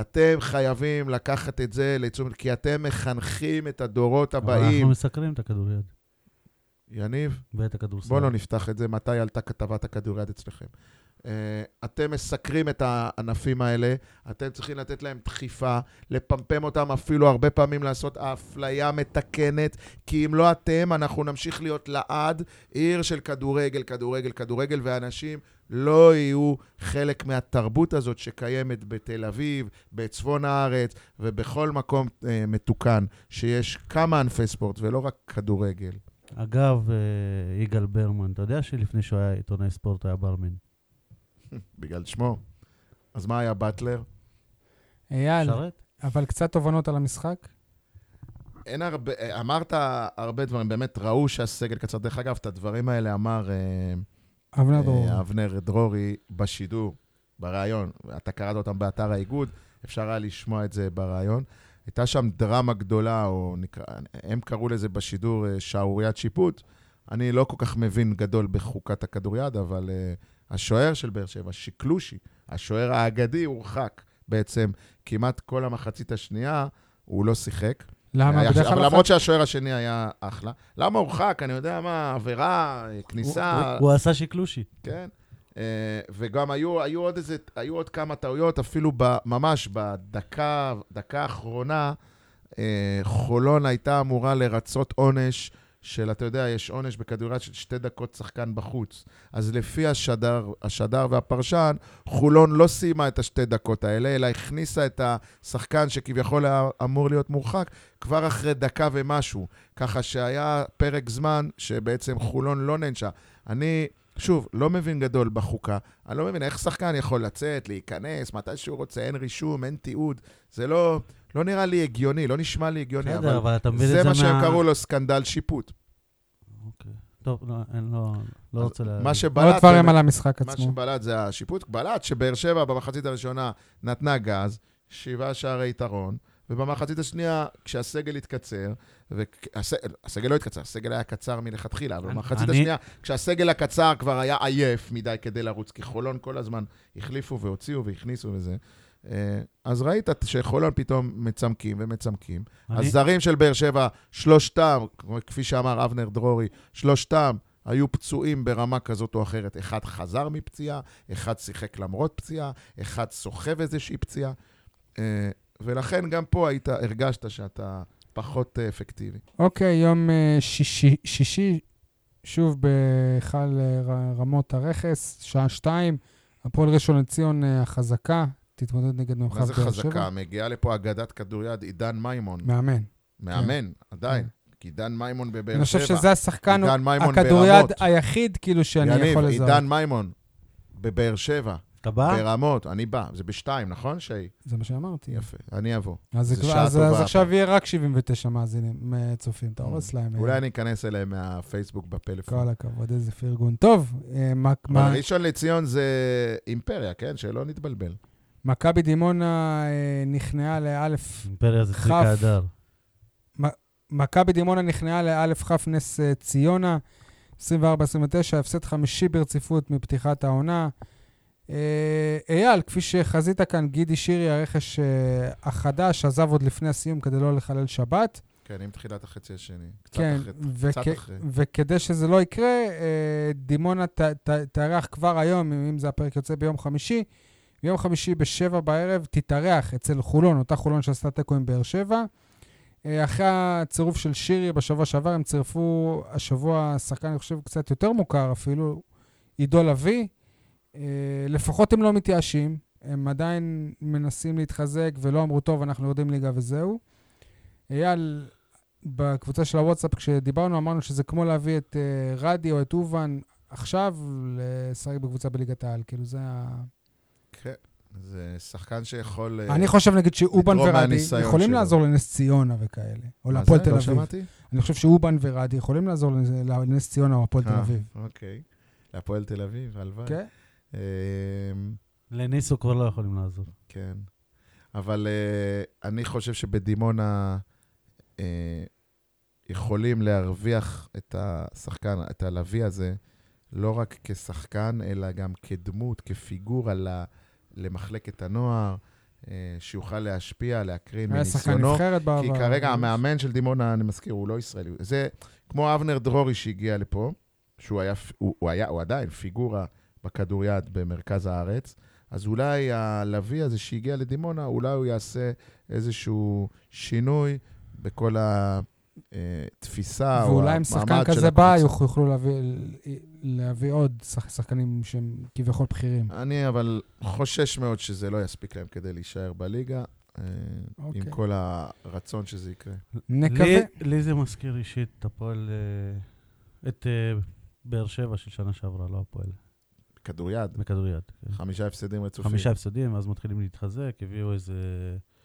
C: אתם חייבים לקחת את זה לתשומת, כי אתם מחנכים את הדורות
B: אבל אנחנו
C: הבאים.
B: מסקרים את הכדוריד
C: יניב?
B: ואת הכדורסל.
C: בואו לא נפתח את זה, מתי עלתה כתבת הכדוריד אצלכם. Uh, אתם מסקרים את הענפים האלה, אתם צריכים לתת להם דחיפה, לפמפם אותם אפילו הרבה פעמים לעשות אפליה מתקנת, כי אם לא אתם, אנחנו נמשיך להיות לעד עיר של כדורגל, כדורגל, כדורגל, ואנשים לא יהיו חלק מהתרבות הזאת שקיימת בתל אביב, בצפון הארץ ובכל מקום uh, מתוקן, שיש כמה ענפי ספורט ולא רק כדורגל.
B: אגב, אה, יגאל ברמן, אתה יודע שלפני שהוא היה עיתונאי ספורט היה ברמן.
C: בגלל שמו. אז מה היה באטלר?
A: אייל,
B: שרת?
A: אבל קצת תובנות על המשחק.
C: אין הרבה, אה, אמרת הרבה דברים, באמת ראו שהסגל קצר. דרך אגב, את הדברים האלה אמר אה,
A: אבנר דרור.
C: אה, אבנר דרורי בשידור, בריאיון. אתה קראת אותם באתר האיגוד, אפשר היה לשמוע את זה בריאיון. הייתה שם דרמה גדולה, או נקרא, הם קראו לזה בשידור אה, שערוריית שיפוט. אני לא כל כך מבין גדול בחוקת הכדוריד, אבל אה, השוער של באר שבע, שקלושי, השוער האגדי, הורחק בעצם כמעט כל המחצית השנייה, הוא לא שיחק.
A: למה?
C: היה-
A: בדרך
C: אבל
A: כלל...
C: למרות שהשוער השני היה אחלה. למה הורחק? אני יודע מה, עבירה, אה,
B: הוא-
C: כניסה,
B: הוא- הוא עשה שקלושי.
C: כן. אה, וגם היו, היו, עוד איזה, היו עוד כמה טעויות, אפילו ב, ממש בדקה דקה האחרונה, אה, חולון הייתה אמורה לרצות עונש של, אתה יודע, יש עונש בכדוריד של שתי דקות שחקן בחוץ. אז לפי השדר, השדר והפרשן, חולון לא סיימה את השתי דקות האלה, אלא הכניסה את השחקן שכביכול היה אמור להיות מורחק כבר אחרי דקה ומשהו. ככה שהיה פרק זמן שבעצם חולון לא נענשה. אני, שוב, לא מבין גדול בחוקה. אני לא מבין איך שחקן יכול לצאת, להיכנס, מתי שהוא רוצה, אין רישום, אין תיעוד. זה לא, לא נראה לי הגיוני, לא נשמע לי הגיוני,
B: בסדר, אבל אתה מבין את
C: זה
B: זה
C: מה שהם
B: מה-
C: קראו לו סקנדל שיפוט.
B: אוקיי. טוב, לא, אני לא- לא
C: אז
B: רוצה ל...
C: מה
A: עוד
C: שבלט,
A: דברים
C: באמת,
A: על המשחק
C: מה
A: עצמו.
C: שבלט זה השיפוט. בלט שבאר שבע במחצית הראשונה נתנה גז, שבעה שערי יתרון, ובמחצית השנייה, כשהסגל התקצר, והסגל לא התקצר, הסגל היה קצר מלכתחילה, אבל
B: אני-
C: במחצית
B: אני-
C: השנייה, כשהסגל הקצר כבר היה עייף מדי כדי לרוץ, כי חולון כל הזמן החליפו והוציאו והכניסו וזה. אה, אז ראית שחולון פתאום מצמקים ומצמקים.
B: אני-
C: הזרים של באר שבע, שלושתם, כפי שאמר אבנר דרורי, שלושתם היו פצועים ברמה כזאת או אחרת. אחד חזר מפציעה, אחד שיחק למרות פציעה, אחד סוחב איזושהי פציעה. אה, ולכן גם פה היית, הרגשת שאתה פחות אה, אפקטיבי.
A: אוקיי, יום אה, שישי, שישי, שוב בהיכל אה, ר- רמות הרכס, שעה שתיים. הפועל ראשון לציון אה, החזקה, תתמודד נגד מרחב באר
C: מה זה
A: שבע.
C: חזקה? מגיעה לפה אגדת כדוריד עידן מימון.
A: מאמן.
C: מאמן, עדיין. כי עידן מימון בבאר
A: כן. אני חושב
C: שבע.
A: שזה השחקן,
C: עידן מימון
A: הכדוריד
C: ברמות.
A: היחיד כאילו שאני
C: יניב,
A: יכול לזהות.
C: עידן מימון בבאר שבע,
B: אתה בא?
A: אה?
C: ברמות, אני בא. זה בשתיים, נכון, שי?
A: זה מה שאמרתי.
C: יפה, אני אבוא.
A: אז זה
C: זה
A: כבר-
C: שעה
A: אז
C: טובה. Mm.
A: אז עכשיו יהיה רק 79 מאזינים, אה, צופים, אתה הורס להם. אה,
C: אולי אני אכנס אליהם מהפייסבוק בפלאפון.
A: כל הכבוד, איזה פרגון. טוב, אה, מק-
C: אבל
A: מק-
C: ראשון לציון זה אימפריה, כן? שלא נתבלבל.
A: מכבי דימונה אה, נכנעה לאלף
B: אימפריה זה צביקה
A: כף.
B: הדר.
A: מכבי דימונה נכנעה לאלף כף נס אה, ציונה, 24-29, הפסד חמישי ברציפות מפתיחת העונה. אה, אייל, כפי שחזית כאן, גידי שירי, הרכש אה, החדש, עזב עוד לפני הסיום כדי לא לחלל שבת.
C: כן, עם תחילת החצי השני. קצת
A: כן,
C: אחרי.
A: וכ-
C: קצת אחרי.
A: וכדי שזה לא יקרה, אה, דימונה ת- ת- תארח כבר היום, אם אם זה הפרק יוצא ביום חמישי, ביום חמישי בשבע בערב תתארח אצל חולון, אותה חולון שעשתה תיקו עם באר שבע. אה, אחרי הצירוף של שירי בשבוע שעבר, הם צירפו השבוע שחקן, אני חושב, קצת יותר מוכר אפילו, עידו לביא. אה, לפחות הם לא מתייאשים, הם עדיין מנסים להתחזק ולא אמרו, טוב, אנחנו יורדים ליגה וזהו. אייל, בקבוצה של הוואטסאפ, כשדיברנו, אמרנו שזה כמו להביא את אה, רדי או את אובן עכשיו לשחק בקבוצה בליגת העל. כאילו, זה ה...
C: כן, זה שחקן שיכול... אה,
A: אני חושב, נגיד, שאובן
C: לתרום
A: ורדי
C: מהניסיון
A: יכולים
C: שלו.
A: לעזור לנס ציונה וכאלה, או
C: מה
A: להפועל
C: זה?
A: תל
C: לא
A: אביב.
C: שמעתי?
A: אני חושב שאובן ורדי יכולים לעזור לנס- לנס ציונה או הפועל תל
C: אה,
A: אביב.
C: אוקיי. להפועל תל אביב, הלוואי.
A: כן?
C: אמ,
B: לניסו כבר לא יכולים לעזור.
C: כן. אבל אה, אני חושב שבדימונה אה, יכולים להרוויח את השחקן, את הלוי הזה, לא רק כשחקן, אלא גם כדמות, כפיגורה ל- למחלקת הנוער, אה, שיוכל להשפיע, להקרין
A: היה שחקן
C: מניסיונו.
A: נבחרת בעבר.
C: כי כרגע המאמן של דימונה, אני מזכיר, הוא לא ישראלי. זה כמו אבנר דרורי שהגיע לפה, שהוא היה, הוא, הוא היה, הוא עדיין פיגורה בכדוריד במרכז הארץ, אז אולי הלוי הזה שהגיע לדימונה, אולי הוא יעשה איזשהו שינוי בכל התפיסה או המעמד של
A: ואולי אם שחקן כזה בא, יוכ- יוכלו להביא- להביא עוד שח- שחקנים שהם כביכול בכירים.
C: אני אבל חושש מאוד שזה לא יספיק להם כדי להישאר בליגה, אה,
A: אוקיי.
C: עם כל הרצון שזה יקרה.
A: נקווה.
B: לי- לי זה מזכיר אישית את הפועל... אה, את אה, באר שבע של שנה שעברה, לא הפועל.
C: כדוריד,
B: בכדוריד. כן.
C: חמישה הפסדים רצופים.
B: חמישה הפסדים, אז מתחילים להתחזק, הביאו איזה,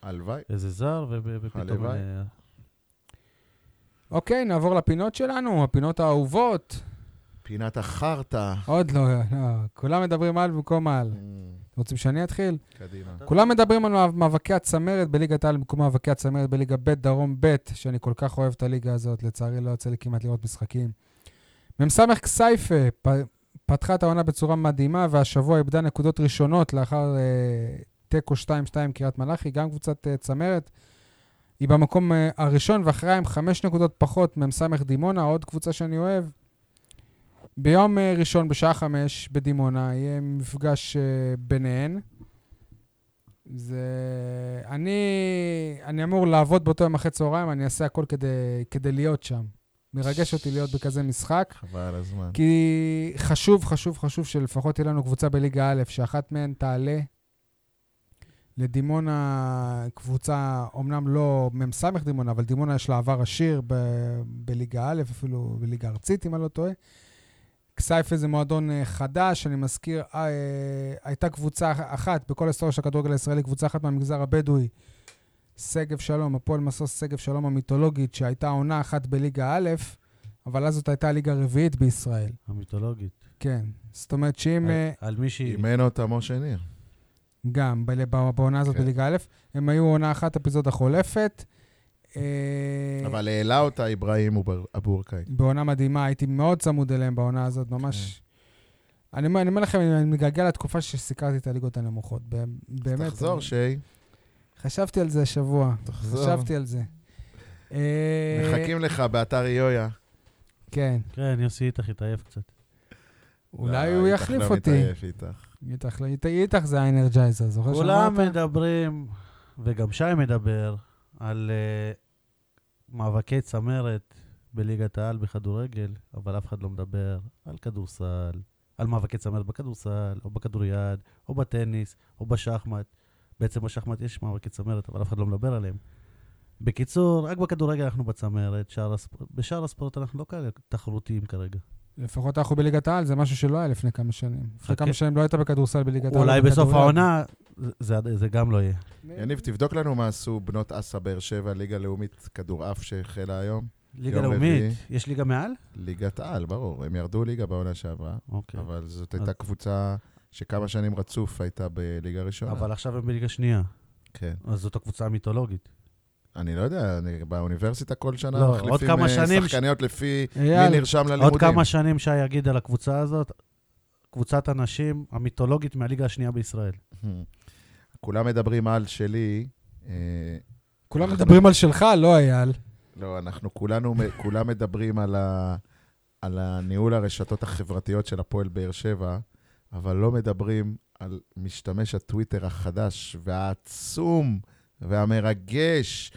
C: הלוואי.
B: איזה זר, ו- ופתאום...
C: הלוואי.
B: אה,
A: אוקיי, נעבור לפינות שלנו, הפינות האהובות.
C: פינת החרטא.
A: עוד לא, לא. כולם מדברים על במקום על.
C: כן.
A: רוצים שאני אתחיל?
C: Mm, קדימה.
A: כולם מדברים על מאבקי הצמרת בליגת העל במקום מאבקי הצמרת בליגה ב' דרום ב', שאני כל כך אוהב את הליגה הזאת, לצערי לא יוצא לי כמעט לראות משחקים. מ"ס כסייפה פ... פתחה את העונה בצורה מדהימה, והשבוע איבדה נקודות ראשונות לאחר אה, תיקו 2-2 קריית מלאכי, גם קבוצת אה, צמרת. היא במקום אה, הראשון, ואחריה עם חמש נקודות פחות מ"ס דימונה, עוד קבוצה שאני אוהב. ביום אה, ראשון בשעה חמש בדימונה יהיה מפגש אה, ביניהן. זה... אני, אני אמור לעבוד באותו יום אחרי צהריים, אני אעשה הכל כדי, כדי להיות שם. מרגש אותי להיות בכזה משחק.
C: חבל על הזמן.
A: כי חשוב, חשוב, חשוב שלפחות תהיה לנו קבוצה בליגה א', שאחת מהן תעלה. לדימונה קבוצה, אמנם לא מ"ס דימונה, אבל דימונה יש לה עבר עשיר ב- בליגה א', אפילו בליגה ארצית, אם אני לא טועה. כסייפה זה מועדון אה, חדש, אני מזכיר, אה, הייתה קבוצה אח- אחת בכל ההיסטוריה של הכדורגל הישראלי, קבוצה אחת מהמגזר הבדואי, שגב שלום, הפועל מסוס שגב שלום המיתולוגית, שהייתה עונה אחת בליגה א', אבל אז זאת הייתה הליגה הרביעית בישראל.
B: המיתולוגית.
A: כן. זאת אומרת שאם... אה,
B: על- על מישהי...
C: אימן אותה משה ניר.
A: גם, בל- ב- בעונה הזאת
C: כן.
A: בליגה א', הם היו עונה אחת אפיזודה חולפת. אה,
C: אבל העלה אותה אברהים אובר- אבו אורקאי.
A: בעונה מדהימה, הייתי מאוד צמוד אליהם בעונה הזאת,
C: כן.
A: ממש... אני אומר אני אומר לכם, אני מגעגע לתקופה שסיקרתי את הליגות הנמוכות. ב- באמת. אה,
C: תחזור,
A: אני-
C: שי.
A: חשבתי על זה השבוע.
C: תחזור.
A: חשבתי על זה. אה,
C: מחכים לך באתר יויה.
A: כן.
B: כן, יוסי איתך התעייף קצת.
A: אולי
C: לא,
A: הוא
C: איתך
A: יחליף
C: לא
A: אותי.
C: מתעייף איתך.
A: איתך לא- אית- איתך זה האנרג'ייזר, זוכר
B: כולם
A: שאמרת?
B: מדברים, וגם שי מדבר, על אה, מאבקי צמרת בליגת העל בכדורגל, אבל אף אחד לא מדבר על כדורסל, על מאבקי צמרת בכדורסל, או בכדוריד, או בטניס, או בשחמט. בעצם בשחמט יש מאבקי צמרת, אבל אף אחד לא מדבר עליהם. בקיצור, רק בכדורגל אנחנו בצמרת, שאר הספ... בשאר הספורט אנחנו לא כאלה תחרותיים כרגע.
A: לפחות אנחנו בליגת העל, זה משהו שלא היה לפני כמה שנים. לפני
B: חכה.
A: כמה שנים לא היית בכדורסל בליגת העל.
C: לא
B: אולי בסוף
A: בכדוריד.
B: העונה זה, זה, זה גם לא יהיה.
C: יניב, תבדוק לנו מה עשו בנות אסא באר שבע, ליגה לאומית כדורעף שהחלה היום.
B: ליגה
C: יום
B: לאומית,
C: רביעי.
B: יש ליגה מעל?
C: ליגת על, ברור. הם ירדו ליגה בעונה שעברה,
B: אוקיי.
C: אבל זאת
B: אז-
C: הייתה קבוצה שכמה שנים רצוף הייתה בליגה ראשונה.
B: אבל עכשיו הם בליגה שנייה,
C: כן.
B: אז זאת הקבוצה המיתולוגית.
C: אני לא יודע, אני באוניברסיטה כל שנה
B: לא, עוד
C: מחליפים
B: כמה
C: אה,
B: שנים ש-
C: שחקניות לפי
A: אייל,
C: מי נרשם ללימודים.
B: עוד כמה שנים שי יגיד על הקבוצה הזאת, קבוצת הנשים המיתולוגית מהליגה השנייה בישראל.
C: Hmm. כולם מדברים על שלי. אה,
A: כולם
C: אנחנו-
A: מדברים על שלך, לא אייל.
C: לא, אנחנו כולנו, כולם מדברים על, ה, על הניהול הרשתות החברתיות של הפועל באר שבע, אבל לא מדברים על משתמש הטוויטר החדש והעצום והמרגש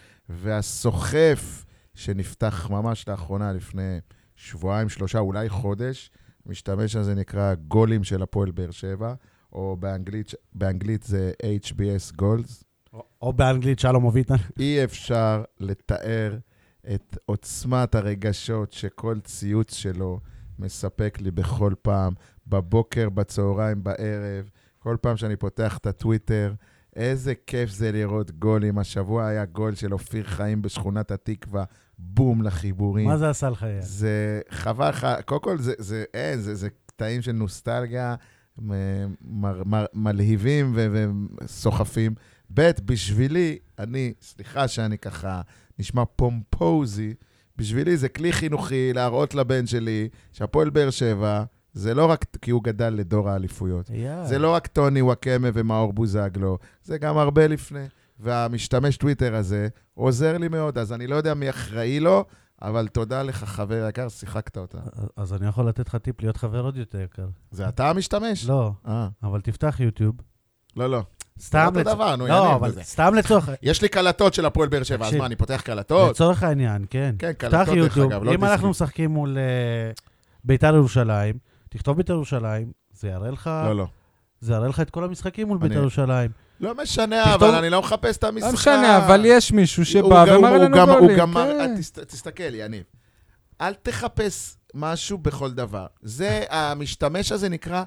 C: והסוחף שנפתח ממש לאחרונה, לפני שבועיים, שלושה, אולי חודש. המשתמש הזה נקרא גולים של הפועל באר שבע, או באנגלית, באנגלית זה HBS גולס.
B: או- או באנגלית שלום אביטן.
C: אי אפשר לתאר את עוצמת הרגשות שכל ציוץ שלו מספק לי בכל פעם, בבוקר, בצהריים, בערב, כל פעם שאני פותח את הטוויטר. איזה כיף זה לראות גולים. השבוע היה גול של אופיר חיים בשכונת התקווה, בום לחיבורים.
B: מה זה עשה לך, אייל?
C: זה חבל לך, קודם כל זה, זה אין, זה, זה קטעים של נוסטלגיה מ, מר, מר, מלהיבים ו- וסוחפים. ב', בשבילי, אני, סליחה שאני ככה נשמע פומפוזי, בשבילי זה כלי חינוכי להראות לבן שלי שהפועל באר שבע, זה לא רק כי הוא גדל לדור האליפויות.
B: אייל.
C: זה לא רק טוני וואקמה ומאור בוזגלו, זה גם הרבה לפני. והמשתמש טוויטר הזה עוזר לי מאוד, אז אני לא יודע מי אחראי לו, אבל תודה לך, חבר יקר, שיחקת אותה.
B: אז אני יכול לתת לך טיפ להיות חבר עוד יותר יקר.
C: זה אתה המשתמש?
B: לא,
C: אה,
B: אבל תפתח יוטיוב.
C: לא, לא.
B: סתם
C: אותו
B: לצ-
C: דבר, נו,
B: לא,
C: יניב,
B: אבל
C: זה.
B: סתם לצורך...
C: יש לי קלטות של הפועל באר שבע, אז
B: תקשיב.
C: מה, אני פותח קלטות?
B: לצורך העניין, כן.
C: כן,
B: פתח
C: קלטות, דרך
B: יוטיוב,
C: אגב, לא
B: אם אנחנו
C: דיסקים.
B: משחקים מול אה, ביתר ירושלים, תכתוב ביתר ירושלים, זה יראה לך
C: לא, לא.
B: זה יראה לך את כל המשחקים מול
C: אני-
B: ביתר ירושלים.
C: לא משנה,
B: תכתוב-
C: אבל אני לא מחפש את המשחק.
A: לא משנה, אבל יש מישהו שבא
C: הוא גם-
A: ומראה
C: הוא
A: לנו
C: גם-
A: גולים.
C: הוא גם מראה-
A: כן.
C: תסת- תסתכל, יניב. אל תחפש משהו בכל דבר. זה, המשתמש הזה נקרא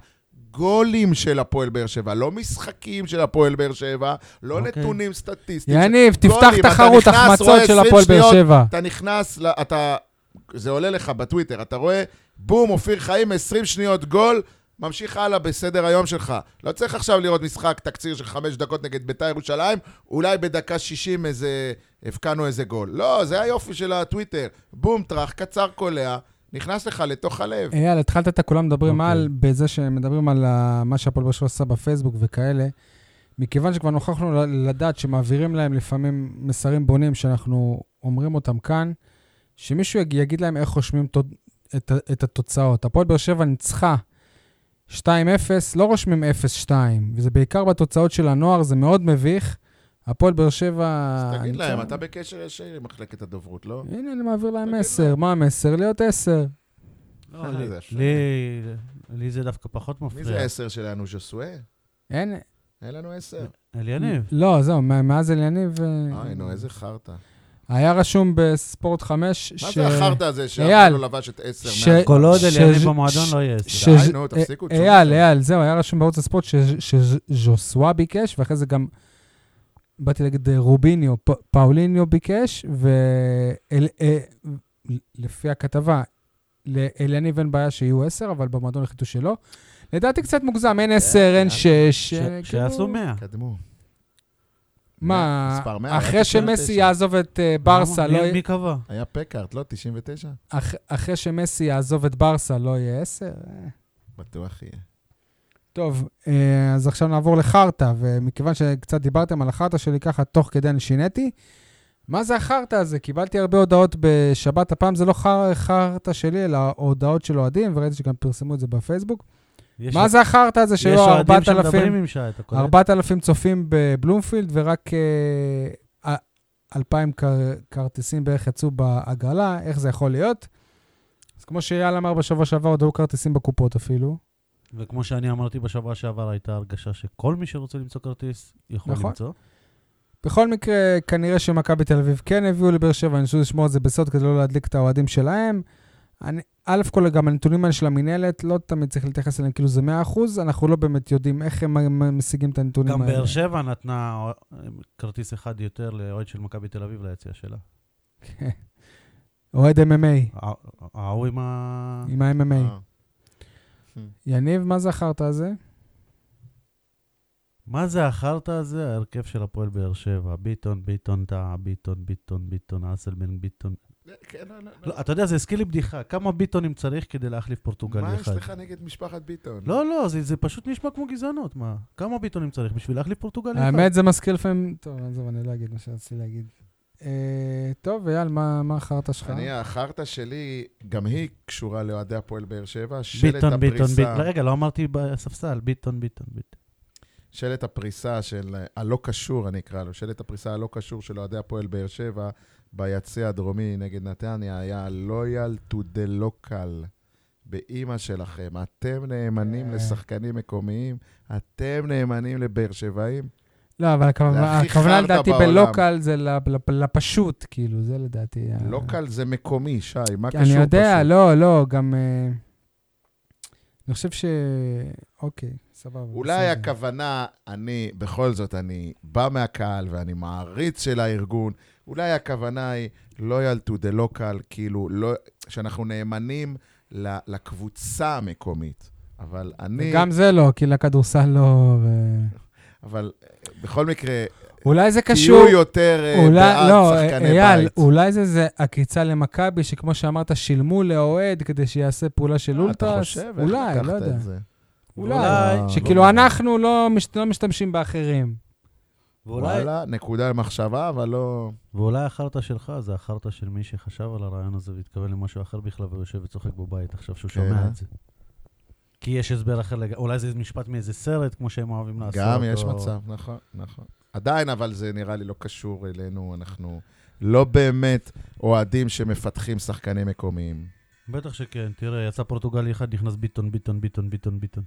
C: גולים של הפועל באר שבע, לא משחקים של הפועל באר שבע, לא
B: אוקיי.
C: נתונים סטטיסטיים.
A: יניב, תפתח
C: גולים, אתה
A: תחרות
C: נכנס,
A: החמצות
C: רואה
A: של
C: 20
A: הפועל באר
C: שניות,
A: שבע.
C: אתה נכנס, ל- אתה... זה עולה לך בטוויטר, אתה רואה, בום, אופיר חיים, 20 שניות גול, ממשיך הלאה בסדר היום שלך. לא צריך עכשיו לראות משחק תקציר של חמש דקות נגד בית"ר ירושלים, אולי בדקה 60 איזה... הבקענו איזה גול. לא, זה היופי של הטוויטר. בום, טראח, קצר, קולע, נכנס לך לתוך הלב.
A: אייל, התחלת את הכולם מדברים
B: אוקיי.
A: על, בזה שמדברים על ה- מה שהפועל באר שבע עושה בפייסבוק וכאלה. מכיוון שכבר נוכחנו ל- לדעת שמעבירים להם לפעמים מסרים בונים שאנחנו אומרים אותם כאן, שמישהו יג- יגיד להם איך רושמים תוד- את, ה- את התוצאות. הפועל באר שבע ניצחה 2-0, לא רושמים 0-2, וזה בעיקר בתוצאות של הנוער, זה מאוד מביך. הפועל באר שבע...
C: אז תגיד להם,
A: ניצחה-
C: אתה בקשר ישיר עם מחלקת הדוברות, לא?
A: הנה, אני מעביר להם
C: תגיד
A: מסר. מה המסר? להיות 10.
C: אה,
B: לא, לי-
C: זה יפה.
B: לי- לי זה דווקא פחות
C: מי זה
B: מפריע.
C: עשר שלנו, ז'וסואה?
A: אין...
C: אין לנו עשר.
B: אל יניב.
A: לא, זהו, מה- מאז עלייני ו...
C: אוי, נו, אה, איזה חרטא.
A: היה רשום בספורט 5
C: מה
A: ש...
C: זה החרטא הזה שאף
A: אייל.
C: אחד לא לבש את עשר
A: ש-
C: מהגול?
B: כל עוד
A: אה, ש-
B: אל יניב
A: ש-
B: במועדון
A: ש-
B: לא יהיה
A: ש-
B: עשר.
C: די, נו, תפסיקו,
A: אה, אייל,
C: צורך.
A: אייל, זהו, היה רשום בערוץ הספורט ש- ש- שז'וסווה ביקש, ואחרי זה גם, באתי להגיד אה, רוביניו, פ- פאוליניו ביקש, ולפי הכתבה, לאליניב אין בעיה שיהיו 10, אבל במועדון החליטו שלא. לדעתי קצת מוגזם,
C: כן,
A: אין 10, אין אה, כאילו-
C: ש-
A: 6.
B: ש- שיעשו מאה.
C: קדמו.
A: מה,
C: מספר מאה, היה
A: אחרי
C: 99.
A: שמסי יעזוב את אה, ברסה,
B: למה?
A: לא...
B: מי-
A: יהיה-
B: מי קבע?
C: היה פקארט, לא? 99?
A: אח- אחרי שמסי יעזוב את ברסה, לא יהיה 10?
C: בטוח יהיה.
A: טוב, אה, אז עכשיו נעבור לחרטא, ומכיוון שקצת דיברתם על החרטא שלי ככה, תוך כדי אני שיניתי. מה זה החרטא הזה? קיבלתי הרבה הודעות בשבת, הפעם זה לא חר- חרטא שלי, אלא הודעות של אוהדים, וראיתי שגם פרסמו את זה בפייסבוק.
B: יש-
A: מה זה החרטא הזה
B: יש
A: שהיו
B: אוהדים
A: 4,000
B: שמדברים עם שי, אתה קולט?
A: 4,000 צופים בבלומפילד, ורק אה, א- 2,000 כר- כרטיסים בערך יצאו בהגרלה, איך זה יכול להיות? אז כמו שאייל אמר בשבוע שעבר, עוד היו כרטיסים בקופות אפילו.
B: וכמו שאני אמרתי בשבוע שעבר, הייתה הרגשה שכל מי שרוצה למצוא כרטיס, יכול
A: נכון.
B: למצוא.
A: בכל מקרה, כנראה שמכבי תל אביב כן הביאו לבאר שבע, אני חושב לשמור את זה בסוד כדי לא להדליק את האוהדים שלהם. אני, א' כל, גם הנתונים האלה של המינהלת, לא תמיד צריך להתייחס אליהם כאילו זה 100%, אנחנו לא באמת יודעים איך הם, הם משיגים את הנתונים
B: גם
A: האלה.
B: באר שבע נתנה אה, כרטיס אחד יותר לאוהד של מכבי תל אביב ליציאה שלה.
A: כן. אוהד MMA,
B: הא- ההוא עם ה...
A: עם
B: אה.
A: ה-MMA.
C: אה.
A: יניב, מה זכרת על זה?
B: מה זה החרטא הזה? ההרכב של הפועל באר שבע. ביטון, ביטון, טאה, ביטון, ביטון, ביטון, אסלבן, ביטון.
C: כן, לא, לא,
B: לא, אתה יודע, זה הזכיר לי בדיחה. כמה ביטונים צריך כדי להחליף פורטוגלי
C: מה
B: אחד?
C: יש לך נגד משפחת ביטון?
B: לא, לא, זה, זה פשוט נשמע כמו גזענות, מה? כמה ביטונים צריך בשביל להחליף פורטוגל אחד?
A: האמת, זה מזכיר לפעמים... טוב, עזוב, אני לא אגיד מה שרציתי להגיד. אה, טוב, אייל, מה מה החרטא שלך?
C: אני, החרטא שלי, גם היא קשורה לאוהדי הפועל באר שבע. שלט
B: ביטון, ביטון,
C: הפריסה-
B: ביטון. רגע, לא אמרתי בספסל, ביטון, ביטון, ביטון.
C: שלט הפריסה של אה, הלא קשור, אני אקרא לו, שלט הפריסה הלא קשור של אוהדי הפועל באר שבע ביציע הדרומי נגד נתניה היה "לא loyal to the local. באימא שלכם, אתם נאמנים
A: אה.
C: לשחקנים מקומיים, אתם נאמנים לבאר שבעים.
A: לא, אבל הכוונה-
C: הכי
A: הכוונה
C: חרטא
A: לדעתי
C: בעולם.
A: בלוקל זה לפ- לפ- לפשוט, כאילו, זה לדעתי... ה-
C: לוקל זה מקומי, שי, מה קשור
A: אני יודע,
C: פשוט?
A: לא, לא, גם... אה, אני חושב ש... אוקיי, סבבה.
C: אולי
A: בסדר.
C: הכוונה, אני, בכל זאת, אני בא מהקהל ואני מעריץ של הארגון, אולי הכוונה היא לא loyal to the local, כאילו, לא, שאנחנו נאמנים ל, לקבוצה המקומית. אבל אני,
A: גם זה לא, כי לכדורסל לא... ו...
C: אבל אה, בכל מקרה,
A: אולי זה קשור...
C: תהיו יותר אה,
A: אולי,
C: בעד
A: לא,
C: שחקני
A: אייל,
C: בית.
A: אולי זה זה עקיצה למכבי, שכמו שאמרת, שילמו לאוהד כדי שיעשה פעולה של
C: אה, אתה
A: אולטרס.
C: חושב? איך
A: לא אולי,
C: לקחת
A: לא
C: את
A: יודע.
C: זה? לא,
A: אולי.
B: אולי.
A: שכאילו אנחנו לא מש- לא משתמשים באחרים.
B: ואולי,
C: וואלה, נקודה למחשבה, אבל לא...
B: ואולי החרטא שלך זה החרטא של מי שחשב על הרעיון הזה והתכוון למשהו אחר בכלל ויושב וצוחק בבית עכשיו שהוא
C: כן.
B: שומע את זה. כי יש הסבר אחר לגמרי, אולי זה משפט מאיזה סרט, כמו שהם אוהבים לעשות.
C: גם יש
B: או-
C: מצב, נכון, נכון. עדיין, אבל זה נראה לי לא קשור אלינו, אנחנו לא באמת אוהדים שמפתחים שחקנים מקומיים.
B: בטח שכן, תראה, יצא פורטוגלי אחד, נכנס ביטון, ביטון, ביטון, ביטון, ביטון.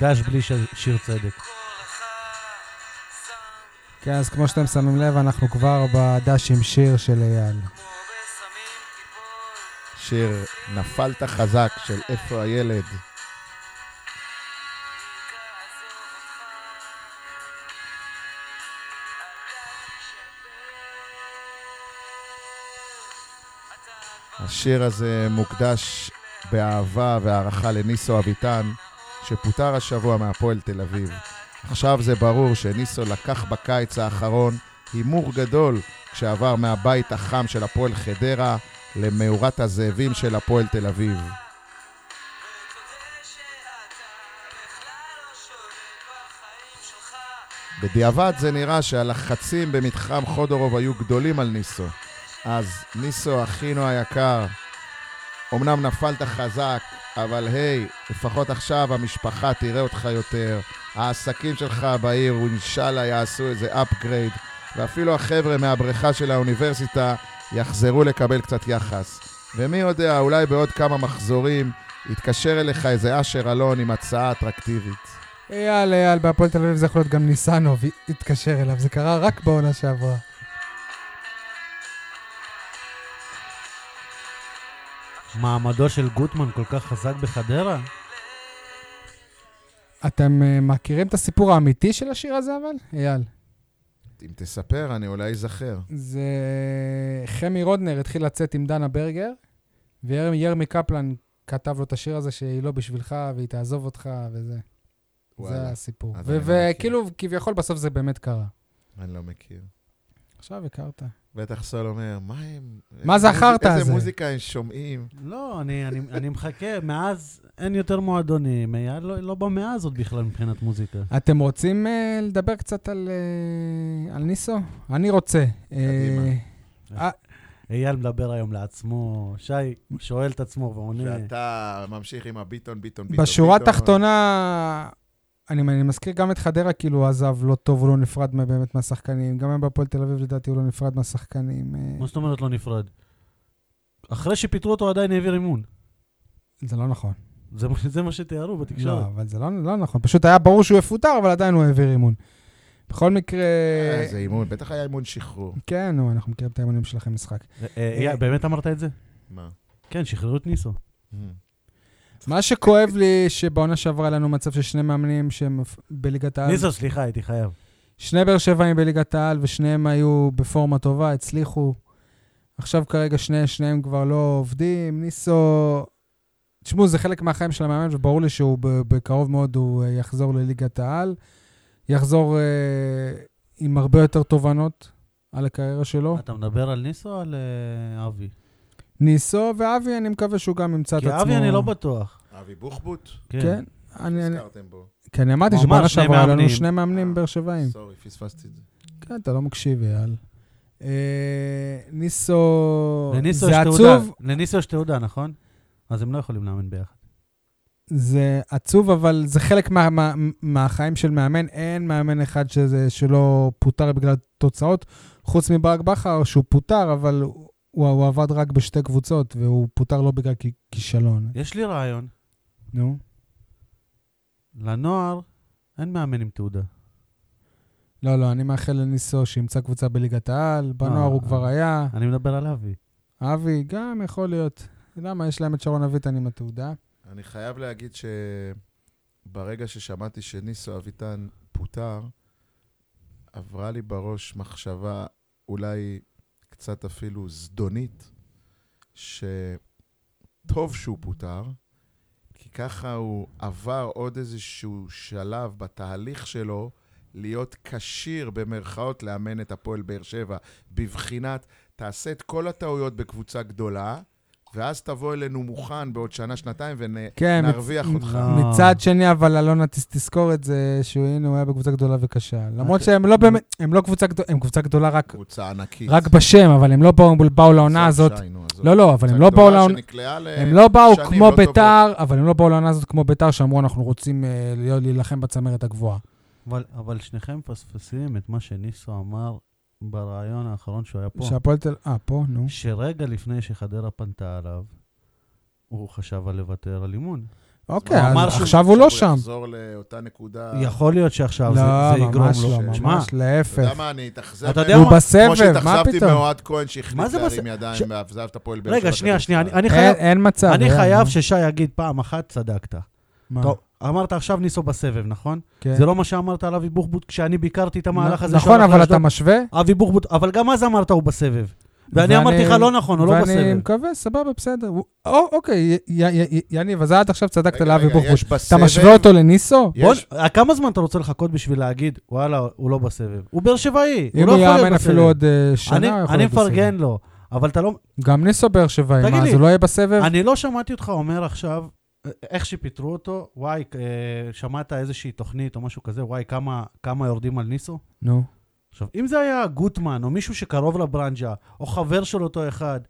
B: דש בלי ש- שיר צדק.
A: כן, אז כמו שאתם שמים לב, אנחנו כבר בדש עם שיר של אייל.
C: שיר נפלת חזק של איפה הילד. השיר הזה מוקדש באהבה והערכה לניסו אביטן, שפוטר השבוע מהפועל תל אביב. עכשיו זה ברור שניסו לקח בקיץ האחרון הימור גדול כשעבר מהבית החם של הפועל חדרה למאורת הזאבים של הפועל תל אביב. בדיעבד זה נראה שהלחצים במתחם חודורוב היו גדולים על ניסו. אז ניסו, אחינו היקר, אמנם נפלת חזק, אבל היי, לפחות עכשיו המשפחה תראה אותך יותר. העסקים שלך בעיר, אינשאללה, יעשו איזה אפגרייד, ואפילו החבר'ה מהבריכה של האוניברסיטה יחזרו לקבל קצת יחס. ומי יודע, אולי בעוד כמה מחזורים יתקשר אליך איזה אשר אלון עם הצעה אטרקטיבית.
A: אייל, אייל, בהפועל תל אביב זה יכול להיות גם ניסנוב, י- יתקשר אליו, זה קרה רק בעונה שעברה.
B: מעמדו של גוטמן כל כך חזק בחדרה?
A: אתם אה, מכירים את הסיפור האמיתי של השיר הזה, אבל? אייל.
C: אם תספר, אני אולי אזכר.
A: זה... חמי רודנר התחיל לצאת עם דנה ברגר, וירמי קפלן כתב לו את השיר הזה שהיא לא בשבילך והיא תעזוב אותך וזה. זה
C: וואלה,
A: הסיפור.
C: אז אני לא מכיר.
A: וכאילו, כביכול בסוף זה באמת קרה.
C: אני לא מכיר.
A: עכשיו הכרת.
C: בטח סול אומר, מה הם...
A: מה זה
C: איזה
A: החרטא
C: מוזיק-
A: הזה?"
C: איזה מוזיקה הם שומעים?
B: לא, אני, אני, אני מחכה, מאז אין יותר מועדונים, אייל לא, לא בא מאז עוד בכלל מבחינת מוזיקה.
A: אתם רוצים אה, לדבר קצת על, אה, על ניסו? אני רוצה.
C: קדימה.
A: אה,
B: אייל מדבר היום לעצמו, שי שואל את עצמו ועונה.
C: שאתה ממשיך עם הביטון, ביטון, ביטון.
A: בשורה
C: ביטון.
A: התחתונה, אני, אני מזכיר גם את חדרה, כאילו הוא עזב לא טוב, הוא לא נפרד מה- באמת מהשחקנים. גם בהפועל תל אביב, לדעתי, הוא לא נפרד מהשחקנים. אה,
B: מה זאת אומרת לא נפרד? אחרי שפיטרו אותו עדיין העביר אימון.
A: זה לא נכון.
B: זה, מה- זה מה שתיארו
A: לא,
B: בתקשורת.
A: אבל זה לא, לא נכון. פשוט היה ברור שהוא יפוטר, אבל עדיין הוא העביר אימון. בכל מקרה...
C: אה, זה אימון, בטח היה אימון שחרור.
A: כן, נו, אנחנו מכירים את האימונים שלכם משחק.
B: אה, אה, אייל, באמת אמרת את זה?
C: מה?
B: כן, שחררו את ניסו.
A: אה. מה שכואב לי, שבעונה שעברה היה לנו מצב של שני מאמנים שהם בליגת העל.
B: ניסו, סליחה, הייתי חייב.
A: שני באר שבעים בליגת העל, ושניהם היו בפורמה טובה, הצליחו. עכשיו כרגע שני, שניהם כבר לא עובדים. ניסו, תשמעו, זה חלק מהחיים של המאמן, וברור לי שהוא ב- בקרוב מאוד הוא אה, יחזור לליגת העל, יחזור אה, עם הרבה יותר תובנות על הקריירה שלו.
B: אתה מדבר על ניסו או על אה, אבי?
A: ניסו ואבי, אני מקווה שהוא גם ימצא את
B: כי
A: עצמו.
B: אבי אני לא בטוח.
C: אבי בוחבוט,
A: כן. אני, אני,
C: הזכרתם בו.
A: כי אני אמרתי
B: ממש
A: שבעונה
B: שני
A: שעברה היה לנו
B: מאמנים. אה.
A: שני מאמנים באר שבעים.
C: סורי, פספסתי את זה.
A: כן, אתה לא מקשיב, אייל. אה, ניסו...
B: לניסו יש
A: זה
B: תעודה,
A: עצוב,
B: לניסו יש תעודה, נכון? אז הם לא יכולים לאמן ביחד.
A: זה עצוב, אבל זה חלק מה, מה, מהחיים של מאמן. אין מאמן אחד שזה, שלא פוטר בגלל תוצאות, חוץ מברק בכר, שהוא פוטר, אבל הוא, הוא עבד רק בשתי קבוצות, והוא פוטר לא בגלל כ- כישלון.
B: יש לי רעיון,
A: נו.
B: לנוער אין מאמן עם תעודה.
A: לא, לא, אני מאחל לניסו שימצא קבוצה בליגת העל, בנוער
B: אה,
A: הוא כבר
B: אה.
A: היה,
B: אני מדבר על אבי.
A: אבי גם יכול להיות. למה? יש להם את שרון אביטן עם התעודה.
C: אני חייב להגיד שברגע ששמעתי שניסו אביטן פוטר, עברה לי בראש מחשבה אולי קצת אפילו זדונית, שטוב שהוא פוטר, כי ככה הוא עבר עוד איזשהו שלב בתהליך שלו להיות כשיר במרכאות לאמן את הפועל באר שבע, בבחינת תעשה את כל הטעויות בקבוצה גדולה, ואז תבוא אלינו מוכן בעוד שנה-שנתיים
A: כן,
C: ונרוויח
A: מצ-
C: אותך.
B: אה.
A: מצד שני, אבל אלונה תז- תזכור את זה, שהוא הנה, הוא היה בקבוצה גדולה וקשה. למרות שהם לא באמת, הם לא קבוצה גדולה, הם קבוצה גדולה רק-
C: קבוצה ענקית.
A: רק בשם, אבל הם לא באו- באו לעונה הזאת. לא, לא, אבל הם לא באו לעונה... הם לא באו כמו ביתר, אבל הם לא באו לעונה הזאת כמו ביתר, שאמרו, אנחנו רוצים אה, להיות- להילחם בצמרת הגבוהה.
B: אבל, אבל שניכם מפספסים את מה שניסו אמר ברעיון האחרון שהוא היה פה.
A: שהפועל תל... אה, פה, נו.
B: שרגע לפני שחדרה פנתה עליו, הוא חשב על לוותר על אימון.
A: אוקיי,
B: הוא אמר
A: אז
B: שהוא-
A: עכשיו הוא לא
C: הוא
A: שם.
C: יחזור לאותה נקודה.
B: יכול להיות שעכשיו זה, זה
A: לא,
B: יגרום
A: ממש
B: לו.
A: לא,
B: שמע,
A: ממש,
C: אתה יודע
A: להפך.
C: מה, אני אתאכזב.
B: אתה יודע
C: ממנו,
A: הוא
B: מה?
C: כמו
A: בסבב, מה
C: שהתאכזבתי
A: פתאום?
C: מאוהד כהן שהחליט
B: מה זה
C: להרים
B: בס-
C: ידיים
B: ש-
C: ועזב את הפועל באר שבע.
B: רגע, שנייה, שנייה, אני, אני
A: אין
B: חייב,
A: אין מצב.
B: אני
A: אה,
B: חייב
A: נו.
B: ששי יגיד פעם אחת, צדקת.
A: מה?
B: טוב, אמרת עכשיו ניסו בסבב, נכון?
A: כן.
B: זה לא מה שאמרת על אבי בוחבוט כשאני ביקרתי את המהלך הזה. שהוא
A: נכון,
B: הלך
A: אבל אתה
B: לאשדוד.
A: משווה?
B: אבי בוחבוט, אבל גם אז אמרת הוא בסבב. ואני
A: ואני-
B: אמרתי לך לא נכון, הוא לא
A: ואני
B: בסבב.
A: מקווה, סבבה, בסדר. הוא- או, אוקיי, י- י- י- יניב, אז עד עכשיו צדקת
C: רגע,
A: לאבי
C: רגע,
A: בוחבוט.
C: יש
A: אתה
C: בסבב-
A: משווה אותו לניסו?
C: יש-
B: בוא, אה, כמה זמן אתה רוצה לחכות בשביל להגיד, וואלה, הוא לא בסבב? הוא באר שבעי, הוא
A: אם
B: לא
A: הוא
B: יכול להיות
A: יאמן
B: בסבב.
A: אפילו עוד אה, שנה,
B: אני-
A: הוא יכול
B: אני
A: להיות בסבב.
B: מפרגן לו, אבל אתה לא...
A: גם ניסו באר שבעי,
B: תגיד
A: מה, אז
B: לי,
A: הוא לא יהיה בסבב?
B: אני לא שמעתי אותך אומר עכשיו, אה, איך שפיטרו אותו, וואי, אה, שמעת איזושהי תוכנית או משהו כזה, וואי, כמה- כמה יורדים על ניסו?
A: נו.
B: עכשיו, אם זה היה גוטמן, או מישהו שקרוב לברנז'ה, או חבר של אותו אחד,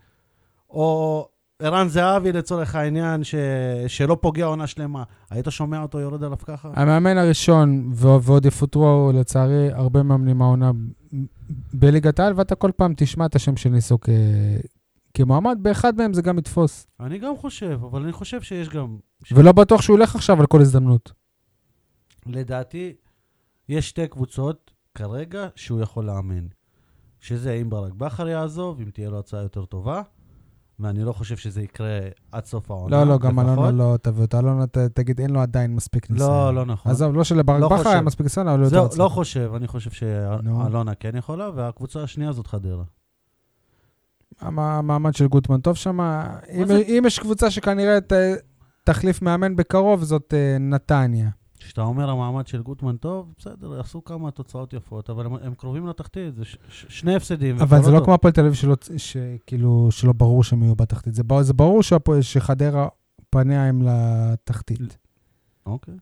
B: או ערן זהבי לצורך העניין, ש... שלא פוגע עונה שלמה, היית שומע אותו יורד עליו ככה?
A: המאמן הראשון, ו- ועוד יפוטרו לצערי הרבה מאמנים העונה ב- בליגת העל, ואתה כל פעם תשמע את השם של ניסו כ- כמועמד, באחד מהם זה גם יתפוס.
B: אני גם חושב, אבל אני חושב שיש גם...
A: ולא בטוח שהוא ילך עכשיו על כל הזדמנות.
B: לדעתי, יש שתי קבוצות כרגע שהוא יכול לאמן. שזה אם ברק בכר יעזוב, אם תהיה לו הצעה יותר טובה, ואני לא חושב שזה יקרה עד סוף העונה.
A: לא, לא, גם
B: לפחות.
A: אלונה לא תביא אותה. אלונה ת- תגיד, אין לו עדיין מספיק ניסיון.
B: לא, לא נכון.
A: עזוב, לא שלברק
B: לא
A: בכר היה
B: חושב.
A: מספיק ניסיון, אבל הוא
B: זהו,
A: יותר
B: לא
A: הצלחה.
B: חושב, אני חושב
A: נו.
B: שאלונה כן יכולה, והקבוצה השנייה זאת חדרה.
A: המ- המעמד של גוטמן טוב שם. אם,
B: זה-
A: אם יש קבוצה שכנראה ת, תחליף מאמן בקרוב, זאת אה, נתניה.
B: כשאתה אומר המעמד של גוטמן טוב, בסדר, עשו כמה תוצאות יפות, אבל הם, הם קרובים לתחתית, זה ש, ש, שני הפסדים.
A: אבל
B: וכבר
A: זה לא
B: טוב.
A: כמו הפועל תל אביב שלא, שכאילו, שלא ברור שהם יהיו בתחתית. זה, בר- זה ברור שהפועל- שחדרה פניה הם לתחתית.
B: אוקיי.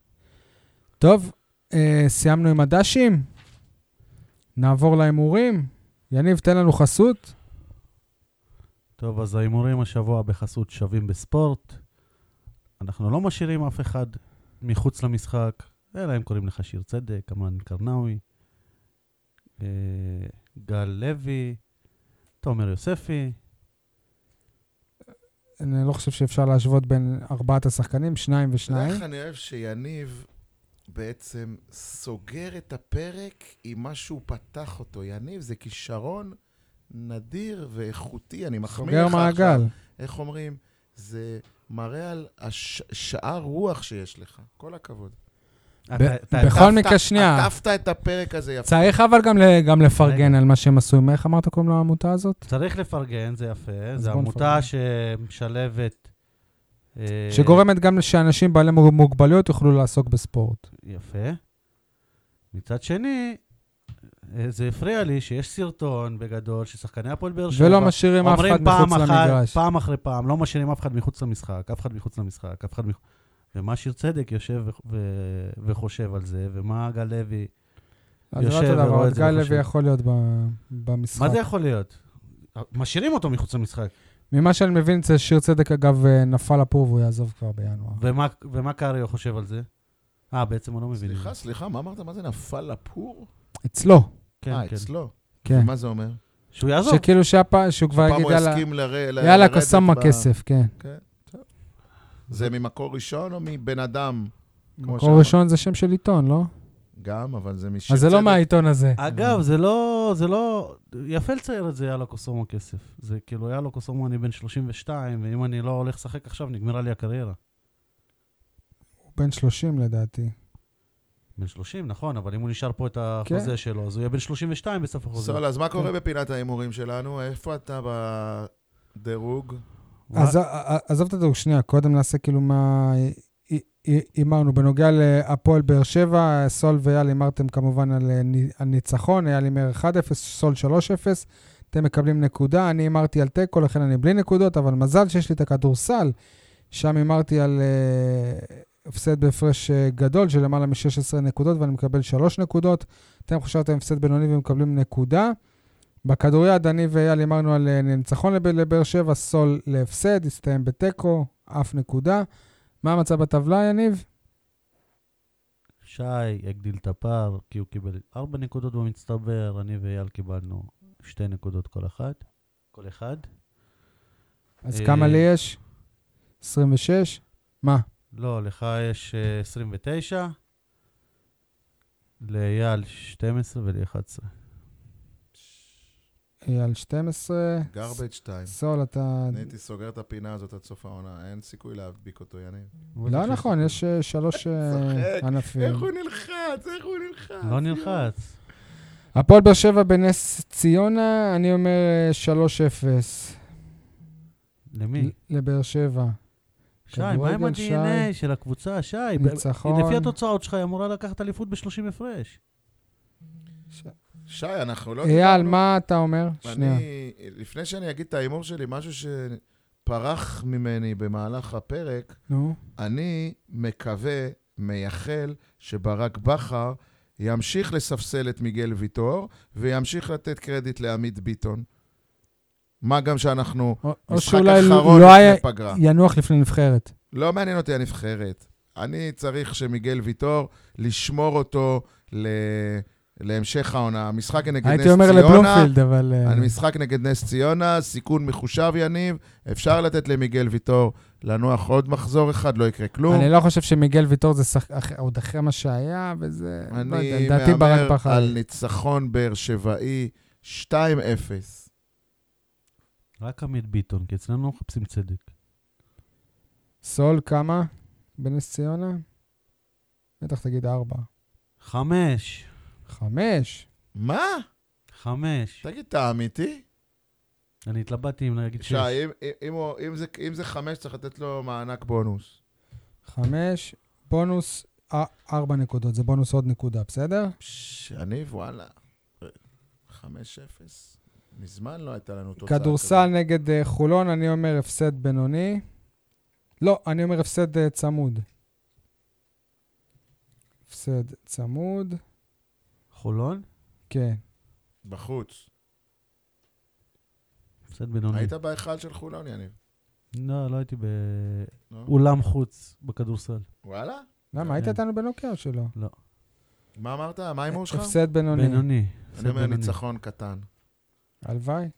A: טוב, אה, סיימנו עם הדשים. נעבור להימורים. יניב, תן לנו חסות.
B: טוב, אז ההימורים השבוע בחסות שווים בספורט. אנחנו לא משאירים אף אחד מחוץ למשחק, אלא הם קוראים לך שיר צדק, אמן קרנאווי, אה, גל לוי, תומר יוספי.
A: אני לא חושב שאפשר להשוות בין ארבעת השחקנים, שניים
C: אתה יודע
A: ושניים.
C: איך אני אוהב שיניב בעצם סוגר את הפרק עם מה שהוא פתח אותו. יניב, זה כישרון נדיר ואיכותי, אני מחמיא לך
A: סוגר
C: עכשיו.
A: מעגל.
C: איך אומרים? זה מראה על השעה רוח שיש לך. כל הכבוד.
B: אתה- אתה-
A: בכל
C: עטפת-
A: מקרה, שנייה.
C: עטפת את הפרק הזה יפה.
A: צריך אבל גם, ל- גם לפרגן
B: רגע.
A: על מה שהם עשו. עם- איך אמרת קוראים לעמותה הזאת?
B: צריך לפרגן, זה יפה.
A: אז
B: זו
A: בוא
B: עמותה שמשלבת אה,
A: שגורמת גם שאנשים בעלי מוגבלויות יוכלו לעסוק בספורט.
B: יפה. מצד שני, אה, זה הפריע לי שיש סרטון בגדול ששחקני הפועל באר שבע...
A: ולא משאירים אף אחד
B: לא אומרים פעם
A: מחוץ
B: אחת-
A: למגרש.
B: פעם אחרי פעם, לא משאירים אף אחד מחוץ למשחק, אף אחד מחוץ למשחק, אף אחד מחוץ... ומה שיר צדק יושב ו- ו- וחושב על זה, ומה גל לוי...
A: אז זה לא
B: יושב
A: אותו דבר,
B: ורואה את
A: עוד
B: זה
A: גל
B: וחושב.
A: לוי יכול להיות ב- במשחק.
B: מה זה יכול להיות? משאירים אותו מחוץ למשחק.
A: ממה שאני מבין, זה שיר צדק, אגב, אה, נפל הפור והוא יעזוב כבר בינואר.
B: ומה, ומה קריו חושב על זה? אה, בעצם הוא לא מבין.
C: סליחה, סליחה, מה אמרת? מה זה נפל לפור?
A: אצלו,
B: כן,
C: אה,
B: כן.
C: אצלו.
A: כן.
C: מה זה אומר?
B: שהוא יעזוב.
A: שכאילו שהפ- שהוא כבר
C: פעם
A: יגיד,
C: הוא
A: יאללה,
C: יסכים לר- ל-
A: יאללה,
C: לרדת
A: קסם
C: ב-
A: הכסף, כן.
C: כן, טוב. זה ממקור ראשון או מבן אדם? כמו
A: מקור
C: שאמרת.
A: ראשון זה שם של עיתון, לא?
C: גם, אבל זה משיר
A: אז זה לא
C: צדק.
A: מהעיתון הזה.
B: אגב, זה לא, זה לא... יפה לצייר את זה, יאללה קוסומו כסף. זה כאילו, יאללה קוסומו, אני בן 32, ואם אני לא הולך לשחק עכשיו, נגמרה לי הקריירה.
A: הוא בן 30 לדעתי.
B: בן 30, נכון, אבל אם הוא נשאר פה את החוזה
A: כן.
B: שלו, אז הוא יהיה בן 32 בסוף החוזה.
C: סול, אז מה קורה בפינת ההימורים שלנו? איפה אתה בדירוג?
B: מה-
A: אז ע- עזוב את הדירוג שנייה, קודם נעשה כאילו מה ה- ה- הימרנו. בנוגע להפועל באר שבע, סול ואייל הימרתם כמובן על אה, ני- על ניצחון, אייל הימר 1-0, סול 3-0. אתם מקבלים נקודה, אני הימרתי על תיקו, לכן אני בלי נקודות, אבל מזל שיש לי את הכדורסל. שם הימרתי על אה, הפסד בהפרש אה, גדול של למעלה מ-16 נקודות, ואני מקבל 3 נקודות. אתם חשבתם הפסד בינוני ומקבלים נקודה. בכדוריד, אני ואייל הימרנו על אה, ניצחון לב- לבאר שבע, סול להפסד, הסתיים בתיקו, אף נקודה. מה המצב בטבלה, יניב?
B: שי הגדיל את הפער, כי הוא קיבל 4 נקודות במצטבר, אני ואייל קיבלנו 2 נקודות כל אחת. כל אחד.
A: אז
B: אה,
A: כמה לי יש? 26? מה?
B: לא, לך יש אה, 29, לאייל 12 ולי 11.
A: אייל 12.
C: garbage time.
A: סול, אתה...
C: אני הייתי סוגר את הפינה הזאת עד סוף העונה, אין סיכוי להדביק אותו, יניב.
A: לא נכון, יש אה, שלוש אה,
C: צוחק.
A: ענפים.
C: איך הוא נלחץ? איך הוא נלחץ?
B: לא נלחץ.
A: הפועל באר שבע בנס ציונה, אני אומר אה, 3-0.
B: למי?
A: ל- לבאר שבע.
B: שי, מה עם
A: כדורגל, שי.
B: ה-DNA של הקבוצה? שי, ב-
A: ניצחון.
B: לפי התוצאות שלך היא אמורה לקחת אליפות ב-30 הפרש.
A: ש-
C: שי, אנחנו לא...
A: אייל,
C: דיברנו.
A: מה אתה אומר? אה, שנייה.
C: אני, לפני שאני אגיד את ההימור שלי, משהו שפרח ממני במהלך הפרק,
A: נו.
C: אני מקווה, מייחל, שברק בכר ימשיך לספסל את מיגל ויטור וימשיך לתת קרדיט לעמית ביטון. מה גם שאנחנו
A: או- או
C: משחק
A: שאולי
C: אחרון
A: לא היה...
C: לפני פגרה.
A: ינוח לפני נבחרת.
C: לא מעניין אותי הנבחרת. אני צריך שמיגל ויטור, לשמור אותו ל... להמשך העונה. המשחק נגד נס
A: הייתי
C: ציונה...
A: אומר לבלומפילד, אבל... אה,
C: המשחק נגד נס ציונה, סיכון מחושב יניב, אפשר לתת למיגל ויטור לנוח עוד מחזור אחד, לא יקרה כלום.
A: אני לא חושב שמיגל ויטור זה שחק... אח- עוד אחרי מה שהיה, וזה... לא יודע,
C: אני
A: לדעתי ברק
C: מהמר
A: בכר.
C: על ניצחון באר שבעי 2-0.
B: רק עמית ביטון, כי אצלנו לא מחפשים צדק.
A: סול, כמה? בנס ציונה? בטח תגיד ארבע.
B: חמש.
A: חמש?
C: מה?
B: חמש.
C: תגיד, אתה אמיתי?
B: אני התלבטתי אם להגיד שש.
C: שי, אם- אם הוא- אם זה- אם זה חמש, צריך לתת לו מענק בונוס.
A: חמש, בונוס אה, ארבע נקודות, זה בונוס עוד נקודה, בסדר?
C: פש, יניב, וואלה. 5-0. מזמן לא הייתה לנו תוצאה
A: כדורסל נגד אה, חולון, אני אומר הפסד בינוני. לא, אני אומר הפסד אה, צמוד. הפסד צמוד,
B: חולון?
A: כן.
C: בחוץ.
B: הפסד בינוני.
C: היית בהיכל של חולון, יניב.
B: לא, לא הייתי
C: נו.
B: באולם חוץ בכדורסל.
C: וואלה?
A: למה, היית
B: כן.
A: איתנו בנוקיה או שלא?
C: מה אמרת?
A: אה,
C: מה ההימור שלך?
A: הפסד בינוני.
B: בינוני. הפסד
C: אני אומר
B: בינוני.
C: ניצחון קטן.
A: הלוואי.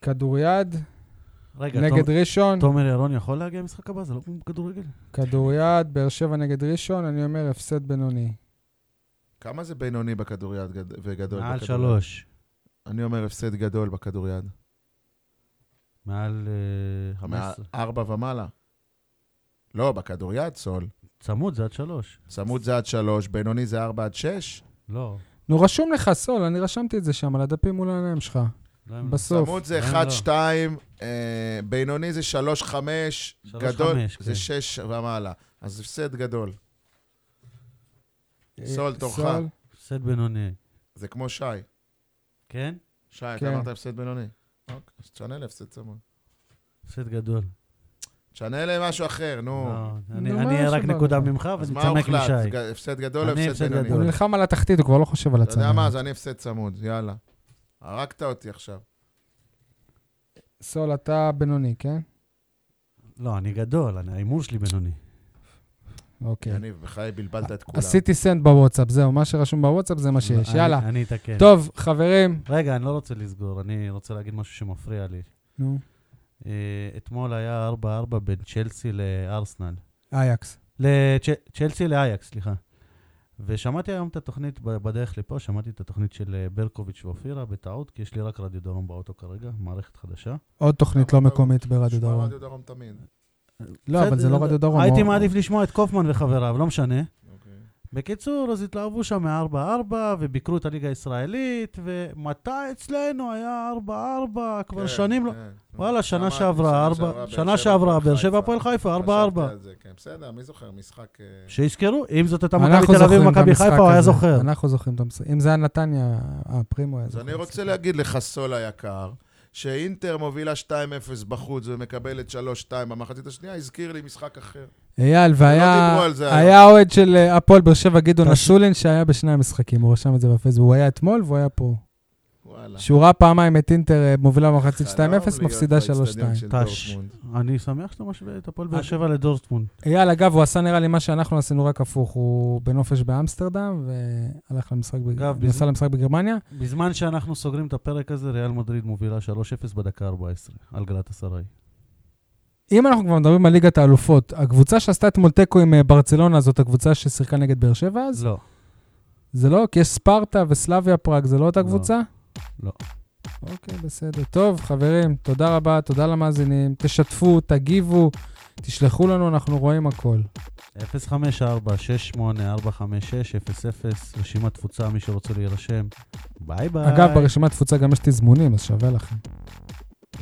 A: כדוריד
B: רגע,
A: נגד
B: תומר-
A: ראשון,
B: תומר ירון יכול להגיע למשחק הבא? זה לא כמו כדורגל?
A: כדוריד, באר שבע נגד ראשון, אני אומר הפסד בינוני.
C: כמה זה בינוני בכדוריד גד- וגדול?
B: מעל
C: בכדוריד?
B: שלוש.
C: אני אומר הפסד גדול בכדוריד.
B: מעל אה, חמש
C: מעל
B: עשרה.
C: ארבע ומעלה. לא, בכדוריד, סול.
B: צמוד זה עד שלוש.
C: צמוד זה עד שלוש, בינוני זה ארבע עד שש.
B: לא.
A: נו, רשום לך, סול, אני רשמתי את זה שם על הדפים מול העיניים שלך.
B: לא, הם לא.
A: בסוף.
C: צמוד זה
B: לא,
C: 1-2, אה, בינוני זה 3-5, גדול
B: 3-5,
C: זה
B: כן.
C: 6 ומעלה. אז הפסד גדול.
A: אה,
C: סול, תורך.
A: סול.
B: הפסד בינוני.
C: זה כמו שי.
B: כן?
C: שי, אתה
A: כן.
C: אמרת הפסד בינוני. אוקיי, אז תשנה להפסד צמוד.
B: הפסד גדול.
C: תשנה למשהו אחר, נו.
B: לא,
A: נו,
B: אני
A: מה
B: אני רק
A: שבא
B: נקודה
A: לך?
B: ממך,
C: אז
B: ואני
C: מה
B: צמק
C: הוחלט?
B: משי.
C: ג- הפסד גדול או
B: אני
C: הפסד
B: הפסד
C: בינוני?
A: הוא
B: גדול.
A: נלחם על התחתית, הוא כבר לא חושב על
C: אתה יודע מה?
A: הצמרת.
C: אז אני הפסד צמוד, יאללה. הרגת אותי עכשיו.
A: סול, אתה בינוני, כן?
B: לא, אני גדול, אני- ההימור שלי בינוני.
A: אוקיי.
C: יניב, בחיי בלבלת את כולם.
A: עשיתי סנד בוואטסאפ, זהו, מה שרשום בוואטסאפ זה מה שיש,
B: אני-
A: יאללה.
B: אני אתקן.
A: טוב, חברים.
B: רגע, אני לא רוצה לסגור, אני רוצה להגיד משהו שמפריע לי.
A: נו,
B: אה, אתמול היה 4-4 בין צ'לסי לארסנל.
A: אייקס.
B: לצ'לסי לאייקס, סליחה. ושמעתי היום את התוכנית, ב- בדרך לפה, שמעתי את התוכנית של אה, ברקוביץ' ואופירה, בטעות, כי יש לי רק רדיו דרום באוטו כרגע, מערכת חדשה.
A: עוד תוכנית לא מקומית ברדיו
C: שמע
A: דרום.
C: אה, רדיו דרום תמיד.
A: לא, אבל זה לא
B: בסדר,
A: רדיו דרום.
B: הייתי
A: הוא-
B: מעדיף לשמוע את קופמן וחבריו, לא משנה.
C: אוקיי.
B: בקיצור, אז התלהבו שם מ-4-4, וביקרו את הליגה הישראלית, ומתי אצלנו היה 4-4? כבר
C: כן,
B: שנים לא...
C: כן.
B: וואלה, שנה
C: שמעתי,
B: שעברה,
C: שנה
B: ארבע-
C: באר
B: שנה
C: שבע,
B: שעברה,
C: הפועל
B: באר שבע,
C: חיפה.
B: הפועל חיפה, 4-4.
C: חשבתי על זה, כן, בסדר, מי זוכר? משחק... אה,
B: שיזכרו, אם זאת הייתה מכבי
A: אנחנו
B: תל אביב,
A: זוכרים את
B: מכבי
A: המשחק
B: חיפה, הוא היה
A: הזה.
B: זוכר.
A: אנחנו זוכרים את המשחק. אם זה היה נתניה, הפרימו היה
C: אז
A: זוכר.
C: אני רוצה להגיד לך, סול היקר, שאינטר מובילה 2-0 בחוץ ומקבלת 3-2 במחצית השנייה, הזכיר לי משחק אחר.
A: אייל,
C: לא
A: והיה
C: דיברו על זה
A: היה אוהד של אה, הפועל באר שבע, גדעון
B: תש-
A: אשולין, שהיה בשני המשחקים, הוא רשם את זה בפייסבוק. הוא היה אתמול והוא היה פה.
C: וואלה.
A: שהוא ראה פעמיים את אינטר אה, מובילה במחצית
C: חלום
A: 2-0,
C: לא, להיות
A: מפסידה
C: באצטדיון
A: 3-2.
C: של
B: טש.
C: דורטמונד.
B: אני שמח שאתה משווה את הפועל באר
A: אני-
B: שבע לדורטמונד.
A: אייל, אגב, הוא עשה נראה לי מה שאנחנו עשינו רק הפוך. הוא בנופש באמסטרדם, והלך למשחק, בג-
B: אגב,
A: נסע
B: בזמן-
A: למשחק בגרמניה.
B: בזמן שאנחנו סוגרים את הפרק הזה, ריאל מדריד מובילה 3-0 בדקה 14, על גלת אסריי.
A: אם אנחנו כבר מדברים על ליגת האלופות, הקבוצה שעשתה אתמול תיקו עם אה, ברצלונה, זאת הקבוצה ששיחקה נגד באר שבע אז?
B: לא.
A: זה לא? כי יש ספרטה וסלאביה פראג, זה לא אותה
B: לא.
A: קבוצה?
B: לא.
A: אוקיי, בסדר. טוב, חברים, תודה רבה, תודה למאזינים. תשתפו, תגיבו, תשלחו לנו, אנחנו רואים הכל.
B: 054-68-456-00, רשימת תפוצה, מי שרוצה להירשם. ביי ביי.
A: אגב, ברשימת תפוצה גם יש תזמונים, אז שווה לכם.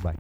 B: ביי.